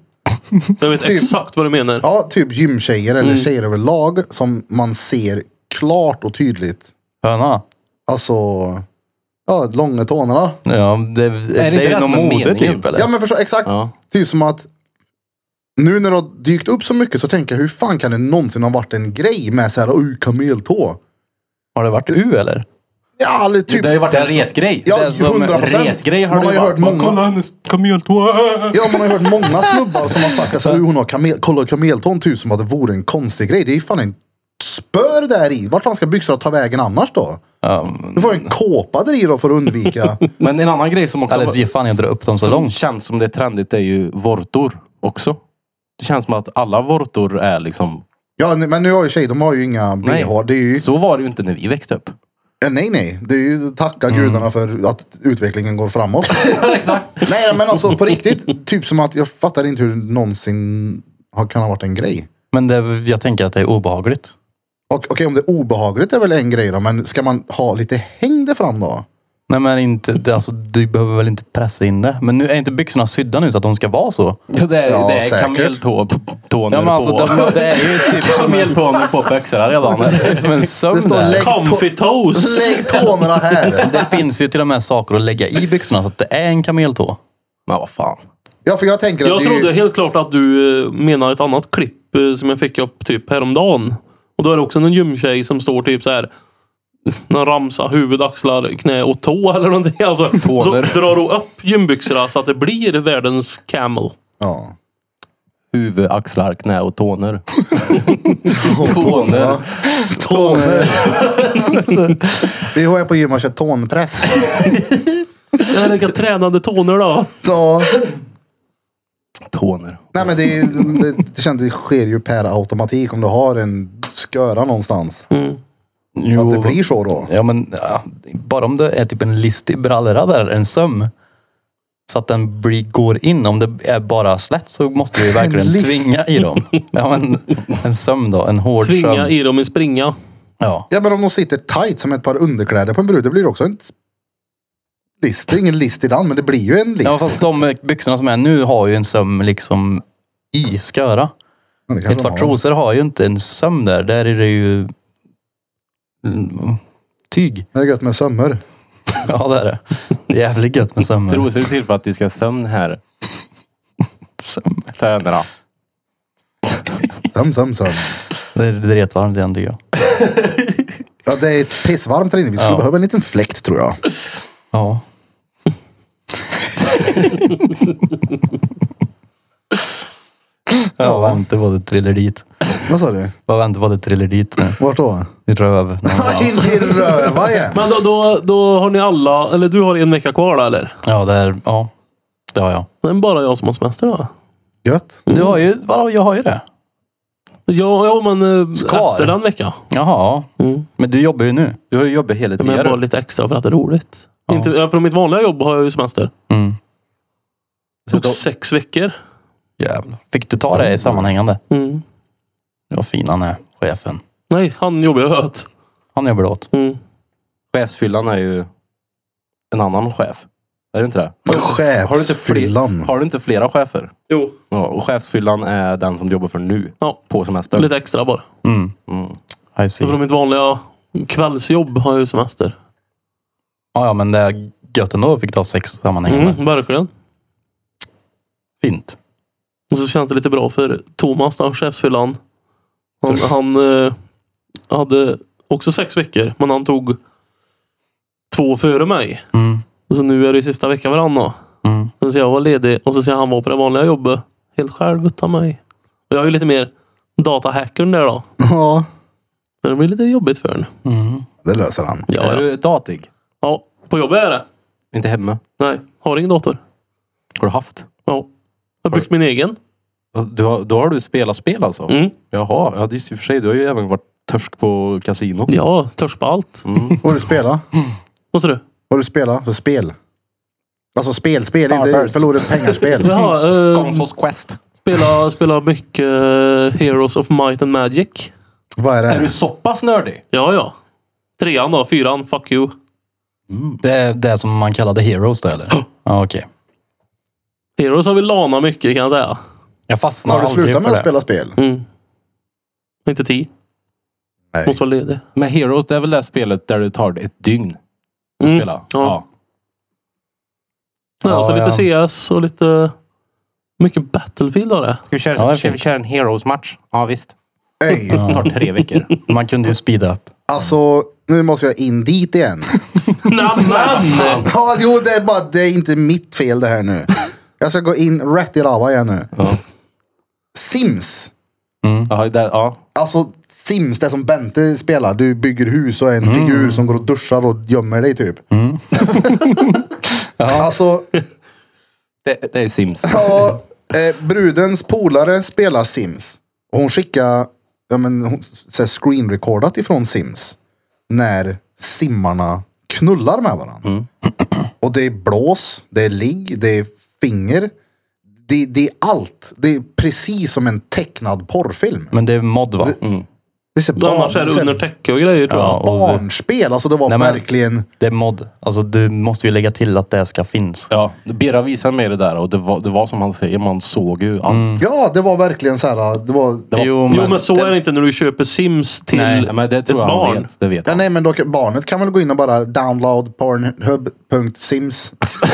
Speaker 2: Jag vet exakt vad du menar.
Speaker 1: Typ. Ja, typ gymtjejer eller
Speaker 4: Mm.
Speaker 1: tjejer överlag som man ser klart och tydligt.
Speaker 3: Höna.
Speaker 1: Alltså, ja, långa tårna.
Speaker 3: Ja, det, det,
Speaker 4: inte
Speaker 3: är ju
Speaker 4: det som
Speaker 3: någon
Speaker 4: är
Speaker 3: mode
Speaker 4: meningen?
Speaker 3: typ eller?
Speaker 1: Ja, men förstå, exakt.
Speaker 4: Ja.
Speaker 1: Typ som att nu när det har dykt upp så mycket så tänker jag hur fan kan det någonsin ha varit en grej med så här, oj, kameltå?
Speaker 3: Har det varit U eller?
Speaker 1: Ja, eller typ.
Speaker 4: Det har ju varit en retgrej.
Speaker 1: Ja,
Speaker 3: det är som
Speaker 1: 100 procent.
Speaker 4: Retgrej har
Speaker 1: man
Speaker 4: du
Speaker 1: har ju
Speaker 4: bara,
Speaker 1: hört många,
Speaker 4: hennes kameltå.
Speaker 1: ja, man har ju hört många snubbar som har sagt att så här, hon har kamel, kolla kameltån typ som att det vore en konstig grej. Det är ju fan en spör där i. Vart fan ska byxorna ta vägen annars då? du får ju en kåpa där i då för att undvika.
Speaker 4: Men en annan grej som också...
Speaker 3: Eller så ge fan jag drar upp dem så
Speaker 4: som
Speaker 3: långt.
Speaker 4: känns som det är trendigt är ju vortor också. Det känns som att alla vortor är liksom...
Speaker 1: ja, men nu har ju tjejer, de har ju inga bh.
Speaker 4: Nej,
Speaker 1: Det är ju,
Speaker 4: Så var det ju inte när vi växte upp.
Speaker 1: Ja, nej, nej. Det är ju tacka gudarna för att utvecklingen går framåt.
Speaker 4: Mm. Exakt.
Speaker 1: nej, men alltså på riktigt. Typ som att jag fattar inte hur det någonsin har kunnat varit en grej.
Speaker 3: Men det, jag tänker att det är obehagligt.
Speaker 1: Och, Okej, om det är obehagligt är väl en grej då, men ska man ha lite häng där fram då?
Speaker 3: Nej men inte, det, alltså, du behöver väl inte pressa in det. Men nu är inte byxorna sydda nu så att de ska vara så?
Speaker 4: Det är,
Speaker 1: Ja,
Speaker 4: det är
Speaker 1: säkert.
Speaker 4: kameltåner
Speaker 3: Ja, men alltså,
Speaker 4: på...
Speaker 3: de- det är ju typ som en,
Speaker 4: kameltåner på byxorna redan.
Speaker 3: det är som en
Speaker 1: Det
Speaker 3: sömn
Speaker 1: står
Speaker 3: där.
Speaker 1: lägg,
Speaker 2: Comfy
Speaker 1: tå-
Speaker 2: toes!
Speaker 1: lägg tårna här.
Speaker 3: Det finns ju till och med saker att lägga i byxorna så att det är en kameltå.
Speaker 4: Men vad fan.
Speaker 1: Ja, för jag tänker
Speaker 2: Jag
Speaker 1: att det är
Speaker 2: trodde
Speaker 1: ju,
Speaker 2: helt klart att du eh, menar ett annat klipp eh, som jag fick upp typ häromdagen. Och då är det också någon gymtjej som står typ så här. Någon ramsa, huvud, axlar, knä och tå eller någonting. Alltså, så
Speaker 4: Tåner.
Speaker 2: drar hon upp gymbyxorna så att det blir världens camel.
Speaker 1: ja,
Speaker 4: Huvud, axlar, knä och tåner. tåner.
Speaker 1: tårna. Vi var på gym och kört tånpress.
Speaker 2: Eller Vilka tränande tåner då.
Speaker 1: Ja.
Speaker 4: Tåner.
Speaker 1: Nej, men det, är ju, det, det, känns, det sker ju per automatik om du har en sköra någonstans.
Speaker 3: Mm.
Speaker 1: Att det blir så då.
Speaker 3: Ja men ja, bara om det är typ en listig brallra där eller en söm. Så att den blir, går in. Om det är bara slätt så måste vi verkligen
Speaker 1: list.
Speaker 3: tvinga i dem. Ja, men, en söm då. En hård
Speaker 2: Tvinga
Speaker 3: söm.
Speaker 2: i dem i springa.
Speaker 3: Ja.
Speaker 1: Ja, men om de sitter tight som ett par underkläder på en brud, det blir också en list. Det är ingen list i land, men det blir ju en list.
Speaker 3: ja fast de byxorna som är nu har ju en söm liksom i sköra.
Speaker 1: Men det kanske
Speaker 3: Ett
Speaker 1: de
Speaker 3: par
Speaker 1: har.
Speaker 3: trosor har ju inte en söm där. Där är det ju mm, tyg.
Speaker 1: Det är gött med sömmar.
Speaker 3: Ja det är det. Det är jävligt gött med sömmar.
Speaker 4: Trosor är till för att de ska ha sömn här.
Speaker 3: Söm.
Speaker 4: Tönerna.
Speaker 1: Söm, söm, söm.
Speaker 3: Det är det är retvarmt igen tycker jag.
Speaker 1: Ja, det är pissvarmt här inne. Vi skulle
Speaker 3: Ja.
Speaker 1: behöva en liten fläkt tror jag.
Speaker 3: Ja. Jag väntar på att det trillar dit.
Speaker 1: Vad sa du?
Speaker 3: Jag väntar på att det trillar dit nu.
Speaker 1: Vart då?
Speaker 3: I röv. någonstans.
Speaker 1: In i röva igen.
Speaker 2: Men då, då, då har ni alla, eller du har en vecka kvar då eller?
Speaker 3: Ja, det är, ja. Det har jag.
Speaker 2: Det är bara jag som har semester då.
Speaker 1: Gött.
Speaker 3: Du har ju, vadå, jag har ju det.
Speaker 2: Ja, ja men eh,
Speaker 3: Skar.
Speaker 2: efter den veckan.
Speaker 3: Jaha.
Speaker 2: Mm.
Speaker 3: Men du jobbar ju nu.
Speaker 4: Du har ju jobbat hela
Speaker 2: Men
Speaker 4: tiden.
Speaker 2: jag bara lite extra för att det är roligt. Inte, ja, på mitt vanliga jobb har jag ju semester.
Speaker 3: Mm.
Speaker 4: Så
Speaker 2: Tog
Speaker 4: då-
Speaker 2: sex veckor.
Speaker 3: Jävlar. Fick du ta det i sammanhängande?
Speaker 2: Mm.
Speaker 3: Vad fin han är, chefen.
Speaker 2: Nej, han jobbar jag åt.
Speaker 3: Han jobbar åt.
Speaker 2: Mm.
Speaker 4: Chefsfyllan är ju en annan chef. Är det inte det? Har du inte,
Speaker 1: Chefsfyllan.
Speaker 4: fler, har du inte flera chefer?
Speaker 2: Jo.
Speaker 4: Ja, och chefsfyllan är den som du jobbar för nu.
Speaker 2: Ja.
Speaker 4: På semestern.
Speaker 2: Lite extra bara.
Speaker 3: Mm.
Speaker 4: Mm.
Speaker 2: Så
Speaker 3: I see.
Speaker 2: från mitt vanliga kvällsjobb har jag ju semester.
Speaker 3: Ja, ja, men det är gött ändå att fick ta sex sammanhängande.
Speaker 2: Mm, verkligen.
Speaker 3: Fint.
Speaker 2: Och så känns det lite bra för Thomas, den här chefsfyllan. Han, han eh, hade också sex veckor, men han tog två före mig.
Speaker 3: Mm.
Speaker 2: Och så nu är det ju sista veckan för han då.
Speaker 3: Mm.
Speaker 2: Och Så jag var ledig och så ser jag han var på det vanliga jobbet. Helt själv utan mig. Och jag är ju lite mer datahackern där då.
Speaker 1: Ja,
Speaker 2: Så det blir lite jobbigt för honom.
Speaker 1: det löser han.
Speaker 2: Ja,
Speaker 4: är
Speaker 2: ja.
Speaker 4: du datig?
Speaker 2: ja, på jobbet är det.
Speaker 4: Inte hemma?
Speaker 2: Nej, har ingen dator.
Speaker 4: Har du haft?
Speaker 2: Ja. Jag har byggt min egen.
Speaker 4: Du har, då har du spelat spel alltså?
Speaker 2: Mm.
Speaker 4: Jaha, ja, det är ju för sig. Du har ju även varit törsk på kasino.
Speaker 2: Ja, törs på allt.
Speaker 1: Vad du spela?
Speaker 2: Vad sa du?
Speaker 1: Vad du spela? För spel? Alltså spel, spel. Inte
Speaker 4: Starburst.
Speaker 1: förlora pengarspel.
Speaker 2: Jaha, eh,
Speaker 4: Quest.
Speaker 2: spela, spela mycket eh, Heroes of Might and Magic.
Speaker 1: Vad är
Speaker 4: Är du
Speaker 1: det?
Speaker 4: så pass nördig?
Speaker 2: Ja, ja. Trean då, fyran, fuck you.
Speaker 3: Det är det som man kallade heroes då eller? Ja, okej.
Speaker 2: Heroes har vi lana mycket kan jag säga.
Speaker 3: Jag fastnar
Speaker 1: Har du
Speaker 3: aldrig
Speaker 1: slutat
Speaker 3: för
Speaker 1: med att
Speaker 3: det.
Speaker 1: spela spel?
Speaker 2: Mm. Inte tio.
Speaker 1: Nej.
Speaker 2: Måste vara ledig.
Speaker 4: Men Heroes, det är väl det spelet där du tar ett dygn att
Speaker 2: Mm.
Speaker 4: spela?
Speaker 2: Ja. Ja, och så
Speaker 3: Ja,
Speaker 2: lite CS och lite... eh, Mycket Battlefield har det.
Speaker 4: Ska vi köra,
Speaker 3: Ja, det är ska vi fint. köra
Speaker 4: en Heroes-match? Ja, visst.
Speaker 1: Nej.
Speaker 4: tar tre veckor.
Speaker 3: Man kunde ju speeda upp.
Speaker 1: Alltså, nu måste jag in dit igen.
Speaker 2: Namn!
Speaker 1: ja, jo, det är, bara, det är inte mitt fel det här nu. Jag ska gå in rätt i rava igen nu.
Speaker 4: Ja.
Speaker 1: Sims.
Speaker 4: Ja, där, ja.
Speaker 1: Alltså Sims, det som Bente spelar. Du bygger hus och är en
Speaker 2: Mm.
Speaker 1: figur som går och duschar och gömmer dig typ. Alltså,
Speaker 4: Det, det är Sims.
Speaker 1: ja, eh, brudens polare spelar Sims. Och hon skickar ja, men, hon, så här screen recordat ifrån Sims. När simmarna knullar med varandra.
Speaker 2: Mm.
Speaker 1: Och det är blås, det är ligg, det är finger. Det, det är allt. Det är precis som en tecknad porrfilm.
Speaker 3: Men det är mod va?
Speaker 1: Det är så
Speaker 2: De har
Speaker 1: barn-
Speaker 2: så här
Speaker 1: så här-
Speaker 2: under täcke och grejer tror
Speaker 3: Ja,
Speaker 2: jag.
Speaker 3: och det,
Speaker 1: barnspel. Alltså det var
Speaker 3: Nej, men-
Speaker 1: verkligen...
Speaker 3: det är mod. Alltså du måste ju lägga till att det ska finnas.
Speaker 4: Ja, Birra visade mig det där och det var, det var som han säger, man såg ju allt.
Speaker 3: Mm.
Speaker 1: Ja, det var verkligen så här. Det var,
Speaker 2: Jo men så
Speaker 3: det-
Speaker 2: är det inte när du köper Sims till
Speaker 4: Nej, men det tror jag
Speaker 2: ett
Speaker 4: han
Speaker 2: barn.
Speaker 4: vet. Det vet
Speaker 1: ja,
Speaker 4: han.
Speaker 1: nej, men då, kan- barnet kan väl gå in och bara download pornhub.sims.
Speaker 4: Så,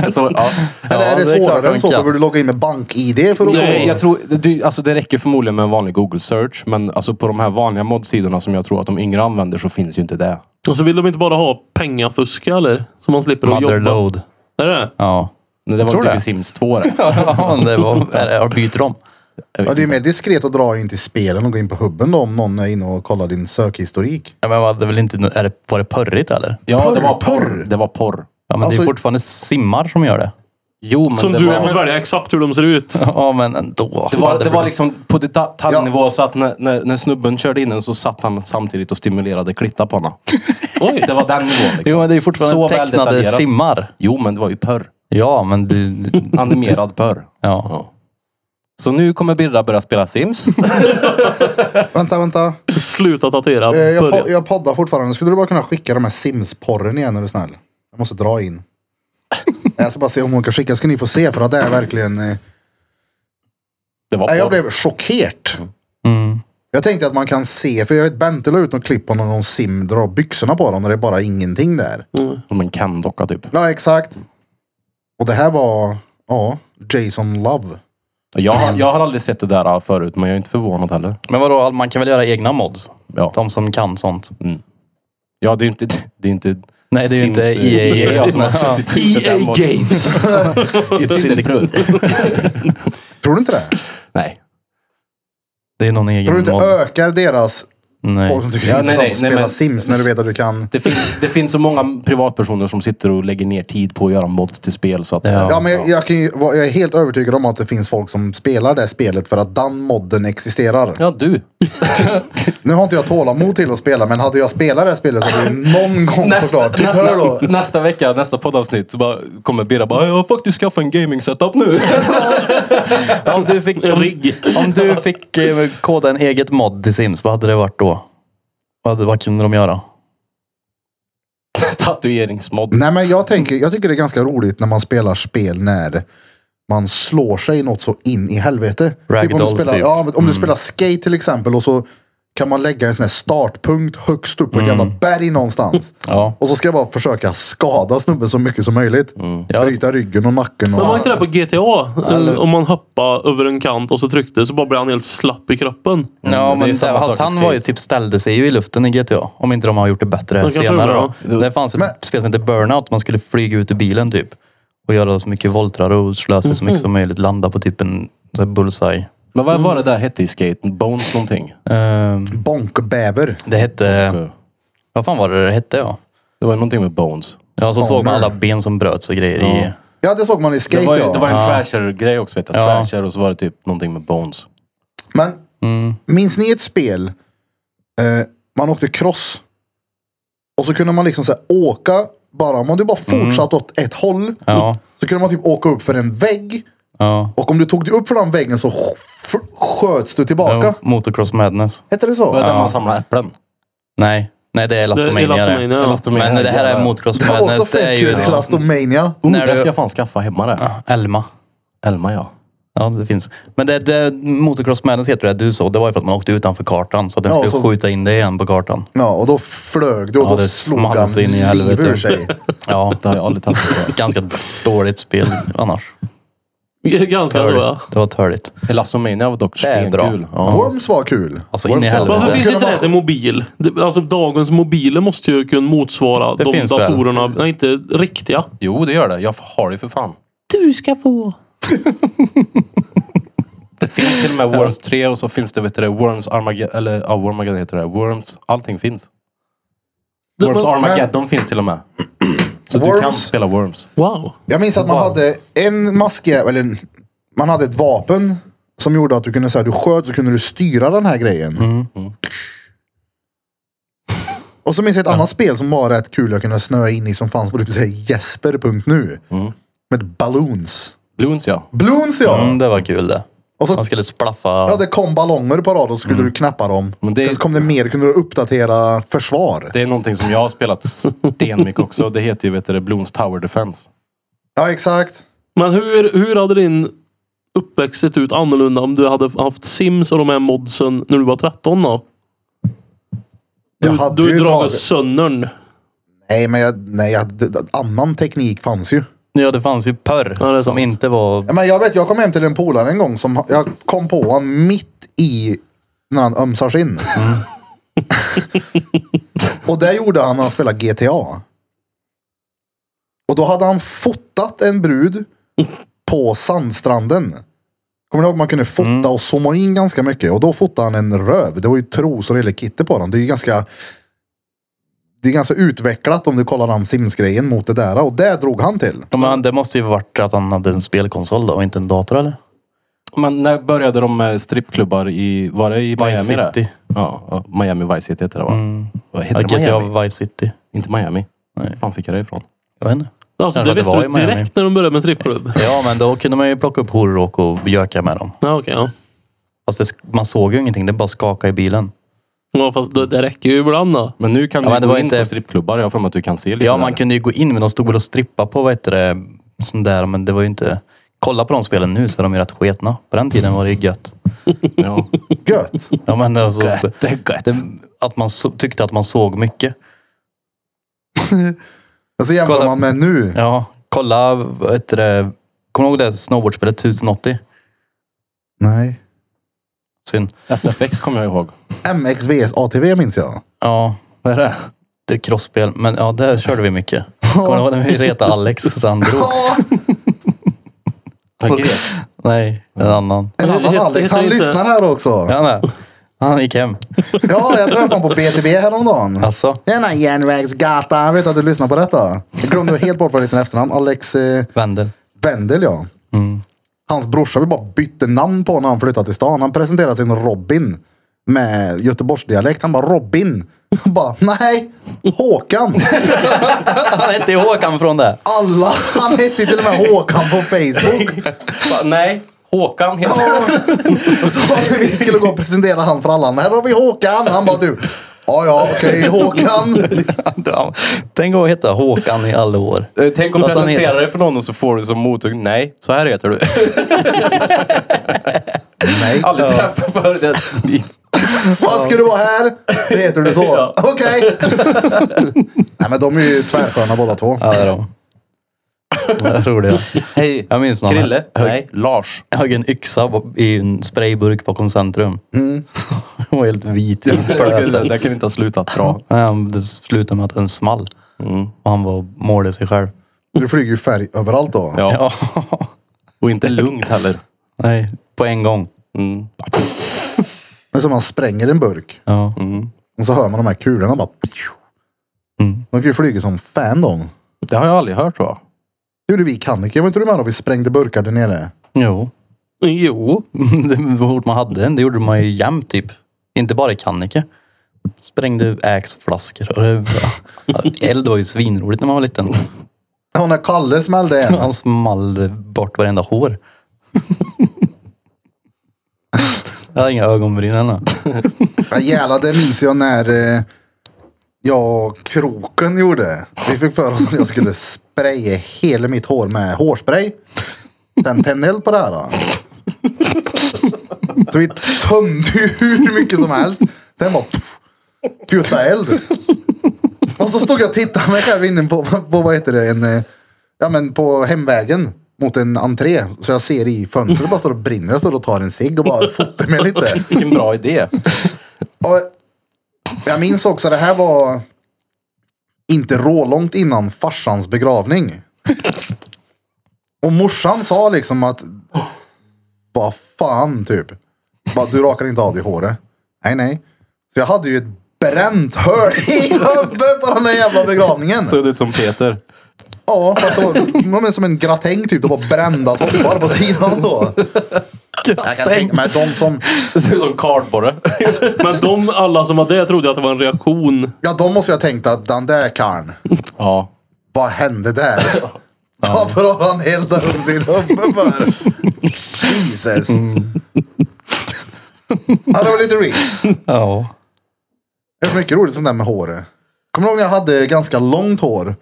Speaker 4: Alltså, ja.
Speaker 1: Eller är det
Speaker 3: det är klart
Speaker 1: svårare än
Speaker 3: de
Speaker 1: så?
Speaker 3: kan.
Speaker 1: Behöver du logga in med bank-id för att
Speaker 2: Nej,
Speaker 1: få...
Speaker 4: Jag tror, det, du- alltså det räcker förmodligen med en vanlig Google search, men alltså på de här vanliga modsidorna som jag tror att de yngre använder så finns ju inte det.
Speaker 2: Och så vill de inte bara ha pengafuska eller? Så man slipper att jobba.
Speaker 3: Motherload.
Speaker 2: Är det?
Speaker 3: Ja.
Speaker 4: Nej, Det var
Speaker 3: Tror
Speaker 4: inte
Speaker 3: det.
Speaker 4: till Sims 2 det.
Speaker 3: ja, det var... Eller, jag byter om.
Speaker 1: Ja, det är mer diskret att dra in till spelen och gå in på hubben då, om någon är inne och kollar din sökhistorik.
Speaker 3: Ja, men var det väl inte... Är det, var det porrigt eller?
Speaker 4: Ja, det var
Speaker 1: Porr,
Speaker 4: porr.
Speaker 1: porr.
Speaker 4: Det var porr.
Speaker 3: Ja, men det
Speaker 1: Alltså-
Speaker 3: är fortfarande simmar som gör det.
Speaker 4: Jo, men
Speaker 2: Som
Speaker 4: det
Speaker 2: du
Speaker 4: var...
Speaker 2: har fått välja exakt hur de ser ut.
Speaker 3: Ja, men ändå.
Speaker 4: Det
Speaker 3: Fan,
Speaker 4: var, det
Speaker 3: blir-
Speaker 4: var liksom på detaljnivå så att när, när, när snubben körde in den så satt han samtidigt och stimulerade klitta på honom. Oj. Det var den nivån. Liksom.
Speaker 3: Jo, men det är ju fortfarande
Speaker 4: väl
Speaker 3: tecknade
Speaker 4: detaljerat.
Speaker 3: simmar.
Speaker 4: Jo, men det var ju porr.
Speaker 3: Ja, men du...
Speaker 4: Animerad porr.
Speaker 3: Ja.
Speaker 4: Så nu kommer Birra börja spela Sims.
Speaker 1: Vänta, vänta.
Speaker 2: Sluta datera.
Speaker 1: Eh, Jag, po-
Speaker 2: Börja.
Speaker 1: jag poddar fortfarande. Skulle du bara kunna skicka de här Sims-porren igen är du snäll? Jag måste dra in. Jag ska bara se om hon kan skicka. Ska ni få se för att det är verkligen... eh,
Speaker 4: Det var
Speaker 1: Nej, jag
Speaker 4: porr.
Speaker 1: blev chockerad. Jag tänkte att man kan se, för jag vet Bente la ut någon klipp på när någon sim drar byxorna på dem och det är bara ingenting där.
Speaker 4: Som en Ken-docka typ.
Speaker 1: Ja, exakt. Och det här var, ja, Jason Love.
Speaker 4: Jag, har- jag har aldrig sett det där förut, men jag är inte förvånad heller.
Speaker 3: Men vadå, man kan väl göra egna mods?
Speaker 4: Ja,
Speaker 3: De som kan sånt.
Speaker 4: ja det är ju inte... Det är inte
Speaker 3: Nej, det är ju inte E
Speaker 4: Sims,
Speaker 3: EA.
Speaker 4: eh, EA som har suttit och
Speaker 1: E
Speaker 4: gjort det
Speaker 3: E
Speaker 4: där
Speaker 2: EA
Speaker 4: mod-
Speaker 2: Games.
Speaker 4: i ett syndikut.
Speaker 1: Tror du inte det?
Speaker 4: Nej.
Speaker 3: Det är någon
Speaker 1: Tror du
Speaker 3: egen
Speaker 1: inte
Speaker 3: mod.
Speaker 1: ökar deras,
Speaker 3: Nej.
Speaker 1: folk som tycker
Speaker 4: Ja,
Speaker 1: det är
Speaker 4: nej,
Speaker 1: intressant att
Speaker 4: nej,
Speaker 1: liksom
Speaker 4: nej,
Speaker 1: spela
Speaker 4: men-
Speaker 1: Sims när du vet att du kan.
Speaker 4: Det finns, det finns så många privatpersoner som sitter och lägger ner tid på att göra mods till spel så att...
Speaker 3: Ja.
Speaker 1: Ja, men jag, jag, kan ju, vara- jag är helt övertygad om att det finns folk som spelar det spelet för att den modden existerar.
Speaker 4: Ja, du.
Speaker 1: Nu har inte jag tålamod till att spela, men hade jag spelat det här spelet så hade jag någon gång
Speaker 4: Nästa,
Speaker 1: såklart. Tittar du typ, då?
Speaker 4: nästa, nästa vecka, nästa poddavsnitt, så bara kommer Birra bara “Jag har faktiskt skaffat en gaming-setup nu”.
Speaker 3: Om du fick, om,
Speaker 2: Rigg.
Speaker 3: om du fick eh, koda en eget mod till Sims, vad hade det varit då? Vad, hade, vad kunde de göra?
Speaker 4: Tatueringsmod.
Speaker 1: Nej, men jag, tänker, jag tycker det är ganska roligt när man spelar spel när man slår sig i något så in i helvete. om du
Speaker 3: Ragdolls,
Speaker 1: spelar,
Speaker 3: typ.
Speaker 1: ja, men om
Speaker 4: Mm.
Speaker 1: du spelar skate till exempel och så kan man lägga en sån här startpunkt högst upp på ett
Speaker 4: Mm.
Speaker 1: jävla berg någonstans.
Speaker 3: Ja.
Speaker 1: Och så ska jag bara försöka skada snubben så mycket som möjligt.
Speaker 4: Mm.
Speaker 3: Ja.
Speaker 1: Bryta ryggen och nacken.
Speaker 2: Men var
Speaker 1: Och,
Speaker 2: inte det på GTA? Eh, Om man hoppade över en kant och så tryckte så bara blev han helt slapp i kroppen.
Speaker 3: Ja,
Speaker 4: Mm, det är
Speaker 3: men det,
Speaker 4: samma
Speaker 3: fast
Speaker 4: sak i
Speaker 3: han var ju
Speaker 4: skate.
Speaker 3: typ ställde sig ju i luften i GTA. Om inte de har gjort det bättre
Speaker 2: kanske
Speaker 3: senare
Speaker 2: det var
Speaker 3: då. Det fanns ett
Speaker 1: Men-
Speaker 3: spel som hette Burnout. Man skulle flyga ut ur bilen typ. Och göra så mycket voltrar och slösa så mycket som möjligt. Landa på typ en så här bullseye.
Speaker 4: Men vad var det där hette i skate? Bones någonting?
Speaker 3: Ehm,
Speaker 1: Bonkbäver.
Speaker 3: det hette... Vad fan var det det hette ja?
Speaker 4: Det var ju någonting med Bones.
Speaker 3: Ja, så såg man
Speaker 1: Honor.
Speaker 3: alla ben som bröts och grejer i...
Speaker 1: Ja, det såg man i skate
Speaker 4: Det var, ju,
Speaker 1: ja.
Speaker 4: det var en trasher-grej också vet jag.
Speaker 3: Ja.
Speaker 4: Trasher och så var det typ någonting med Bones.
Speaker 1: Men minns ni ett spel? Eh, man åkte cross. Och så kunde man liksom så här, åka. Bara, om du bara fortsatte åt ett håll.
Speaker 3: Mm. Ja.
Speaker 1: Så kunde man typ åka upp för en vägg.
Speaker 3: Ja.
Speaker 1: Och om du tog dig upp för den väggen så sk- f- sköts du tillbaka.
Speaker 3: ja. Motocross Madness.
Speaker 1: Hette det så?
Speaker 4: Var det där man samlade äpplen?
Speaker 3: Nej. Nej, det är Elastomania det.
Speaker 2: Elastomania, ja.
Speaker 4: Elastomania,
Speaker 3: Men det här är
Speaker 4: jävlar.
Speaker 3: Motocross
Speaker 1: det var också
Speaker 3: Madness. Det är
Speaker 1: fett kul.
Speaker 3: ju...
Speaker 1: Elastomania.
Speaker 4: Oh,
Speaker 3: När
Speaker 4: det
Speaker 3: du-
Speaker 4: ska jag fan skaffa hemma det.
Speaker 3: Elma.
Speaker 4: Elma ja.
Speaker 3: Ja, det finns. Men det, det motocross Madness heter det du sa. Det var ju för att man åkte utanför kartan. Så att den
Speaker 1: Ja, och
Speaker 3: skulle
Speaker 1: så-
Speaker 3: skjuta in det igen på kartan.
Speaker 1: Ja, och då flög du och
Speaker 3: Ja,
Speaker 1: då
Speaker 3: det
Speaker 1: slog
Speaker 3: small
Speaker 1: han
Speaker 3: så in i
Speaker 1: liv
Speaker 3: helvete.
Speaker 1: ur sig.
Speaker 3: Ja,
Speaker 4: Det har jag aldrig testat.
Speaker 3: ganska dåligt spel annars.
Speaker 2: Ganska så ja.
Speaker 3: Det var törligt.
Speaker 4: Elastomania var dock
Speaker 3: Det är bra.
Speaker 4: stenkul. Ja.
Speaker 1: Worms var kul.
Speaker 3: Alltså,
Speaker 1: Worms
Speaker 3: in i
Speaker 1: var-
Speaker 3: helvete.
Speaker 2: Varför
Speaker 1: Det
Speaker 2: finns
Speaker 1: skulle
Speaker 2: inte det
Speaker 1: vara-
Speaker 2: här till mobil? Det, alltså dagens mobiler måste ju kunna motsvara
Speaker 3: Det
Speaker 2: de
Speaker 3: finns väl.
Speaker 2: datorerna. Nej, inte riktiga.
Speaker 4: Jo, det gör det. Jag har det för fan.
Speaker 2: Du ska få.
Speaker 4: Det finns till och med Worms 3 och så finns det vet du, det, Worms Armageddon. Eller ja, Wormageddon heter det. Worms. Allting finns.
Speaker 2: Det-
Speaker 4: Worms
Speaker 2: men-
Speaker 4: Armageddon finns till och med. Så du kan
Speaker 1: Worms.
Speaker 4: spela Worms.
Speaker 2: Wow.
Speaker 1: Jag minns att man hade en maskjävel, eller en- man hade ett vapen som gjorde att du kunde säga du sköt så kunde du styra den här grejen. Och så minns jag ett annat spel som var rätt kul jag kunde snöa in i som fanns på typ så här jesper.nu. Med balloons.
Speaker 4: Bloons ja.
Speaker 1: Balloons ja!
Speaker 3: Mm, det var kul det.
Speaker 1: Och så,
Speaker 3: Man skulle splaffa.
Speaker 1: ja, det kom ballonger på rad och så skulle du knappa dem.
Speaker 4: Men det-
Speaker 1: Sen så kom det mer, kunde du uppdatera försvar.
Speaker 4: Det är någonting som jag har spelat stenmycket också. Det heter ju vet du, det, Bloons Tower Defense.
Speaker 1: Ja, exakt.
Speaker 2: Men hur, hur hade din uppväxt sett ut annorlunda om du hade haft Sims och de här modsen när du var 13 då?
Speaker 1: Jag
Speaker 2: Du,
Speaker 1: hade
Speaker 2: du
Speaker 1: ju
Speaker 2: drar
Speaker 1: dragit-
Speaker 2: söndern.
Speaker 1: Nej, men jag, nej, jag, d- d- annan teknik fanns ju.
Speaker 3: Ja, det fanns ju pörr
Speaker 2: Ja, det är
Speaker 3: som
Speaker 2: sant.
Speaker 3: inte var...
Speaker 1: Ja, Men jag vet, jag kom hem till en polare en gång som jag kom på han mitt i när han ömsar sin. och det gjorde han när han spelade GTA. Och då hade han fotat en brud på sandstranden. Kommer du ihåg man kunde fota och zooma in ganska mycket? Och då fotade han en röv. Det var ju trosor och hela kittet på den. Det är ju ganska... Det är ganska utvecklat om du kollar den Sims-grejen mot det där. Och det drog han till.
Speaker 3: Ja, Men det måste ju varit att han hade en spelkonsol då och inte en dator eller?
Speaker 4: Men när började de med strippklubbar i... Var det i Miami? det?
Speaker 3: City. Mm.
Speaker 4: Ja, ja, Miami Vice City heter det va? Vad
Speaker 3: Ja,
Speaker 4: heter det
Speaker 3: GTA
Speaker 4: Miami?
Speaker 3: Vice City.
Speaker 4: Inte Miami. Nej. fan fick jag det ifrån?
Speaker 3: Jag vet inte.
Speaker 2: Alltså,
Speaker 3: Kanske
Speaker 2: det
Speaker 3: att det
Speaker 2: visste
Speaker 3: var
Speaker 2: du
Speaker 3: i Miami.
Speaker 2: direkt när de började med strippklubb.
Speaker 3: Ja, men då kunde man ju plocka upp horor och åka och göka med dem.
Speaker 2: Ja, okej. ja.
Speaker 3: Fast det, sk- man såg ju ingenting. Det bara skakade i bilen.
Speaker 2: ja, fast det, det räcker ju ibland då.
Speaker 4: Men nu kan
Speaker 3: Ja,
Speaker 4: du
Speaker 3: men
Speaker 4: ju
Speaker 3: det
Speaker 4: gå
Speaker 3: var
Speaker 4: in
Speaker 3: inte-
Speaker 4: på strippklubbar. Jag har för mig att du kan se lite
Speaker 3: Ja,
Speaker 4: där.
Speaker 3: man kunde ju gå in, men de stod väl och strippa på vad heter det, sån där, men det var ju inte... Kolla på de spelen nu så är de ju rätt sketna. På den tiden var det ju gött.
Speaker 4: Ja.
Speaker 1: Gött!
Speaker 3: Ja, men alltså, gött, gött. Det, att man så, tyckte att man såg mycket.
Speaker 1: Alltså jämför
Speaker 3: Kolla.
Speaker 1: man med nu.
Speaker 3: Ja, kolla, vad heter det, kommer du ihåg det snowboardspelet 1080?
Speaker 1: Nej.
Speaker 3: Synd.
Speaker 4: SFX kommer jag ihåg.
Speaker 1: MXVS ATV minns jag.
Speaker 3: Ja,
Speaker 4: Vad är det?
Speaker 3: det är crossspel, men ja, där körde vi mycket. Kommer du ihåg när vi retade Alex så han drog?
Speaker 4: Han grek.
Speaker 3: Nej, en annan.
Speaker 1: En
Speaker 2: Men det
Speaker 1: annan
Speaker 2: heter-
Speaker 1: Alex,
Speaker 2: heter
Speaker 1: han
Speaker 2: inte-
Speaker 1: lyssnar här också.
Speaker 3: Ja, nej. Han gick hem.
Speaker 1: Ja, jag träffade honom på BTB häromdagen.
Speaker 3: Alltså,
Speaker 1: Det är den här järnvägsgatan. Jag vet att du lyssnar på detta. Jag glömde helt bort vad det heter i efternamn. Alex eh,
Speaker 3: vändel.
Speaker 1: Wendel, ja.
Speaker 2: Mm.
Speaker 1: Hans brorsa, vi bara bytte namn på när han flyttade till stan. Han presenterade sin Robin med Göteborgsdialekt. Han bara Robin. Jag bara, nej, Håkan.
Speaker 3: Han hette ju Håkan från det.
Speaker 1: Alla, han hette till och med Håkan på Facebook.
Speaker 4: Va, Nej, Håkan heter han.
Speaker 1: Och Så att vi skulle gå och presentera han för alla. Här har vi Håkan. Han bara typ. Ja, ja, okej, Håkan.
Speaker 3: Ja, Tänk att heta Håkan i alla år.
Speaker 4: Eh, Tänk om
Speaker 3: Låt han
Speaker 4: presentera
Speaker 3: heta.
Speaker 4: dig för någon och så får du som mottagning. Nej, så här heter du.
Speaker 1: Nej.
Speaker 4: Aldrig träffat förut. Det-
Speaker 1: Vad ska du vara här? Så heter du så. Okej. Nej, men de är ju tvärsköna båda två.
Speaker 3: Ja, det är de. Jag tror det. ja.
Speaker 4: Hej,
Speaker 3: Jag minns någon här.
Speaker 4: Krille. Nej, Lars.
Speaker 3: Jag högg en yxa i en sprayburk bakom centrum. Hon var helt vit. i
Speaker 4: Mm. Det
Speaker 3: blöten.
Speaker 4: där kan inte ha slutat bra.
Speaker 3: Nej, han- Det slutade med att den small.
Speaker 4: Mm.
Speaker 3: Och han var målade sig själv.
Speaker 1: Du flyger ju färg överallt då.
Speaker 4: Ja.
Speaker 3: Ja.
Speaker 4: Och inte lugnt heller.
Speaker 3: Nej, på en gång.
Speaker 4: Mm.
Speaker 1: Det är som man spränger en burk.
Speaker 3: Ja.
Speaker 1: Och så hör man de här kulorna bara.
Speaker 3: Mm.
Speaker 1: De kan ju flyga som fan de.
Speaker 4: Det har jag aldrig hört tror jag.
Speaker 1: Det gjorde vi i Kanike. Var inte du med då? Vi sprängde burkar där nere.
Speaker 3: Jo.
Speaker 2: Jo.
Speaker 3: Det var fort man hade en, det gjorde man ju jämt typ. Inte bara i Kannike. Sprängde ägsflaskor. Och det, ja. Eld var ju svinroligt när man var liten.
Speaker 1: Ja, när Kalle smällde en.
Speaker 3: Han small bort varenda hår. Jag hade inga ögonbryn ännu.
Speaker 1: Ja, jävlar, det minns jag när eh, jag och kroken gjorde. Vi fick för oss att jag skulle spraya hela mitt hår med hårspray. Sen tände eld på det här. Då. Så vi tömde ju hur mycket som helst. Sen bara pff, tuta eld. Och så stod jag och tittade mig själv inne på, på vad heter det, en, eh, ja, men på hemvägen. mot en entré. Så jag ser i fönstret det bara står och brinner. Jag står och tar en cigg och bara fotar mig lite.
Speaker 4: Vilken bra idé.
Speaker 1: Och jag minns också, det här var inte rålångt innan farsans begravning. Och morsan sa liksom att, vad fan typ. Bara, du rakar inte av dig håret. Nej, nej. Så jag hade ju ett bränt hål i huvudet på den där jävla begravningen.
Speaker 4: Såg ut som Peter.
Speaker 1: Ja, fast det var de är som en gratäng typ. Det var brända toppar på sidan så. Jag kan tänka mig de som,
Speaker 4: Såg ut som kardborre.
Speaker 2: Men de alla som var där trodde att det var en reaktion.
Speaker 1: ja de måste jag ha tänkt att den där karln.
Speaker 4: Ja.
Speaker 1: Vad hände där? Varför har han eldat upp sin hubbe för? Jesus.
Speaker 3: Mm.
Speaker 1: Ja, det var lite rikt.
Speaker 3: Ja.
Speaker 1: Det var mycket roligt sånt där med håret. Kommer du ihåg när jag hade ganska långt hår?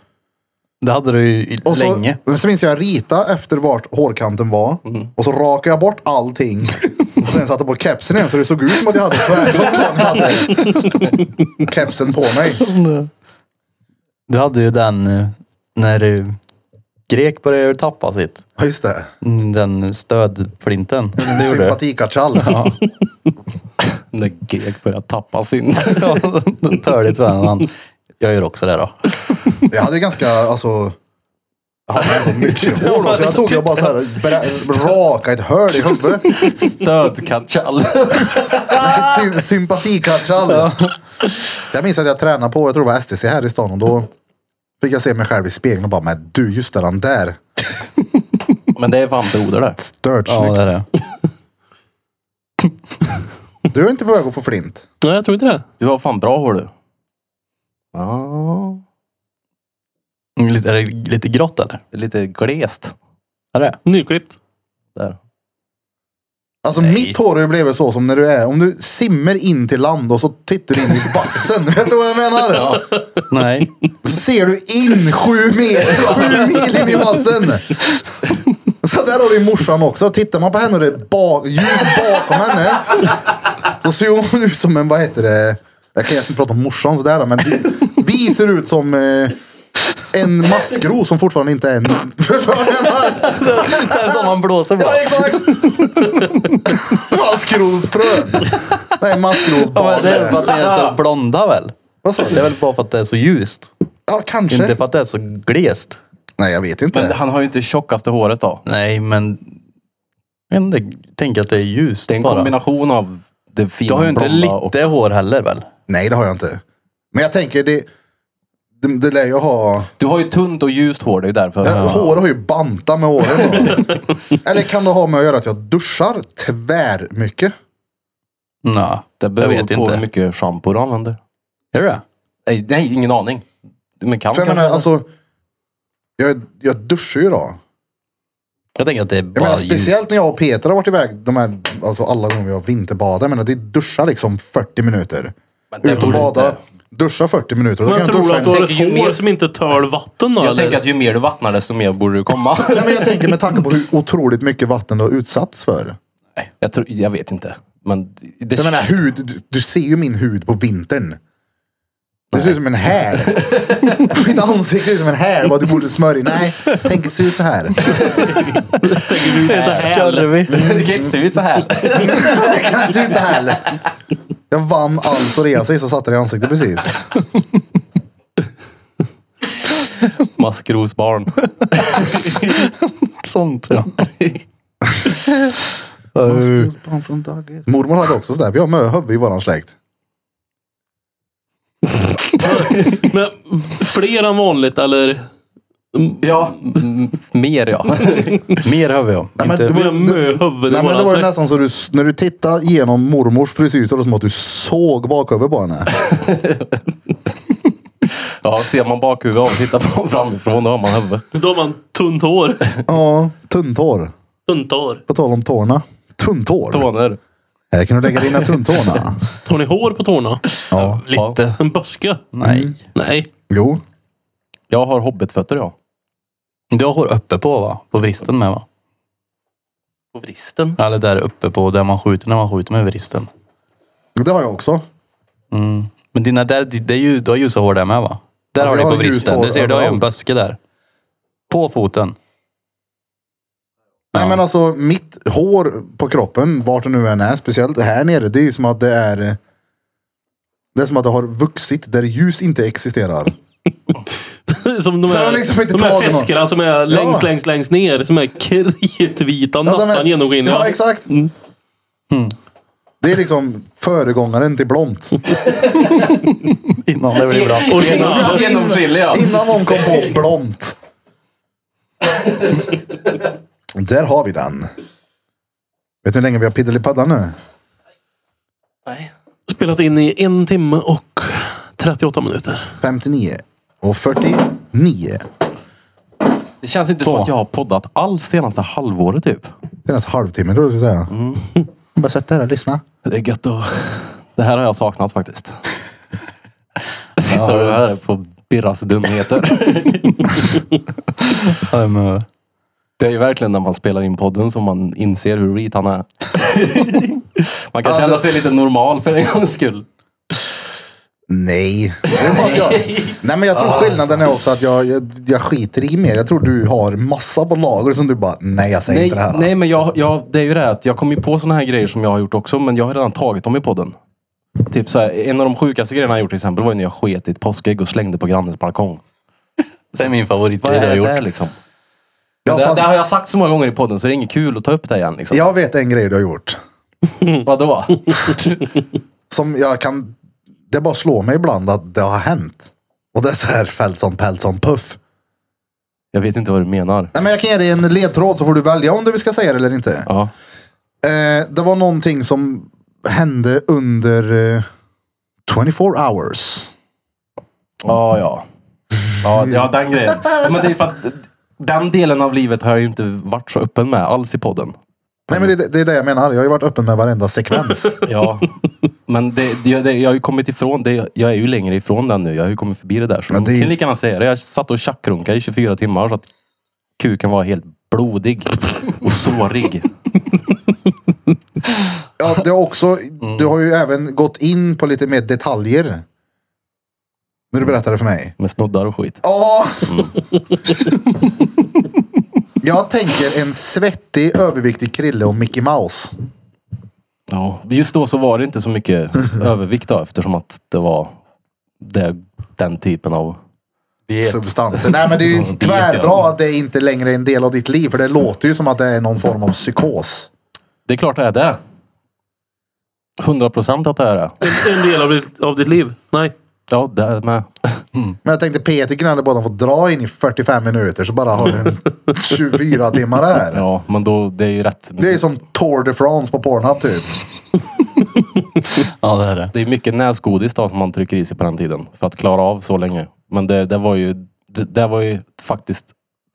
Speaker 3: Det hade du ju i-
Speaker 1: Och så,
Speaker 3: länge. Mm.
Speaker 1: så minns jag rita efter vart hårkanten var. Och så rakade jag bort allting. Och sen satte jag på kepsen igen så det såg ut som att jag hade tvärlångt hår när jag hade kepsen på mig.
Speaker 3: Du hade ju den eh, när eh, grek började tappa sitt.
Speaker 1: Ja, just det.
Speaker 3: Mm, Den stödflinten. Det gjorde du.
Speaker 1: Sympatikatchall. Ja.
Speaker 4: När Grek börjar tappa sin...
Speaker 3: Ja, då Törligt vännen han. Jag gör också det då.
Speaker 1: Jag hade ganska, alltså... Jag hade ändå mycket hår då, så jag tog och bara så här, brä- raka ett hål i huvudet.
Speaker 4: Stödkatchall.
Speaker 1: Sy- Sympatikatchall. Jag minns att jag tränade på, jag tror det var STC här i stan och då fick jag se mig själv i spegeln och bara, men du, just det, den där.
Speaker 4: Men det är fan broder det.
Speaker 1: Stört
Speaker 3: Ja,
Speaker 1: snyggt.
Speaker 3: det är det.
Speaker 1: Du är inte på väg att få flint.
Speaker 2: Nej, jag tror inte det.
Speaker 4: Du har fan bra hår du. Ja.
Speaker 3: Mm, Lite, är det lite grått eller?
Speaker 4: Det är Lite glest.
Speaker 3: Är det?
Speaker 2: Nyklippt.
Speaker 4: Där.
Speaker 1: Alltså mitt hår har ju blivit så som när du är, om du simmer in till land och så tittar du in i vassen. Vet du vad jag menar?
Speaker 3: Nej.
Speaker 1: Så ser du in sju, meter, sju mil in i vassen. Så där har du ju morsan också. Tittar man på henne och det är ba- ljus bakom henne. Så ser hon ut som en, vad heter det? Jag kan egentligen prata om morsan sådär då, men vi ser ut som eh, en maskros som fortfarande inte är en... Förstår du vad jag menar?
Speaker 3: Det är som man blåser på.
Speaker 1: Ja, exakt! Maskrosfrön. Nej,
Speaker 3: Ja, men
Speaker 1: maskrosbarn.
Speaker 3: det är väl för att det är så blonda väl?
Speaker 1: Vad sa du?
Speaker 3: Det är väl bara för att det är så ljust.
Speaker 1: Ja, kanske.
Speaker 3: Inte för att det är så glest.
Speaker 1: Nej, jag vet
Speaker 4: Men
Speaker 1: inte.
Speaker 4: han har ju inte tjockaste håret då.
Speaker 3: Nej, men... Jag vet inte, tänk att det är ljust
Speaker 4: Det är en
Speaker 3: bara.
Speaker 4: kombination av det fina
Speaker 3: Du har ju inte lite
Speaker 4: blonda och...
Speaker 3: hår heller väl?
Speaker 1: Nej, det har jag inte. Men jag tänker, det, det, det lär jag ha...
Speaker 4: Du har ju tunt och ljust hår, det är ju därför.
Speaker 1: Ja. Håret har ju bantat med åren. då. Eller kan det ha med att göra att jag duschar tvär mycket?
Speaker 3: Nej,
Speaker 4: Det beror
Speaker 3: jag vet
Speaker 4: på hur
Speaker 3: inte.
Speaker 4: mycket shampoo du använder.
Speaker 3: Gör det?
Speaker 4: Nej, nej ingen aning. Men kan
Speaker 1: För jag
Speaker 4: kanske-
Speaker 1: menar, alltså... Jag, jag duschar ju då.
Speaker 3: Jag tänker att det är bara
Speaker 1: Jag menar,
Speaker 3: ljust.
Speaker 1: speciellt när jag och Peter har varit iväg de här, alltså alla gånger vi har vinterbadat. Jag menar, det duschar liksom 40 minuter. Ut och bada, duscha 40 minuter. Då
Speaker 2: Men
Speaker 1: kan jag
Speaker 2: tror du
Speaker 1: duscha
Speaker 2: att
Speaker 1: en
Speaker 2: du har
Speaker 4: tänker ju
Speaker 2: ett hår
Speaker 4: mer-
Speaker 2: som inte tål vatten då?
Speaker 4: Jag
Speaker 2: eller?
Speaker 4: tänker att ju mer du vattnar desto mer borde du komma.
Speaker 1: Nej, men jag tänker med tanke på hur otroligt mycket vatten du har utsatts för.
Speaker 4: jag, tror, jag vet inte. Men det,
Speaker 1: Jag menar hud, du, du ser ju min hud på vintern. Det ser ut som en häl. Mitt ansikte ser ut som en häl. Vad du borde smörja in. Nej, tänk se ut så här.
Speaker 2: du är så här.
Speaker 4: det kan inte se ut så här.
Speaker 1: Det kan se ut så här. Jag vann all psoriasis och satte det i ansiktet precis.
Speaker 4: Maskrosbarn.
Speaker 3: Sånt ja.
Speaker 1: Maskrosbarn från dagis. Mormor hade också sådär. Vi har möhubbe i våran släkt.
Speaker 2: Men fler än vanligt eller?
Speaker 4: Ja, m- mer ja.
Speaker 3: Mer har vi om.
Speaker 1: Nej, men
Speaker 3: Inte-
Speaker 1: det
Speaker 2: Vi
Speaker 1: var,
Speaker 2: har
Speaker 1: det,
Speaker 2: möhuvud i
Speaker 1: nej, men det
Speaker 2: våran
Speaker 1: var ju
Speaker 2: släkt.
Speaker 1: nästan så du, s- när du tittar genom mormors frisyr så var det som att du såg bakhuvudet på henne.
Speaker 4: ja. Ser man bakhuvudet om och tittar på framifrån, då har man huvudet.
Speaker 2: Då har man tunt hår.
Speaker 1: Ja, tunntår.
Speaker 2: Tunt hår.
Speaker 1: På tal om tårna. Tunntår.
Speaker 4: Tåner.
Speaker 1: Här kan du lägga dina tunntårna.
Speaker 2: Har ni hår på tårna?
Speaker 1: Ja.
Speaker 3: Lite.
Speaker 2: En buske?
Speaker 3: Nej.
Speaker 2: Nej.
Speaker 1: Jo.
Speaker 4: Jag har hobbitfötter ja.
Speaker 3: Du har hår uppe på va? På vristen med va?
Speaker 4: På vristen?
Speaker 3: Eller där uppe på där man skjuter när man skjuter med vristen.
Speaker 1: Det har jag också.
Speaker 3: Mm. Men dina där, det är ju, du har ljusa hår där med va? Där
Speaker 1: Alltså,
Speaker 3: har
Speaker 1: jag
Speaker 3: ni på
Speaker 1: har ljust
Speaker 3: vristen.
Speaker 1: hår
Speaker 3: Du ser, du har ju en
Speaker 1: överallt.
Speaker 3: buske där. På foten.
Speaker 1: Nej men alltså mitt hår på kroppen, vart det nu än är, speciellt här nere, det är ju som att det är... eh, Det är som att det har vuxit där ljus inte existerar.
Speaker 2: Som de
Speaker 1: Så
Speaker 2: här,
Speaker 1: har liksom inte
Speaker 2: de här
Speaker 1: tagit någon.
Speaker 2: fiskarna som är längst, längst, längst ner. Som är kritvita,
Speaker 1: Ja, de är-
Speaker 2: nästan genomskinliga.
Speaker 1: Ja, exakt. Det är liksom föregångaren till blont.
Speaker 3: Innan det blir bra.
Speaker 2: Och innan-
Speaker 3: Genomskinlig, ja.
Speaker 1: Innan någon kom på blont. Där har vi den. Vet ni hur länge vi har Piddelippaddan nu?
Speaker 2: Spelat in i en timme och 38 minuter.
Speaker 1: 59 och 49.
Speaker 4: Det känns inte som att jag har poddat alls senaste halvåret typ.
Speaker 1: Senast halvtimmen då, ska jag säga. Bara sätt dig här och lyssna.
Speaker 4: Det är gött att... Det här har jag saknat faktiskt. Sitta och här på Birras dumheter.
Speaker 3: Ja, men-
Speaker 4: Det är ju verkligen när man spelar in podden som man inser hur reet han är. Man kan
Speaker 1: Ja,
Speaker 4: känna
Speaker 1: det-
Speaker 4: sig lite normal för en gångs skull.
Speaker 1: Nej. Det är Ah, bara jag. Nej men jag tror skillnaden är också att jag, jag, jag skiter i mer. Jag tror du har massa på lager som du bara, nej jag säger
Speaker 4: Nej,
Speaker 1: inte det här.
Speaker 4: nej men jag, jag, det är ju det att jag kom ju på såna här grejer som jag har gjort också, men jag har redan tagit dem i podden. Typ så här, en av de sjukaste grejerna jag gjort till exempel var ju när jag sket i ett påskägg och slängde på grannens balkong.
Speaker 3: Det är min
Speaker 4: Vad
Speaker 3: favoritgrej
Speaker 4: är
Speaker 3: jag
Speaker 4: det,
Speaker 3: har gjort.
Speaker 4: liksom?
Speaker 1: Ja,
Speaker 4: det,
Speaker 1: fast-
Speaker 4: det har jag sagt så många gånger i podden så det är inget kul att ta upp det igen. Liksom.
Speaker 1: Jag vet en grej du har gjort.
Speaker 4: Vadå?
Speaker 1: Som jag kan, det bara slår mig ibland att det har hänt. Och det är så här Feltson Peltson Puff.
Speaker 4: Jag vet inte vad du menar.
Speaker 1: Nej men jag kan ge dig en ledtråd så får du välja om du ska säga det eller inte.
Speaker 4: Ja.
Speaker 1: Eh, det var någonting som hände under eh, 24 hours.
Speaker 4: Ja, ja. Ja, ja den grejen. Ja, Men det är för att den delen av livet har jag ju inte varit så öppen med alls i podden.
Speaker 1: Nej men det, det är det jag menar. Jag har ju varit öppen med varenda sekvens.
Speaker 4: Ja, men det, det, det, jag har ju kommit ifrån det. Jag är ju längre ifrån den nu. Jag har ju kommit förbi det där. Så
Speaker 1: Men
Speaker 4: man
Speaker 1: det är
Speaker 4: kan
Speaker 1: ju-
Speaker 4: lika gärna säga det. Jag satt och tjackrunkade i 24 timmar så att kuken var helt blodig och sårig.
Speaker 1: Ja, det har också,
Speaker 4: Mm.
Speaker 1: Du har ju även gått in på lite mer detaljer. När du berättade för mig.
Speaker 4: Med snoddar och skit.
Speaker 1: Ja!
Speaker 4: Mm.
Speaker 1: Jag tänker en svettig, överviktig Krille och Mickey Mouse.
Speaker 4: Ja. Just då så var det inte så mycket övervikt då, eftersom att det var det, den typen av...
Speaker 1: Substanser. Nej men det är ju
Speaker 4: Diet,
Speaker 1: tvärbra
Speaker 4: ja.
Speaker 1: att det inte längre är en del av ditt liv. För det låter ju som att det är någon form av psykos.
Speaker 4: Det är klart det är det. 100 procent att det är det.
Speaker 2: En, en del av ditt, av ditt liv. Nej.
Speaker 4: Ja, det är med.
Speaker 1: Men jag tänkte Peter gnällde på att han får dra in i 45 minuter. Så bara har vi en 24 timmar här.
Speaker 4: Ja, men då, det är ju rätt.
Speaker 1: Det är som Tour de France på Pornhub typ.
Speaker 3: Ja, det är det.
Speaker 4: Det är mycket näsgodis då som man trycker i sig på den tiden. För att klara av så länge. Men det, det var ju det, det var ju faktiskt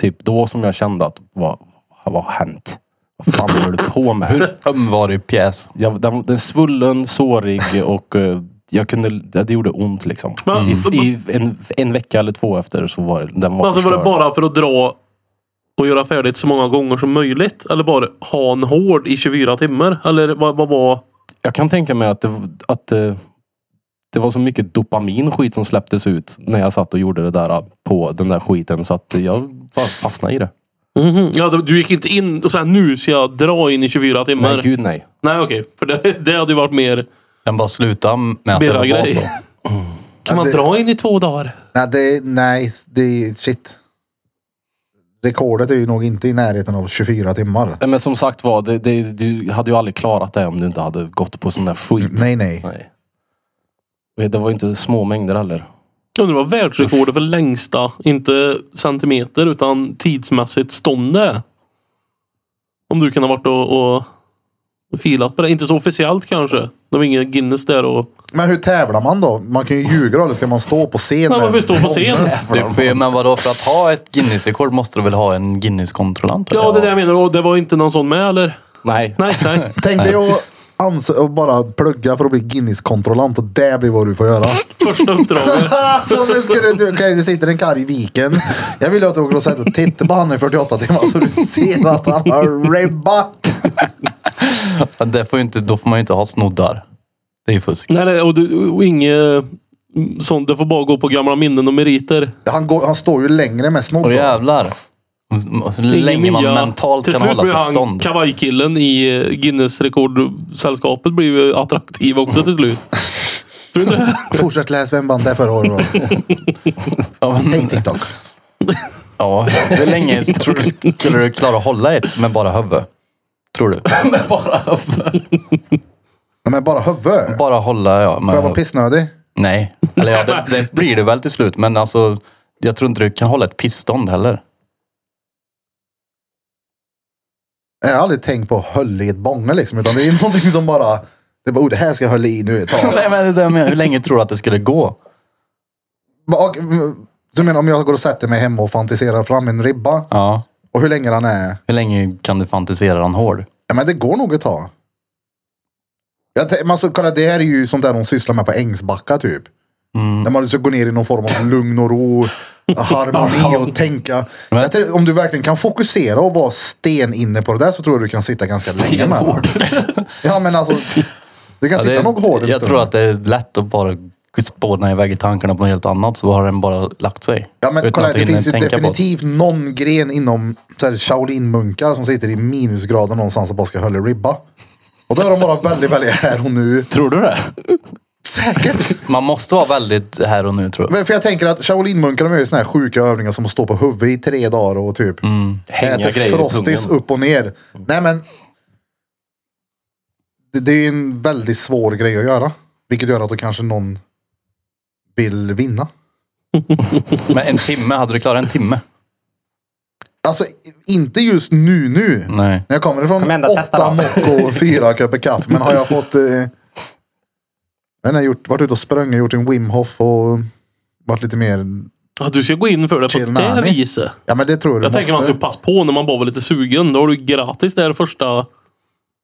Speaker 4: typ då som jag kände att vad vad har hänt? Vad fan håller du på med?
Speaker 3: Hur ömvarig pjäs.
Speaker 4: Jag, den, den svullen, sårig och eh, jag kunde, det, det gjorde ont liksom.
Speaker 2: Men-
Speaker 4: I, i en, en vecka eller två efter så var det- den var
Speaker 2: Alltså var det
Speaker 4: förstörd.
Speaker 2: bara för att dra och göra färdigt så många gånger som möjligt? Eller bara ha en hård i 24 timmar? Eller vad vad var...
Speaker 4: Jag kan tänka mig att, det, att eh, det var så mycket dopamin och skit som släpptes ut när jag satt och gjorde det där eh, på den där skiten så att jag bara fastnade i det.
Speaker 2: Mhm. Ja, du- du gick inte in och sa nu ska jag dra in i 24 timmar.
Speaker 4: Nej, gud nej.
Speaker 2: Nej, okej. För det, det hade ju varit mer...
Speaker 3: Den bara slutar med att det
Speaker 2: Bra
Speaker 3: var
Speaker 2: grej.
Speaker 3: så.
Speaker 2: Kan
Speaker 1: Ja,
Speaker 2: man
Speaker 1: det-
Speaker 2: dra in i två dagar?
Speaker 1: Nej, det, nej, det är shit. Rekordet är ju nog inte i närheten av 24 timmar.
Speaker 4: Nej, Men som sagt var, det, det, du hade ju aldrig klarat det om du inte hade gått på sån där skit.
Speaker 1: Nej, nej.
Speaker 4: nej. Och Det var ju inte små mängder heller.
Speaker 2: Jag undrar vad världsrekordet för längsta, inte centimeter utan tidsmässigt stånd är. Om du kan ha varit och, och filat på det. Inte så officiellt kanske. Det var ingen Guinness där och...
Speaker 1: Men hur tävlar man då? Man kan ju ljuga då, eller ska man stå på scen?
Speaker 2: Nej,
Speaker 1: med-
Speaker 2: varför stå på scen?
Speaker 3: Det sker, men vadå, för att ha ett Guinness-rekord måste du väl ha en Guinness-kontrollant? eller?
Speaker 2: Ja, det är det jag menar. Och det var inte någon sån med eller?
Speaker 4: Nej.
Speaker 2: Nej, nej.
Speaker 1: Tänk dig att ans- att bara plugga för att bli Guinness-kontrollant och det blir vad du får göra.
Speaker 2: Första uppdraget.
Speaker 1: Som det skulle du, okej, det sitter en karl i viken. Jag vill ju att du åker och sätter och tittar på honom i 48 timmar så du ser att han har ribbat.
Speaker 3: Men det får ju inte, då får man ju inte ha snoddar. Det är ju fusk.
Speaker 2: Nej, nej. Och, du, och inget sånt. Det får bara gå på gamla minnen och meriter.
Speaker 1: Han, går, han står ju längre med snodd.
Speaker 3: Åh jävlar. Hur länge man
Speaker 2: nya-
Speaker 3: mentalt
Speaker 2: till
Speaker 3: kan
Speaker 2: slut
Speaker 3: hålla
Speaker 2: blir
Speaker 3: sig
Speaker 2: han
Speaker 3: stånd.
Speaker 2: Kavajkillen i eh, Guinness-rekordsällskapet blir ju attraktiv också till slut. Tror du inte det?
Speaker 1: Fortsätt läs vem band det är förra året.
Speaker 3: Ja, men-
Speaker 1: Hej TikTok.
Speaker 3: Ja, hur länge tror du skulle du klara att hålla ett med bara huvud? Tror du?
Speaker 1: Ja, men bara huvud.
Speaker 3: Bara hålla, ja.
Speaker 1: Får jag vara
Speaker 3: Med,
Speaker 1: pissnödig?
Speaker 3: nej. Eller ja, det, det blir det väl till slut. Men alltså, jag tror inte du kan hålla ett pissstånd heller.
Speaker 1: Jag har aldrig tänkt på att hålla i ett bånge liksom. Utan det är någonting som bara... Det är bara, oh, det här ska jag hålla i nu ett tag.
Speaker 3: Nej, men det där med, hur länge tror du att det skulle gå?
Speaker 1: Men, och, mm, Du menar om jag går och sätter mig hemma och fantiserar fram en ribba?
Speaker 3: Ja.
Speaker 1: Och hur länge den är?
Speaker 3: Hur länge kan du fantisera den hård?
Speaker 1: Ja, men det går nog ett tag. Jag tän- men alltså, kolla, det här är ju sånt där de sysslar med på Ängsbacka typ.
Speaker 3: Mm.
Speaker 1: När man ska gå ner i någon form av lugn och ro, harmoni och tänka. Jag tror, om du verkligen kan fokusera och vara sten inne på det där så tror jag du kan sitta ganska länge med det. Ja men alltså, du kan
Speaker 3: Ja,
Speaker 1: sitta
Speaker 3: det,
Speaker 1: nog hårt en
Speaker 3: jag
Speaker 1: stund.
Speaker 3: tror att det är lätt att bara spåna iväg i tankarna på något helt annat så har den bara lagt sig.
Speaker 1: Ja men
Speaker 3: Utan
Speaker 1: kolla,
Speaker 3: att
Speaker 1: det
Speaker 3: hinna
Speaker 1: finns ju
Speaker 3: tänka på
Speaker 1: definitivt någon gren inom så här, Shaolin-munkar som sitter i minusgrader någonstans och bara ska hålla ribba. Och då är de bara väldigt, väldigt här och nu.
Speaker 4: Tror du det?
Speaker 1: Säkert.
Speaker 3: det. Man måste vara väldigt här och nu tror jag.
Speaker 1: Men för jag tänker att Shaolin-munkar de gör ju såna här sjuka övningar som att stå på huvudet i tre dagar och typ
Speaker 4: Hänga
Speaker 1: äter
Speaker 4: grejer i
Speaker 1: frostis
Speaker 4: tungan.
Speaker 1: upp och ner. Nej men. Det, det är ju en väldigt svår grej att göra. Vilket gör att då kanske någon vill vinna.
Speaker 3: Men en timme, hade du klarat en timme?
Speaker 1: Alltså inte just nu nu.
Speaker 3: Nej.
Speaker 1: När jag kommer ifrån
Speaker 8: Kom igen då, testa
Speaker 1: åtta
Speaker 8: då.
Speaker 1: mocco och fyra koppar kaffe. Men har jag fått... Eh, jag har gjort, varit ute och sprungit, gjort en Wim Hof och varit lite mer...
Speaker 2: Att du ska gå in för det på det här
Speaker 1: Chilnani.
Speaker 2: viset.
Speaker 1: Ja men det tror jag du
Speaker 2: Jag tänker man
Speaker 1: måste.
Speaker 2: ska passa på när man bara var lite sugen. Då har du gratis där första...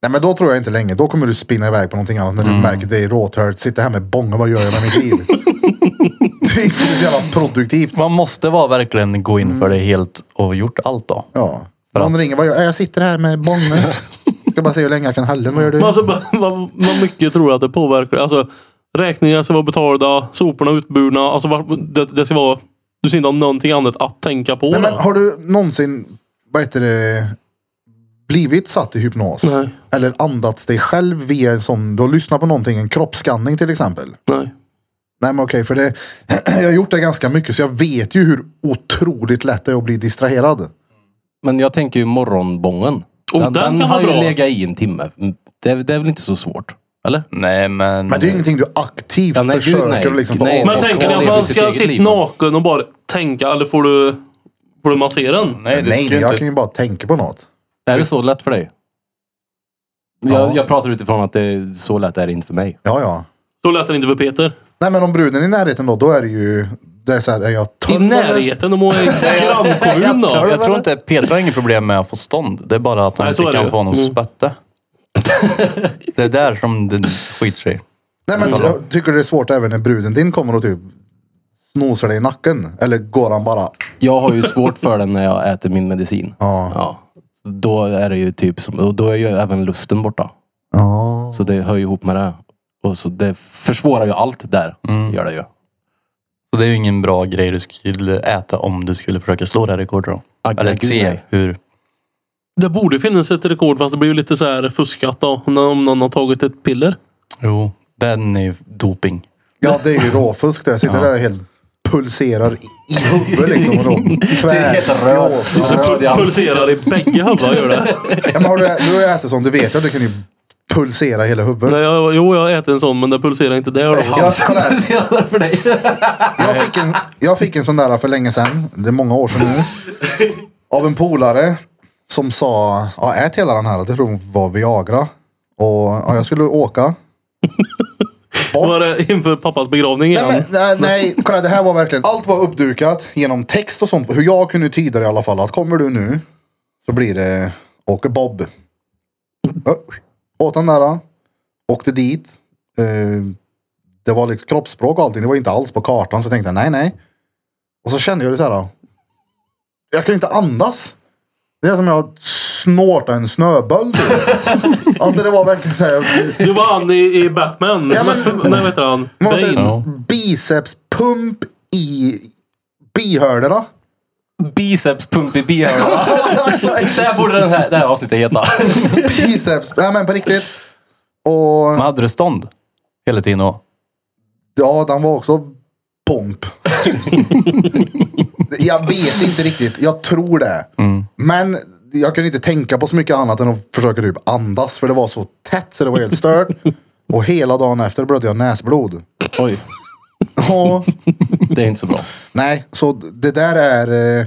Speaker 1: Nej men då tror jag inte länge. Då kommer du spinna iväg på någonting annat när du märker dig råtört. Sitta här med bånga, vad gör jag med mitt liv? det är inte så jävla produktivt.
Speaker 3: Man måste vara verkligen gå in för det helt och gjort allt då.
Speaker 1: Ja. Någon ringer, vad gör jag? Jag sitter här med bånga. Ska bara se hur länge jag kan hålla. Vad gör du?
Speaker 2: Men Alltså, vad, vad vad mycket tror du att det påverkar? Alltså, räkningar ska vara betalda, soporna utburna. Alltså, vad- det, det ska vara... Du ska inte ha någonting annat att tänka på.
Speaker 1: Nej, men
Speaker 2: då.
Speaker 1: har du någonsin vad heter det, blivit satt i hypnos?
Speaker 2: Nej.
Speaker 1: Eller andats dig själv via en sån, du har lyssnat på någonting, en kroppsskanning till exempel.
Speaker 2: Nej.
Speaker 1: Nej men okej, för det, jag har gjort det ganska mycket så jag vet ju hur otroligt lätt det är att bli distraherad.
Speaker 4: Men jag tänker ju morgonbången.
Speaker 2: Oh, den kan
Speaker 4: har
Speaker 2: vara bra.
Speaker 4: ju legat i en timme. Mm, Det är, det är väl inte så svårt? Eller?
Speaker 3: Nej men...
Speaker 1: Men det är ju ingenting du aktivt
Speaker 4: Mm. Ja, nej, gud,
Speaker 1: försöker
Speaker 4: nej.
Speaker 1: att liksom ta
Speaker 4: Nej,
Speaker 1: av
Speaker 2: Men
Speaker 4: Och-
Speaker 1: dig.
Speaker 2: tänk
Speaker 4: och
Speaker 2: dig att
Speaker 4: lever
Speaker 2: man
Speaker 4: sitt
Speaker 2: ska
Speaker 4: eget
Speaker 2: sitta
Speaker 4: liv.
Speaker 2: naken och bara tänka. Eller får du, får du massera den?
Speaker 3: Nej, det
Speaker 1: Nej,
Speaker 3: skulle
Speaker 1: jag
Speaker 3: inte...
Speaker 1: kan ju bara tänka på något.
Speaker 4: Är det så lätt för dig? Jag, jag pratar utifrån att det är så lätt är det inte för mig.
Speaker 1: Ja, ja.
Speaker 2: Så lät det inte för Peter.
Speaker 1: Nej men om bruden är i närheten då, då är det ju, det är så här, är jag
Speaker 2: I
Speaker 1: törr?
Speaker 2: närheten. De har en grannkommun då.
Speaker 3: Jag tror inte Petra har inget problem med att få stånd. Det är bara att han
Speaker 2: Nej, så
Speaker 3: inte
Speaker 2: är det
Speaker 3: kan
Speaker 2: ju.
Speaker 3: få någon
Speaker 2: Mm.
Speaker 3: spötte. det är där som det skiter sig.
Speaker 1: Nej
Speaker 4: Mm.
Speaker 1: men jag tycker det är svårt även när bruden din kommer och typ snosar dig i nacken. Eller går han bara
Speaker 4: Jag har ju svårt för den när jag äter min medicin.
Speaker 1: Ja.
Speaker 4: Då är det ju typ som, och då är ju även lusten borta. Så det hör ju ihop med det. Och så det försvårar ju allt där. Gör det ju.
Speaker 3: Så det är ju ingen bra grej du skulle äta om du skulle försöka slå det här rekordet då.
Speaker 4: Ah,
Speaker 3: Eller
Speaker 4: gud,
Speaker 3: se
Speaker 4: nej.
Speaker 3: hur...
Speaker 2: Det borde finnas ett rekord fast det blir ju lite så här fuskat då. När- Om någon har tagit ett piller.
Speaker 3: Jo, den är ju doping.
Speaker 1: Ja, det är ju råfusk det. Jag sitter där och helt pulserar i- i huvudet liksom. Och då tvärfjåsar.
Speaker 2: Pul- Pulserar i bägge huvudena gör det.
Speaker 1: Ja, men har du, du har ju ätit sånt, du vet ju att du kan ju pulsera hela huvudet.
Speaker 2: Nej, jag, jo, jag äter en sån men det pulserar inte där då.
Speaker 1: Jag, kolla här. jag, fick en, jag fick en sån där för länge sedan. Det är många år sedan nu. Av en polare som sa, ja, ät hela den här. Jag tror hon var Viagra. Och ja, jag skulle åka. Bort.
Speaker 2: Var det inför pappas begravning igen?
Speaker 1: Nej, men, nej, nej, kolla det här var verkligen. Allt var uppdukat genom text och sånt. Hur jag kunde tyda det i alla fall. Att kommer du nu så blir det åker Bob. Ö, Åt den där. Åkte dit. Eh, Det var liksom kroppsspråk och allting. Det var inte alls på kartan. Så jag tänkte nej, nej. Och så kände jag det så här. Jag kan inte andas. Det är som jag snortar en snöböld. alltså det var verkligen så här.
Speaker 2: Du var han i, i Batman.
Speaker 1: Ja, men-
Speaker 2: Nej, vad heter han?
Speaker 1: Man
Speaker 2: Bane.
Speaker 1: måste bicepspump i bihålorna.
Speaker 4: Biceps.bb. Där borde den här, det här avsnittet heta.
Speaker 1: Biceps. Nej men på riktigt. Och
Speaker 3: Men hade du stånd hela tiden och
Speaker 1: ja, den var också bomb. jag vet inte riktigt. Jag tror det. Men jag kunde inte tänka på så mycket annat än att försöka typ andas. För det var så tätt så det var helt stört. Och hela dagen efter blödde jag näsblod.
Speaker 4: Oj,
Speaker 1: Ja.
Speaker 4: det är inte så bra.
Speaker 1: Nej, så det där är... eh,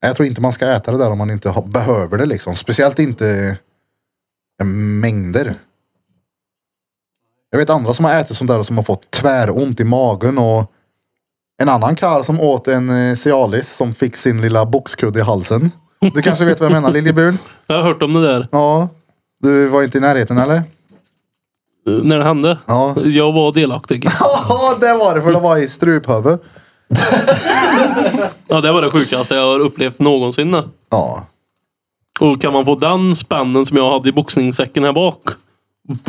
Speaker 1: Jag tror inte man ska äta det där om man inte ha, behöver det liksom. Speciellt inte eh, mängder. Jag vet andra som har ätit sånt där och som har fått tväront i magen och en annan karl som åt en eh, Cialis som fick sin lilla boxkudde i halsen. Du kanske vet vad jag menar Liljeburn?
Speaker 2: Jag har hört om det där.
Speaker 1: Ja. Du var inte i närheten eller?
Speaker 2: Eh, När det hände.
Speaker 1: Ja.
Speaker 2: Jag var delaktig.
Speaker 1: Ja, det var det för det var i struphuvud.
Speaker 2: Ja, det var det sjukaste jag har upplevt någonsin.
Speaker 1: Ja.
Speaker 2: Och kan man få den spännen som jag hade i boxningssäcken här bak.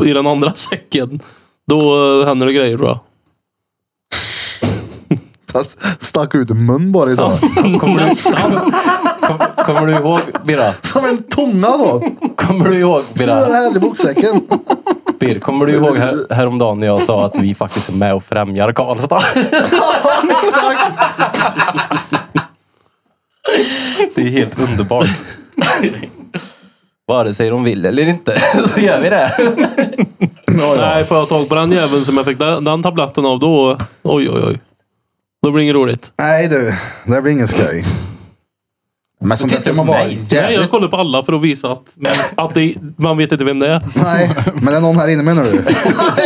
Speaker 2: I den andra säcken. Då eh, händer det grejer tror jag.
Speaker 1: Stack ut mun bara i så.
Speaker 4: Kommer du, kom, kommer du ihåg, Birra?
Speaker 1: Som en tunga då.
Speaker 4: Kommer du ihåg, Birra?
Speaker 1: Den här i boksäcken.
Speaker 4: Bir, kommer du ihåg här, häromdagen när jag sa att vi faktiskt är med och främjar Karlstad?
Speaker 1: Exakt.
Speaker 4: Det är helt underbart. Vare sig de vill eller inte så gör vi det.
Speaker 2: Nej, får jag tag på den jäveln som jag fick den, den tabletten av då. Oj, oj, oj. Då blir det inget roligt.
Speaker 1: Nej du, det blir ingen skoj. Men sånt där ska man vara
Speaker 2: Nej, jag
Speaker 1: jävligt...
Speaker 2: kollar på alla för att visa att, att det, man vet inte vem det är.
Speaker 1: Nej, men det är någon här inne menar du?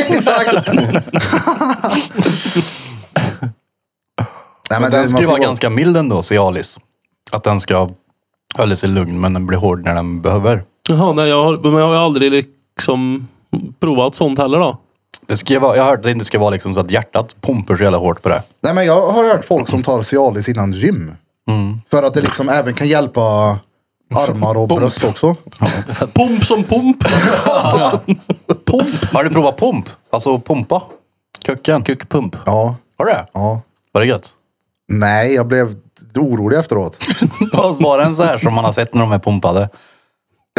Speaker 1: Exakt. Nej, men det,
Speaker 3: den ska
Speaker 1: man
Speaker 3: ju
Speaker 1: ska
Speaker 3: vara
Speaker 1: vara
Speaker 3: ganska mild ändå, Cialis. Att den ska hålla sig lugn, men den blir hård när den behöver.
Speaker 2: Jaha, nej, jag har, men jag har ju aldrig liksom provat sånt heller då.
Speaker 3: Det ska ju vara, jag har hört att det inte ska vara liksom så att hjärtat pumpar så jävla hårt på det.
Speaker 1: Nej, men jag har hört folk som tar Cialis innan gym.
Speaker 3: Mm.
Speaker 1: För att det liksom även kan hjälpa armar och bröst också.
Speaker 2: Pump som pump.
Speaker 3: Har du provat pump? Alltså pumpa? Kucken?
Speaker 4: Kuckpump.
Speaker 1: Ja,
Speaker 3: Har du det?
Speaker 1: ja.
Speaker 3: Var det gött?
Speaker 1: Nej, jag blev orolig efteråt.
Speaker 3: Fast bara en så här som man har sett när de är pumpade.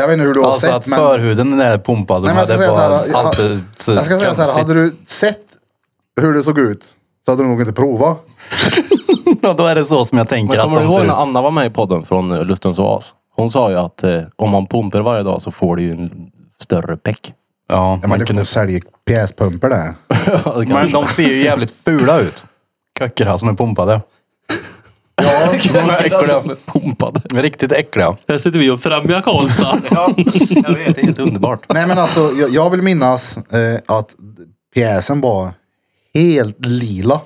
Speaker 1: Jag vet inte hur du har
Speaker 3: Alltså
Speaker 1: sett,
Speaker 3: att
Speaker 1: men...
Speaker 3: förhuden är pumpad.
Speaker 1: Nej, men jag ska säga så här. Jag,
Speaker 3: eh,
Speaker 1: jag ska säga så här. Hade du sett hur det såg ut så hade du nog inte provat.
Speaker 3: Då är det så som jag tänker
Speaker 4: Men
Speaker 3: att
Speaker 4: kommer du
Speaker 3: de ser
Speaker 4: ihåg
Speaker 3: ut.
Speaker 4: när Anna var med i podden från eh, Lustens Oas? Hon sa ju att eh, om man pumpar varje dag så får du ju en större peck.
Speaker 3: Ja,
Speaker 1: Ja, men
Speaker 3: man
Speaker 1: det
Speaker 3: kunde,
Speaker 1: kunde sälja pjäspumper det.
Speaker 3: men de ser ju jävligt fula ut. Kucker här som är pumpade. Ja, Alltså. de är äckliga.
Speaker 4: Som är pumpade.
Speaker 3: De är Riktigt äckliga.
Speaker 2: Här sitter vi och främjar Karlstad.
Speaker 4: Jag vet, det är helt underbart.
Speaker 1: Nej men alltså, jag, jag vill minnas eh, att pjäsen var helt lila.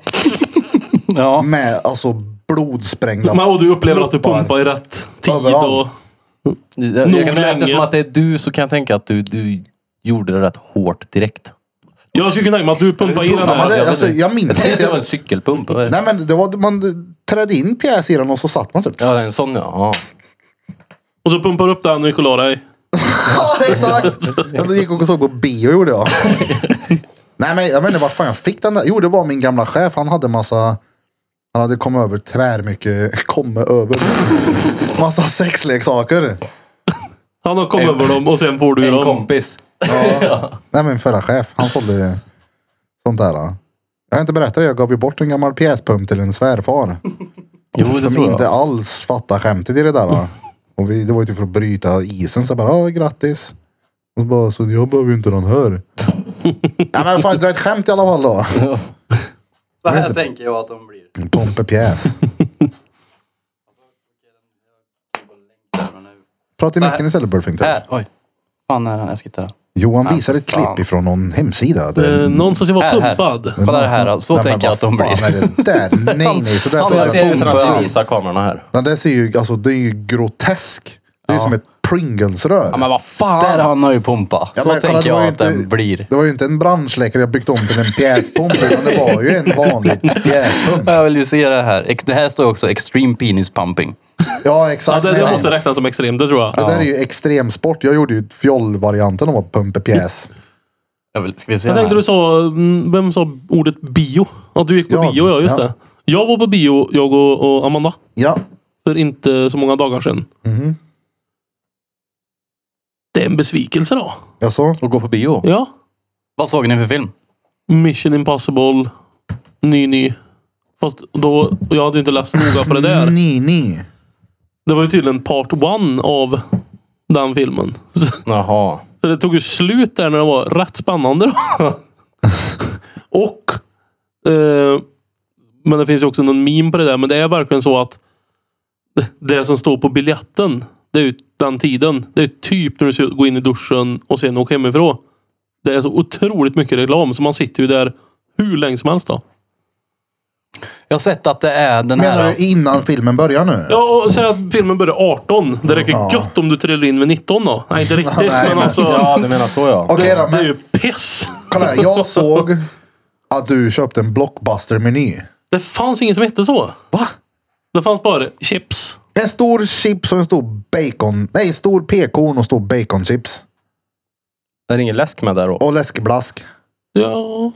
Speaker 3: Ja.
Speaker 1: Med alltså blodsprängda.
Speaker 2: Men, och du upplever att du
Speaker 1: pluppar.
Speaker 2: pumpar i rätt tid. Och,
Speaker 1: Överallt.
Speaker 4: Jag, jag kan,
Speaker 2: Nordlänge.
Speaker 4: eftersom att det är du så kan jag tänka att du, du gjorde det rätt hårt direkt.
Speaker 2: jag skulle kunna tänka mig att du pumpar i den
Speaker 1: Ja, men
Speaker 2: här.
Speaker 1: det, alltså, jag
Speaker 4: Jag
Speaker 1: minns
Speaker 4: tänkte att
Speaker 1: inte.
Speaker 4: det var en
Speaker 1: Jag,
Speaker 4: cykelpump. eller?
Speaker 1: nej men det var, man trädde in pjäs i den och så satt man så.
Speaker 4: Ja, det är en sån ja. ja.
Speaker 2: Och så pumpar du upp den och kollar dig.
Speaker 1: Ja exakt! Jag gick och såg på bio gjorde jag. Nej men jag vet inte vart fan jag fick den där. Jo det var min gamla chef. Han hade massa. Han hade kommit över tvär mycket. Kommit över. Massa sexleksaker.
Speaker 2: Han har kommit över dem och sen får du
Speaker 4: En
Speaker 2: dem.
Speaker 4: kompis.
Speaker 1: Nej men förra chef. Han sålde sånt där. då. Jag har inte berättat det. Jag gav ju bort en gammal pjäspump till en svärfar.
Speaker 4: Jo, det
Speaker 1: Som
Speaker 4: tror jag.
Speaker 1: inte alls fattade skämtet i det där. då. Och vi, det var ju typ för att bryta isen. Så jag bara, ja grattis. Och så bara, så jag behöver ju inte den här. Nej men fan, dra ett skämt i alla fall då.
Speaker 3: Så här tänker jag att de blir.
Speaker 1: Pompepjäs. Prata i micken istället Burfington.
Speaker 4: Äh,
Speaker 3: Här, oj. Fan är den? Jag ska hitta den.
Speaker 1: Johan visar ett
Speaker 3: fan.
Speaker 1: klipp ifrån någon hemsida.
Speaker 2: Eh,
Speaker 1: Där...
Speaker 2: någon som ska vara
Speaker 3: Här, här.
Speaker 2: pumpad.
Speaker 3: Kolla det här då. Så
Speaker 1: Nej, men
Speaker 3: tänker jag att de
Speaker 1: vad fan
Speaker 3: blir.
Speaker 1: Är det där? Nej, nej. Så där
Speaker 4: Så
Speaker 1: ser
Speaker 4: jag
Speaker 1: jag.
Speaker 4: ser utan att
Speaker 3: Pumpa.
Speaker 4: visa kamerorna här.
Speaker 1: Den där ser ju, alltså det är ju grotesk. Det är ju som ett Pringles-rör. Ja,
Speaker 4: vad fan!
Speaker 3: Där har han har ju pumpa. Så
Speaker 1: men kolla,
Speaker 3: tänker
Speaker 1: det var
Speaker 3: jag
Speaker 1: ju
Speaker 3: att den blir.
Speaker 1: Det var ju inte en branschläkare jag byggt om till en pjäspump. utan det var ju en vanlig pjäspump.
Speaker 3: Jag vill ju se det här. Ex- Det här står också extreme penis pumping.
Speaker 1: Ja,
Speaker 2: Ja,
Speaker 1: exakt.
Speaker 2: det,
Speaker 1: Nej,
Speaker 2: det
Speaker 1: nej.
Speaker 2: måste räknas som extremt, det tror jag.
Speaker 1: det där är ju extremsport. Jag gjorde ju fjollvarianten av pumpepjäs.
Speaker 3: Jag vill, ska vi se
Speaker 2: Jag
Speaker 3: den
Speaker 2: tänkte
Speaker 3: här?
Speaker 2: du sa, mm, vem sa ordet bio? Ja, du gick på
Speaker 1: Ja,
Speaker 2: bio, ja just
Speaker 1: ja.
Speaker 2: det. Jag var på bio, jag och, och Amanda.
Speaker 1: Ja,
Speaker 2: för inte så många dagar sedan.
Speaker 1: Mhm.
Speaker 2: Det är en besvikelse då.
Speaker 1: Jaså?
Speaker 4: Och gå på bio.
Speaker 2: Ja.
Speaker 3: Vad såg ni för film?
Speaker 2: Mission Impossible. Ny, ny. Fast då, jag hade ju inte läst noga på det där.
Speaker 1: Ni, ni.
Speaker 2: Det var ju tydligen part one av den filmen. Så,
Speaker 4: Jaha.
Speaker 2: så det tog ju slut där när det var rätt spännande. Då. Och... Eh, men det finns ju också någon meme på det där. Men det är verkligen så att det- det som står på biljetten, det är ju den tiden. Det är typ när du ska gå in i duschen och sen åka hemifrån. Det är så otroligt mycket reklam. Så man sitter ju där hur länge som helst. Då.
Speaker 3: Jag har sett att det är den
Speaker 1: Menar
Speaker 3: här...
Speaker 1: du innan filmen börjar nu?
Speaker 2: Ja, och säg att filmen börjar 18. Det räcker gött om du trillar in vid 19 då. Nej, inte riktigt.
Speaker 1: Nej,
Speaker 2: men
Speaker 1: men-
Speaker 2: alltså,
Speaker 4: Ja, du menar så ja.
Speaker 1: Okej då,
Speaker 2: det är
Speaker 1: men
Speaker 2: ju piss.
Speaker 1: kolla här. Jag såg att du köpte en blockbuster-meny.
Speaker 2: Det fanns ingen som hette så.
Speaker 1: Va?
Speaker 2: Det fanns bara chips.
Speaker 1: En stor chips och en stor bacon. Nej, en stor pekorn och stor baconchips.
Speaker 4: Det är ingen läsk med där då.
Speaker 1: Och läskeblask.
Speaker 2: Ja,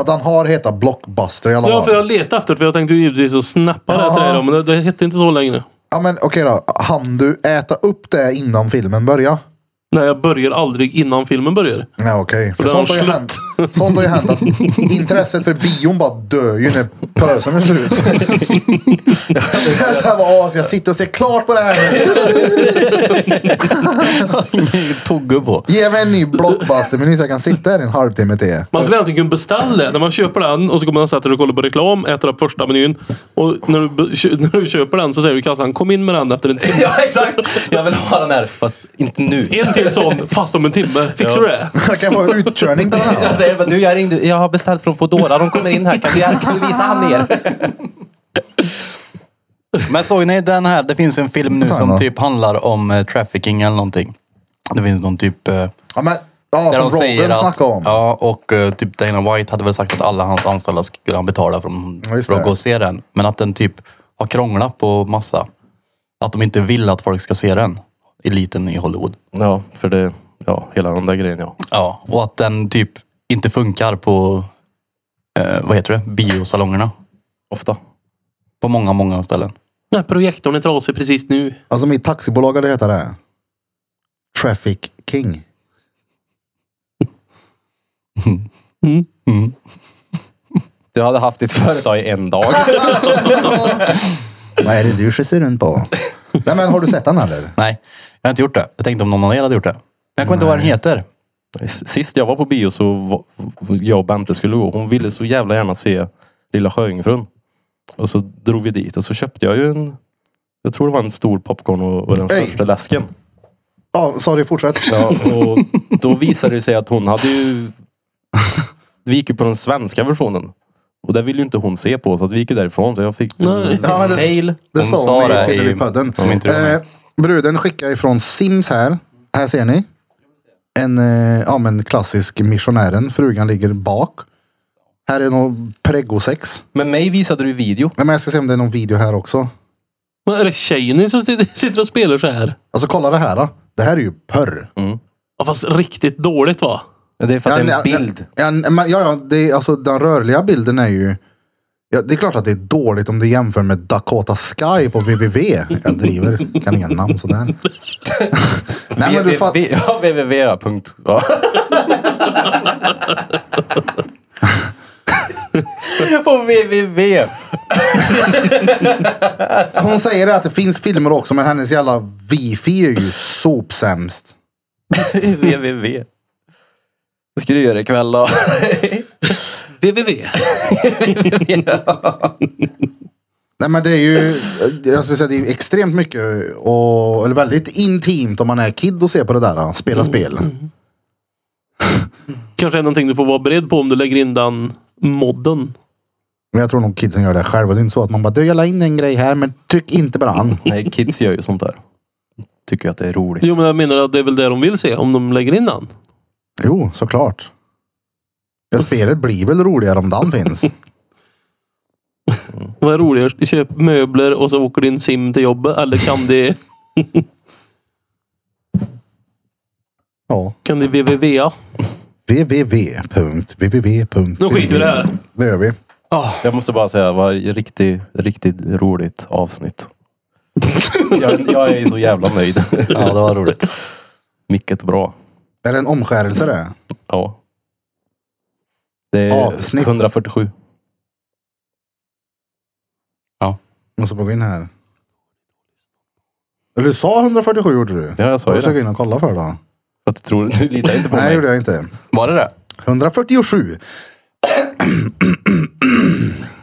Speaker 1: Att han har hetat blockbuster i alla
Speaker 2: ja
Speaker 1: fall.
Speaker 2: för jag letade efter det. För jag tänkte ju givetvis att snappa det här till dig då. Men det, det hette inte så länge.
Speaker 1: Ja, men okej då. Hann du äta upp det innan filmen börjar?
Speaker 2: Nej, jag börjar aldrig innan filmen börjar.
Speaker 1: Ja, okej. För
Speaker 2: För
Speaker 1: Sånt har ju
Speaker 2: slut.
Speaker 1: hänt. Sånt har ju hänt att intresset för bion bara dör ju när pösen är slut. Det är så här, bara, "Åh, ska jag sitta och se klart på det här nu?
Speaker 3: Togge på.
Speaker 1: Ge mig en ny blockbuster-meny så jag kan sitta här i en halvtimme till.
Speaker 2: Man skulle egentligen kunna beställa det. När man köper den och så kommer man sätta sig och kollar på reklam, äter upp första menyn. Och när du, be- kö- när du köper den så säger du i kassan, kom in med den efter en timme.
Speaker 4: Ja, exakt. Jag vill ha den här. Fast inte nu.
Speaker 2: En till sån, fast om en timme. Fixar du det?
Speaker 1: Jag kan få utkörning på den här.
Speaker 4: Jag säger bara, du jag ringde, jag har beställt från Foodora. De kommer in här. Kan du, kan du visa han ner?
Speaker 3: Men såg ni den här? Det finns en film nu
Speaker 1: Vänta,
Speaker 3: som
Speaker 1: va?
Speaker 3: typ handlar om eh, trafficking eller någonting. Det finns någon typ... Eh,
Speaker 1: Ja, men, ja som
Speaker 3: de säger
Speaker 1: Alltså, Robin
Speaker 3: att-
Speaker 1: snackade om.
Speaker 3: Ja, och eh, typ Dana White hade väl sagt att alla hans anställda skulle han betala för, om-
Speaker 1: Ja, just
Speaker 3: för att
Speaker 1: det.
Speaker 3: gå och se den. Men att den typ har krånglat på massa. Att de inte vill att folk ska se den. Eliten i Hollywood.
Speaker 4: Ja, för det... Ja, hela den där grejen ja.
Speaker 3: Ja, och att den typ inte funkar på, eh, vad heter det, biosalongerna.
Speaker 4: Ofta.
Speaker 3: På många, många ställen.
Speaker 2: Nej, projektorn är trasig precis nu.
Speaker 1: Alltså mitt taxibolag hade hetat det. Traffic King.
Speaker 4: Du hade haft ditt företag i en dag.
Speaker 1: Vad är det du kysser runt på? Nej men har du sett den eller?
Speaker 3: Nej, jag har inte gjort det. Jag tänkte om någon av er hade gjort det. Men jag kommer inte ihåg vad den heter.
Speaker 4: Sist jag var på bio så var, jag och Bente skulle gå. Hon ville så jävla gärna se Lilla Sjöjungfrun. Och så drog vi dit och så köpte jag ju en... Jag tror det var en stor popcorn och, och den
Speaker 1: Hej.
Speaker 4: största läsken.
Speaker 1: Ja, sorry fortsätt.
Speaker 4: Ja, och då visade det sig att hon hade ju... Vi gick ju på den svenska versionen. Och det ville ju inte hon se på, så att vi gick ju därifrån. Så jag fick...
Speaker 2: Nej.
Speaker 1: Mm. Ja, men det-
Speaker 4: Fail.
Speaker 1: Det
Speaker 3: Hon
Speaker 1: sa
Speaker 3: sa
Speaker 1: hon
Speaker 3: det
Speaker 1: i, i,
Speaker 3: i-
Speaker 1: i podden.
Speaker 3: om inte du var med.
Speaker 1: Eh, bruden skickar ifrån Sims här. Här ser ni. En eh, ja, men klassisk missionären. Frugan ligger bak. Här är någon preggosex.
Speaker 4: Men mig visade du video.
Speaker 1: Nej, men jag ska se om det är någon video här också.
Speaker 2: Men är det tjejen som sit- sitter och spelar så här?
Speaker 1: Alltså kolla det här. Då. Det här är ju porr.
Speaker 2: Ja, fast riktigt dåligt va?
Speaker 4: Det är för att det är en
Speaker 1: Ja, ja,
Speaker 4: bild.
Speaker 1: Ja, men, ja, ja det är, alltså, den rörliga bilden är ju... Ja, det är klart att det är dåligt om du jämför med Dakota Sky på www. Jag driver. Kan inga namn sådär. Nej, men du fatt...
Speaker 4: Vi- vi- Ja, www. punkt. Ja. På www.
Speaker 1: Hon säger att det finns filmer också, men hennes jävla wifi är ju sopsämst.
Speaker 4: www. Vad ska du göra ikväll då?
Speaker 2: VVV.
Speaker 1: Nej men det är ju, jag skulle säga det är ju extremt mycket och, eller väldigt intimt om man är kid och ser på det där.
Speaker 4: Mm.
Speaker 1: Spela spel.
Speaker 2: Kanske är någonting du får vara beredd på om du lägger in den modden.
Speaker 1: Men jag tror nog kidsen gör det själva. Det är inte så att man bara, du jag la in en grej här men tryck inte på den.
Speaker 4: Nej, kids gör ju sånt där. Tycker ju att det är roligt.
Speaker 2: Jo, men jag menar att det är väl det de vill se om de lägger in den.
Speaker 1: Jo, såklart. Ja, spelet blir väl roligare om den finns.
Speaker 2: Vad är roligast? Köp möbler och så åker din sim till jobbet. Eller kan det,
Speaker 1: Ja.
Speaker 2: kan det VVV?
Speaker 1: www.www.
Speaker 2: Nu skiter vi i det här.
Speaker 1: Det gör vi.
Speaker 4: Jag måste bara säga, det var ett riktigt, riktigt roligt avsnitt. Jag, jag är så jävla nöjd.
Speaker 7: Ja, det var roligt.
Speaker 4: Mycket bra.
Speaker 1: Är det en omskärelse det?
Speaker 4: Ja. Det är
Speaker 1: Avsnitt.
Speaker 4: 147.
Speaker 1: Måste bara gå in här. Eller du sa 147 gjorde du?
Speaker 4: Ja, jag sa ju
Speaker 1: Jag ska gå
Speaker 4: det.
Speaker 1: in och kolla för då.
Speaker 4: För att du, tror, du litar inte på
Speaker 1: Nej,
Speaker 4: mig.
Speaker 1: gjorde jag inte.
Speaker 3: Var det det?
Speaker 1: 147.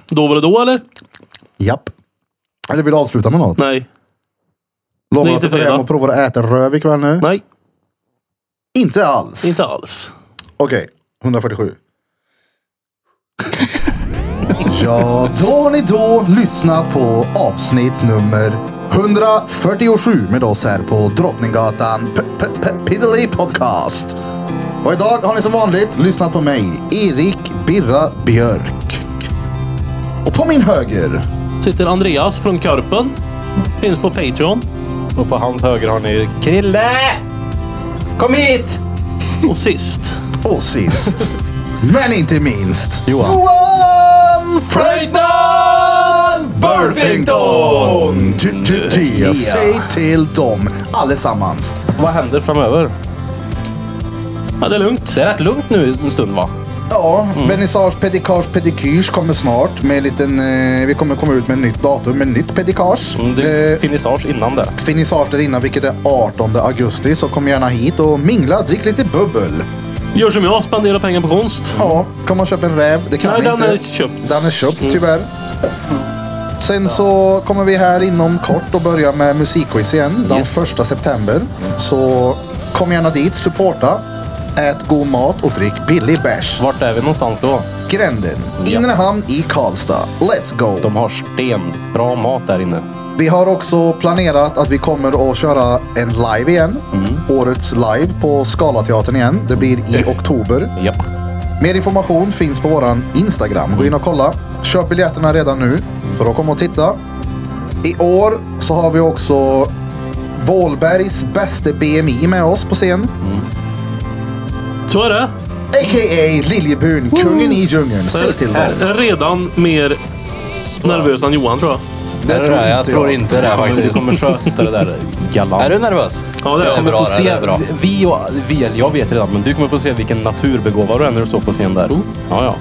Speaker 2: Då var det då eller?
Speaker 1: Japp. Eller vill du avsluta med något?
Speaker 2: Nej.
Speaker 1: Lovar
Speaker 2: Nej,
Speaker 1: du att du
Speaker 2: inte
Speaker 1: får hem
Speaker 2: fredag.
Speaker 1: och provar att äta röv ikväll nu?
Speaker 2: Nej,
Speaker 1: Inte alls.
Speaker 2: inte alls.
Speaker 1: Okej, 147. ja, då har ni då lyssnat på avsnitt nummer 147 med oss här på Drottninggatan P- P- P- Piddly Podcast. Och idag har ni som vanligt lyssnat på mig, Erik Birra Björk. Och på min höger,
Speaker 2: Sitter Andreas från Körpen. Finns på Patreon.
Speaker 4: Och på hans höger har ni
Speaker 3: Krille! Kom hit!
Speaker 2: Och sist.
Speaker 1: och sist, men inte minst,
Speaker 7: Johan.
Speaker 1: Johan Fröjtnant Burfington! Ty- ty- ty. Säg till dem allesammans.
Speaker 4: Vad händer framöver?
Speaker 2: Ja, det är lugnt.
Speaker 4: Det är rätt lugnt nu en stund va?
Speaker 1: Ja,
Speaker 4: Mm.
Speaker 1: vernissage, pedikage, pedikyrs kommer snart med en liten... Eh, vi kommer komma ut med ett nytt datum, med nytt pedikage.
Speaker 4: Mm, det är
Speaker 1: Eh.
Speaker 4: finissage innan det.
Speaker 1: Finissage där innan, vilket är 18 augusti, så kom gärna hit och mingla, drick lite bubbel.
Speaker 2: Gör som jag, spendera pengar på konst.
Speaker 1: Ja, kom och köp en räv. Det kan
Speaker 2: Nej,
Speaker 1: ni
Speaker 2: den
Speaker 1: inte.
Speaker 2: är köpt. Mm.
Speaker 1: Den är köpt, tyvärr. Sen så kommer vi här inom kort och börja med musikquiz igen den 1 september. Så kom gärna dit, supporta, ät god mat och drick billig bärs.
Speaker 4: Vart är vi någonstans då?
Speaker 1: Gränden, Inre hamn i Karlstad. Let's go!
Speaker 4: De har stenbra mat där inne.
Speaker 1: Vi har också planerat att vi kommer att köra en live igen.
Speaker 2: Mm.
Speaker 1: Årets live på Scalateatern igen. Det blir i
Speaker 2: Eh.
Speaker 1: oktober.
Speaker 4: Japp.
Speaker 1: Mer information finns på våran Instagram. Gå in och kolla. Köp biljetterna redan nu för att komma och titta. I år så har vi också Vålbergs bäste BMI med oss på scen.
Speaker 2: Så är det.
Speaker 1: A.k.a. Liljebun, kungen i djungeln. Säg till dem.
Speaker 2: Jag är Eh, redan mer nervös än Johan tror jag.
Speaker 1: Det tror
Speaker 3: jag
Speaker 1: inte
Speaker 3: tror
Speaker 1: jag.
Speaker 3: inte det
Speaker 4: Du
Speaker 3: faktiskt.
Speaker 4: kommer sköta det där galant.
Speaker 3: Är du nervös?
Speaker 2: Ja, det är
Speaker 3: det
Speaker 2: jag.
Speaker 3: är
Speaker 4: kommer
Speaker 3: bra.
Speaker 4: få se,
Speaker 3: Det är bra.
Speaker 4: Vi och, vi, eller jag vet redan, men du kommer få se vilken naturbegåvad du är när du står på scen
Speaker 3: Oh.
Speaker 4: där. Ja, ja.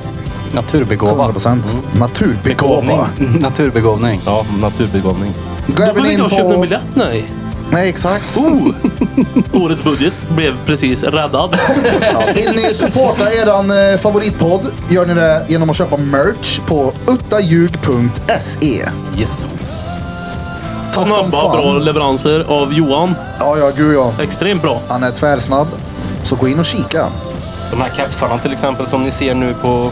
Speaker 3: Naturbegåvad.
Speaker 1: 100%.
Speaker 2: Mm.
Speaker 1: Naturbegåva.
Speaker 3: Naturbegåvning.
Speaker 4: Ja, naturbegåvning.
Speaker 1: Gå
Speaker 2: Då
Speaker 1: även
Speaker 2: behöver
Speaker 1: in
Speaker 2: inte jag köpa en
Speaker 1: på...
Speaker 2: biljett, nej.
Speaker 1: Nej, exakt.
Speaker 2: Årets budget blev precis räddad.
Speaker 1: Ja, vill ni supporta eran eh, favoritpodd gör ni det genom att köpa merch på uttaljug.se.
Speaker 4: Yes.
Speaker 1: E. Tack som
Speaker 2: Snabba,
Speaker 1: fan.
Speaker 2: bra leveranser av Johan.
Speaker 1: Ja, ja, gud ja.
Speaker 2: Extremt bra.
Speaker 1: Han är tvärsnabb. Så gå in och kika.
Speaker 4: De här kepsarna till exempel som ni ser nu på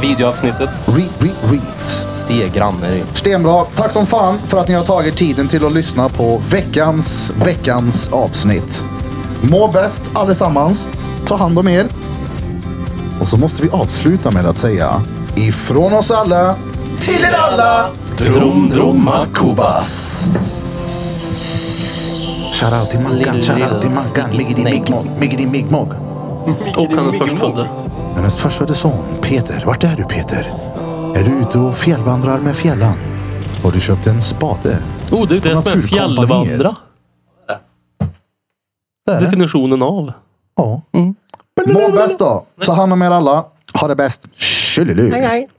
Speaker 4: videoavsnittet.
Speaker 1: Read, read, read.
Speaker 4: Det är grannar i.
Speaker 1: Stenbra. Tack som fan för att ni har tagit tiden till att lyssna på veckans, veckans avsnitt. Må bäst allesammans. Ta hand om er. Och så måste vi avsluta med att säga ifrån oss alla till er alla.
Speaker 4: Drom, dromma,
Speaker 1: Kubas. Shoutout till Maggan, shoutout till Maggan. Miggidi Miggmog, Miggidi Miggmog.
Speaker 2: Och hennes förstfödde.
Speaker 1: Hennes förstfödde son, Peter. Vart är du Peter? Är du ute och fjällvandrar med fjällan? Har du köpt en spade?
Speaker 2: Oh, det är det som är
Speaker 1: Naturkompaniet.
Speaker 2: fjällvandra.
Speaker 1: Där är den.
Speaker 2: Definitionen av.
Speaker 1: Ja. Må bäst då. Ta hand om er alla. Ha det bäst. Tjolilu.
Speaker 8: Hej, hej.